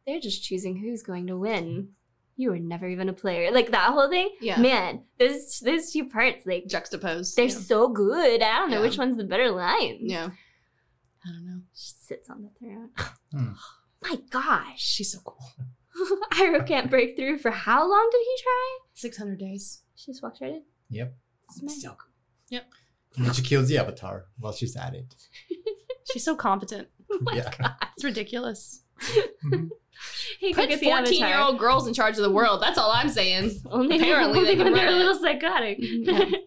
Speaker 4: they're just choosing who's going to win. You were never even a player, like that whole thing.
Speaker 3: Yeah.
Speaker 4: Man, those those two parts, like
Speaker 3: Juxtaposed.
Speaker 4: They're
Speaker 3: yeah.
Speaker 4: so good. I don't know
Speaker 3: Yeah.
Speaker 4: which one's the better line.
Speaker 3: yeah. I don't know.
Speaker 4: She sits on the throne.
Speaker 2: Hmm.
Speaker 4: My gosh.
Speaker 3: She's so cool.
Speaker 4: Iroh can't break through for how long did he try?
Speaker 3: Six hundred days.
Speaker 4: She just walks right in.
Speaker 2: Yep.
Speaker 4: It's nice.
Speaker 3: So cool.
Speaker 2: And she kills the avatar while she's at it.
Speaker 3: She's so competent.
Speaker 2: yeah.
Speaker 3: It's ridiculous.
Speaker 2: Mm-hmm.
Speaker 4: Hey,
Speaker 3: Put
Speaker 4: look at the avatar.
Speaker 3: fourteen year old girls in charge of the world. That's all I'm saying.
Speaker 4: Only
Speaker 3: Apparently
Speaker 4: only
Speaker 3: they can
Speaker 4: when they're
Speaker 3: run
Speaker 4: a
Speaker 3: it.
Speaker 4: little psychotic.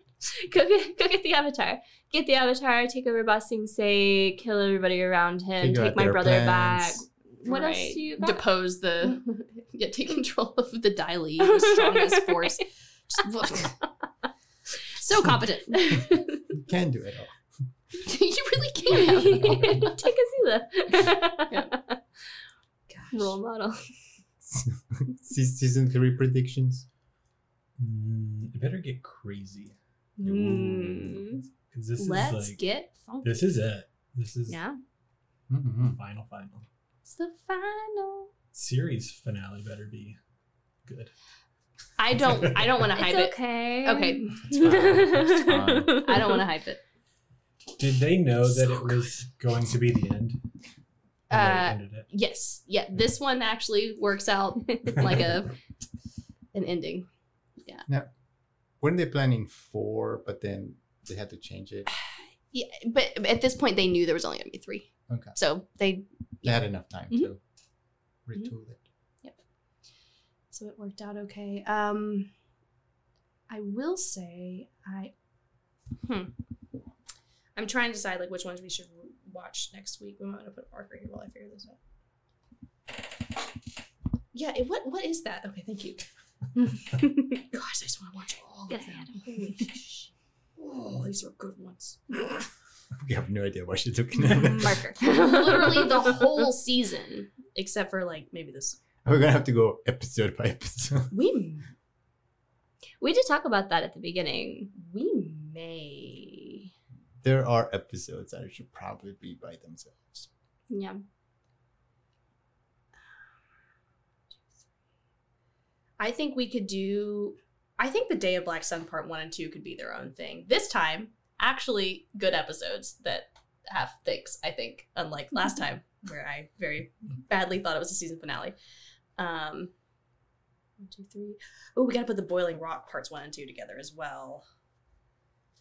Speaker 3: Yeah.
Speaker 4: go, get, go get the avatar. Get the avatar. Take over Ba Sing Se. Kill everybody around him.
Speaker 2: Figure
Speaker 4: take
Speaker 2: out
Speaker 4: my
Speaker 2: their
Speaker 4: brother back.
Speaker 2: plans.
Speaker 4: What
Speaker 3: Right.
Speaker 4: else do you got?
Speaker 3: Depose the yeah, take control of the Dai Li, the strongest force. Just- so competent.
Speaker 2: You can do it all.
Speaker 3: you really can.
Speaker 4: take Azula. Role
Speaker 3: Gosh.
Speaker 4: model.
Speaker 2: Se- Season three predictions.
Speaker 1: Mm, it better get crazy.
Speaker 4: Hmm.
Speaker 1: Ooh. 'Cause this
Speaker 3: Hmm. Let's
Speaker 1: is like,
Speaker 3: get funky.
Speaker 1: this is it. This is
Speaker 3: yeah,
Speaker 2: Mm-hmm.
Speaker 1: the final final
Speaker 3: it's the final.
Speaker 1: series finale. Better be good.
Speaker 3: I don't. I don't want to hype
Speaker 4: It's okay.
Speaker 3: it. Okay, I don't want to hype it.
Speaker 1: Did they know that
Speaker 3: So
Speaker 1: it was going to be the end? When they
Speaker 3: Uh,
Speaker 1: ended it?
Speaker 3: Yes, yeah. This one actually works out like a an ending.
Speaker 2: Weren't they planning four, but then they had to change it?
Speaker 3: Yeah, but at this point they knew there was only going to be three.
Speaker 2: Okay.
Speaker 3: So they
Speaker 2: They had enough time
Speaker 4: Mm-hmm.
Speaker 2: to
Speaker 3: Mhm.
Speaker 2: retool it.
Speaker 3: so it worked out okay. Um, I will say I. Hmm. I'm trying to decide like which ones we should watch next week. We might want to put Parker here while I figure this out. Yeah. It, what What is that? Okay. Thank you. Gosh, I just want to watch all
Speaker 4: Get
Speaker 3: of
Speaker 4: ahead
Speaker 3: them. Holy sh! Oh, these are good ones.
Speaker 2: We have no idea what she's looking
Speaker 4: Mm-hmm.
Speaker 2: at.
Speaker 3: Marker. Literally the whole season, except for like maybe this.
Speaker 2: We're gonna have to go episode by episode.
Speaker 3: We
Speaker 4: We did talk about that at the beginning.
Speaker 3: we may.
Speaker 2: There are episodes that should probably be by themselves.
Speaker 4: Yeah.
Speaker 3: I think we could do. I think the Day of Black Sun Part One and Two could be their own thing. This time, actually, good episodes that have things. I think, unlike last time where I very badly thought it was a season finale. Um, one, two, three. Oh, we gotta put the Boiling Rock Parts One and Two together as well.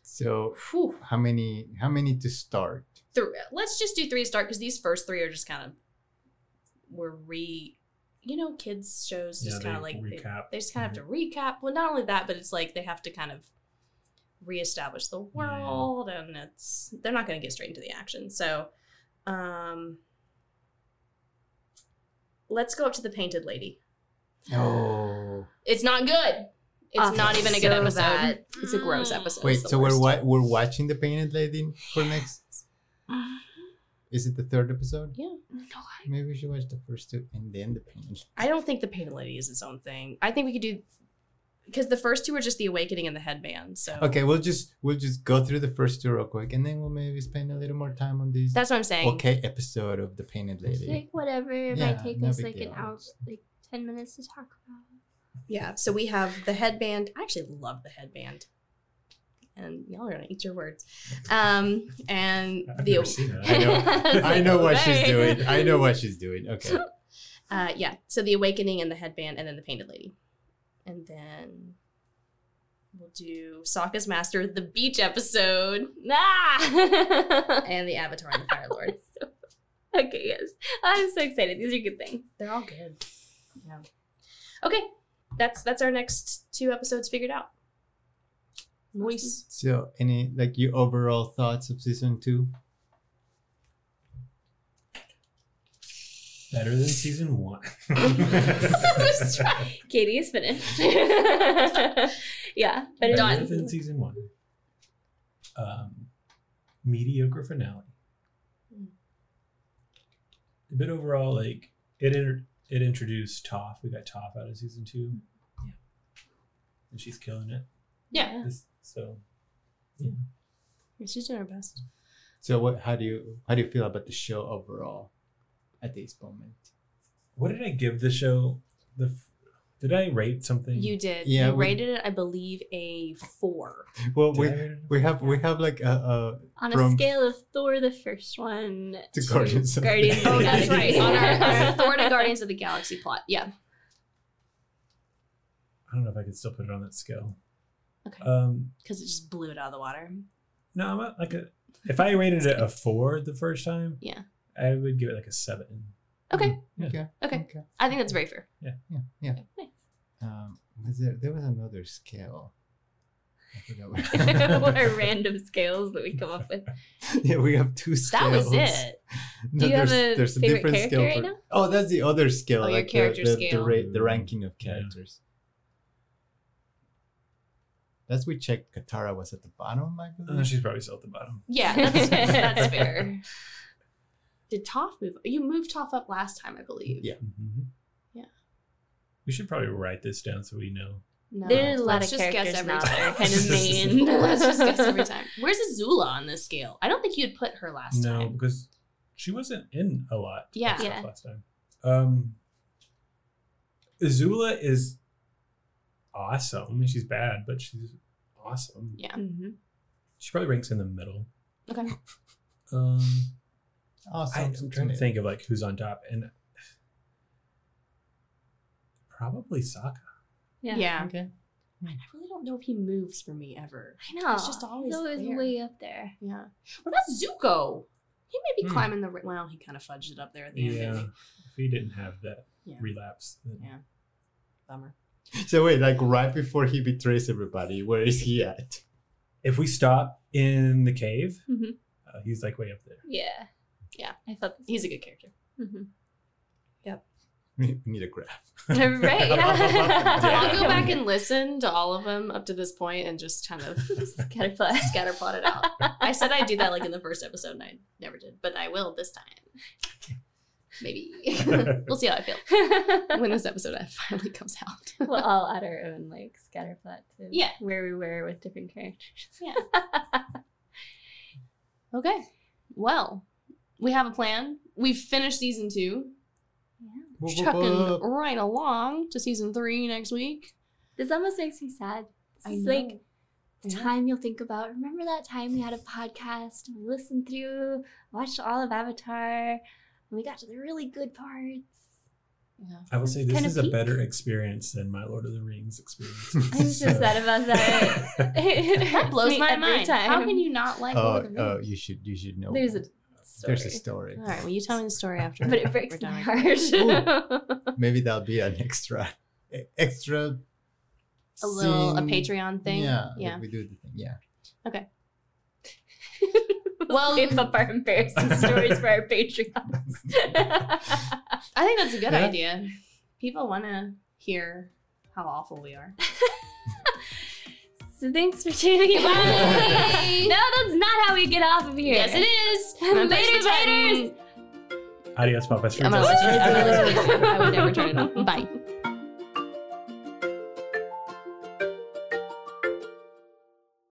Speaker 2: So
Speaker 3: Whew.
Speaker 2: how many? How many to start?
Speaker 3: Th- let's just do three to start because these first three are just kind of we're re you know kids shows
Speaker 1: Yeah,
Speaker 3: just
Speaker 1: they
Speaker 3: kind of like they-
Speaker 1: recap.
Speaker 3: They, just kind of have to recap well not only that but it's like they have to kind of reestablish the world and it's they're not going to get straight into the action so um let's go up to the painted lady
Speaker 2: Oh,
Speaker 3: it's not good it's
Speaker 4: Oh,
Speaker 3: not even a good
Speaker 4: so
Speaker 3: episode
Speaker 4: bad.
Speaker 3: it's a gross
Speaker 4: Mm.
Speaker 3: episode
Speaker 2: wait.
Speaker 3: It's the
Speaker 2: So we're wa-
Speaker 3: worst.
Speaker 2: we're watching the Painted Lady for next. Is it the third episode?
Speaker 3: yeah
Speaker 2: Maybe we should watch the first two and then the Painted.
Speaker 3: I don't think the Painted Lady is its own thing. I think we could do because the first two are just the awakening and the headband. So
Speaker 2: Okay, we'll just we'll just go through the first two real quick, and then we'll maybe spend a little more time on this
Speaker 3: that's what I'm saying.
Speaker 2: okay episode of the Painted
Speaker 4: It's
Speaker 2: Lady.
Speaker 4: like whatever. It
Speaker 2: Yeah,
Speaker 4: might take
Speaker 2: no
Speaker 4: us
Speaker 2: big
Speaker 4: like
Speaker 2: deal.
Speaker 4: an hour, like ten minutes to talk about.
Speaker 3: Yeah. So we have the headband. I actually love the headband. And y'all are gonna eat your words. Um, and
Speaker 1: I've
Speaker 3: the
Speaker 1: never seen it.
Speaker 2: I know.
Speaker 4: was
Speaker 2: I
Speaker 4: like,
Speaker 2: know what she's
Speaker 4: okay.
Speaker 2: doing. I know what she's doing. Okay.
Speaker 3: uh, yeah. So the awakening and the headband, and then the Painted Lady, and then we'll do Sokka's master, the beach episode,
Speaker 4: Ah!
Speaker 3: and the Avatar and the Fire Lord.
Speaker 4: okay. Yes. I'm so excited. These are good things.
Speaker 3: They're all good. Yeah. Okay. That's that's our next two episodes figured out. Nice.
Speaker 2: So, any like your overall thoughts of season two?
Speaker 1: Better than season one.
Speaker 3: Just try-
Speaker 4: Katie is finished. yeah, but
Speaker 1: Better
Speaker 4: it's
Speaker 1: than
Speaker 4: done.
Speaker 1: season one. Um, mediocre finale.
Speaker 3: Mm.
Speaker 1: But overall, like it, inter- it introduced Toph. We got Toph out of season two. Yeah, and she's killing it.
Speaker 3: Yeah.
Speaker 1: This- so
Speaker 3: She's doing her best.
Speaker 2: So, what? How do you how do you feel about the show overall at this moment?
Speaker 1: what did I give the show? The f- did I rate something?
Speaker 3: You did.
Speaker 2: Yeah,
Speaker 3: you
Speaker 2: we-
Speaker 3: rated it, I believe, a four.
Speaker 2: Well,
Speaker 1: Did
Speaker 2: we
Speaker 1: I rate it?
Speaker 2: we have we have like a,
Speaker 4: On a
Speaker 2: From-
Speaker 4: scale of Thor, the first one
Speaker 2: To Guardians of the
Speaker 4: Guardians.
Speaker 2: Oh,
Speaker 4: of the
Speaker 2: that's right.
Speaker 4: Galaxy.
Speaker 3: On our, our Thor to Guardians of the Galaxy plot. Yeah.
Speaker 1: I don't know if I could still put it on that scale.
Speaker 3: Okay.
Speaker 2: Uh,
Speaker 1: Um,
Speaker 3: Because it just blew it out of the water.
Speaker 1: no, I'm at like a. If I rated it a four the first time,
Speaker 3: Yeah.
Speaker 1: I would give it like a seven.
Speaker 3: Okay.
Speaker 2: a
Speaker 1: Yeah.
Speaker 2: okay
Speaker 3: Okay.
Speaker 2: okay
Speaker 3: I think that's very fair.
Speaker 2: yeah yeah.
Speaker 3: Nice.
Speaker 2: Um, was there there was another scale? I forgot what.
Speaker 4: what are random scales that we come up with?
Speaker 2: yeah, we have two scales.
Speaker 3: That was it.
Speaker 2: No,
Speaker 4: Do you have a favorite character
Speaker 2: scale
Speaker 4: right
Speaker 2: for-
Speaker 4: now?
Speaker 2: Oh, that's the other scale.
Speaker 3: Oh, your
Speaker 2: like the-
Speaker 3: character
Speaker 2: the, the,
Speaker 3: scale.
Speaker 2: ra- the ranking of
Speaker 1: Yeah.
Speaker 2: characters. That's we checked. Katara was at the bottom, I
Speaker 1: Uh,
Speaker 2: believe.
Speaker 1: she's probably still at the bottom.
Speaker 3: Yeah, that's, that's fair. Did Toph move? You moved Toph up last time, I believe.
Speaker 2: Yeah.
Speaker 1: Mm-hmm.
Speaker 3: Yeah.
Speaker 1: We should probably write this down so we know
Speaker 4: No. There's a lot
Speaker 3: Let's
Speaker 4: of
Speaker 3: just guess
Speaker 4: characters
Speaker 3: every
Speaker 4: now
Speaker 3: time.
Speaker 4: that are kind of main.
Speaker 3: Let's just guess every time. Where's Azula on this scale? I don't think you'd put her last
Speaker 1: No,
Speaker 3: time.
Speaker 1: because she wasn't in a lot. of
Speaker 3: Yeah.
Speaker 1: stuff
Speaker 4: Yeah.
Speaker 1: Last time. Um, Azula is awesome. I mean, she's bad, but she's awesome.
Speaker 3: Yeah.
Speaker 4: Mhm.
Speaker 1: She probably ranks in the middle.
Speaker 3: Okay.
Speaker 1: Um, I,
Speaker 2: Awesome.
Speaker 1: am trying to think of like who's on top, and probably Sokka.
Speaker 4: Yeah.
Speaker 3: Yeah.
Speaker 2: Okay.
Speaker 3: Man, I really don't know if he moves for me ever.
Speaker 4: I know.
Speaker 3: He's just always
Speaker 4: He's always
Speaker 3: there.
Speaker 4: way up there.
Speaker 3: Yeah. What about Zuko? He may be
Speaker 1: Hmm.
Speaker 3: climbing the. ri- Well, he kind of fudged it up there at the end.
Speaker 1: Yeah.
Speaker 3: didn't he?
Speaker 1: If he didn't have that
Speaker 3: Yeah.
Speaker 1: relapse, then
Speaker 3: Yeah. Bummer.
Speaker 2: So wait, like right before he betrays everybody, where is he at?
Speaker 1: if we stop in the cave,
Speaker 4: Mhm.
Speaker 1: uh, he's like way up there.
Speaker 4: Yeah.
Speaker 3: Yeah.
Speaker 4: I felt the
Speaker 3: He's a good character.
Speaker 4: same.
Speaker 2: We need a graph.
Speaker 4: Mhm. right. Yeah.
Speaker 2: Yeah.
Speaker 3: I'll go back and listen to all of them up to this point and just kind of
Speaker 4: Scatterplot.
Speaker 3: scatterplot it out. I said I'd do that like in the first episode, and I never did, but I will this time. Maybe we'll see how I feel when this episode finally comes out.
Speaker 4: we'll all add our own like scatterplot to
Speaker 3: Yeah.
Speaker 4: where we were with different characters.
Speaker 3: Yeah. Okay. Well, we have a plan. We've finished season two. Chucking
Speaker 2: Boop, boop, boop.
Speaker 3: right along to season three next week.
Speaker 4: This almost makes me sad. This
Speaker 3: I
Speaker 4: is
Speaker 3: know.
Speaker 4: like
Speaker 3: Yeah.
Speaker 4: time you'll think about. Remember that time we had a podcast, and we listened through, watched all of Avatar, and we got to the really good parts.
Speaker 3: Yeah.
Speaker 1: I will say this
Speaker 4: Kinda
Speaker 1: is a
Speaker 4: peak.
Speaker 1: better experience than my Lord of the Rings experience.
Speaker 4: I'm so sad about that.
Speaker 3: That
Speaker 4: that
Speaker 3: blows my mind. How can you not like
Speaker 2: Oh,
Speaker 3: Lord of the
Speaker 2: oh,
Speaker 3: Rings?
Speaker 2: you should you should know.
Speaker 4: There's a story.
Speaker 2: There's a story.
Speaker 3: All right. Well, you tell me the story after.
Speaker 4: but it
Speaker 3: We're
Speaker 4: breaks
Speaker 3: done
Speaker 4: my
Speaker 3: with-
Speaker 4: heart.
Speaker 2: Maybe that'll be an extra, e- extra.
Speaker 3: a little a
Speaker 2: scene.
Speaker 3: Patreon thing.
Speaker 2: Yeah,
Speaker 3: Yeah.
Speaker 2: We do the thing. Yeah.
Speaker 3: Well,
Speaker 4: save up our embarrassing stories for our Patreons.
Speaker 3: I think that's a good
Speaker 2: Yeah.
Speaker 3: idea. People want to hear how awful we are.
Speaker 4: so thanks for tuning in.
Speaker 3: Bye.
Speaker 4: no, that's not how we get off of here.
Speaker 3: Yes, it is.
Speaker 4: Later,
Speaker 3: Later,
Speaker 4: taters.
Speaker 3: taters.
Speaker 1: Adios, papas.
Speaker 3: I'm gonna let you. I'm gonna let you. I would
Speaker 4: Bye.
Speaker 3: never turn it off. Bye.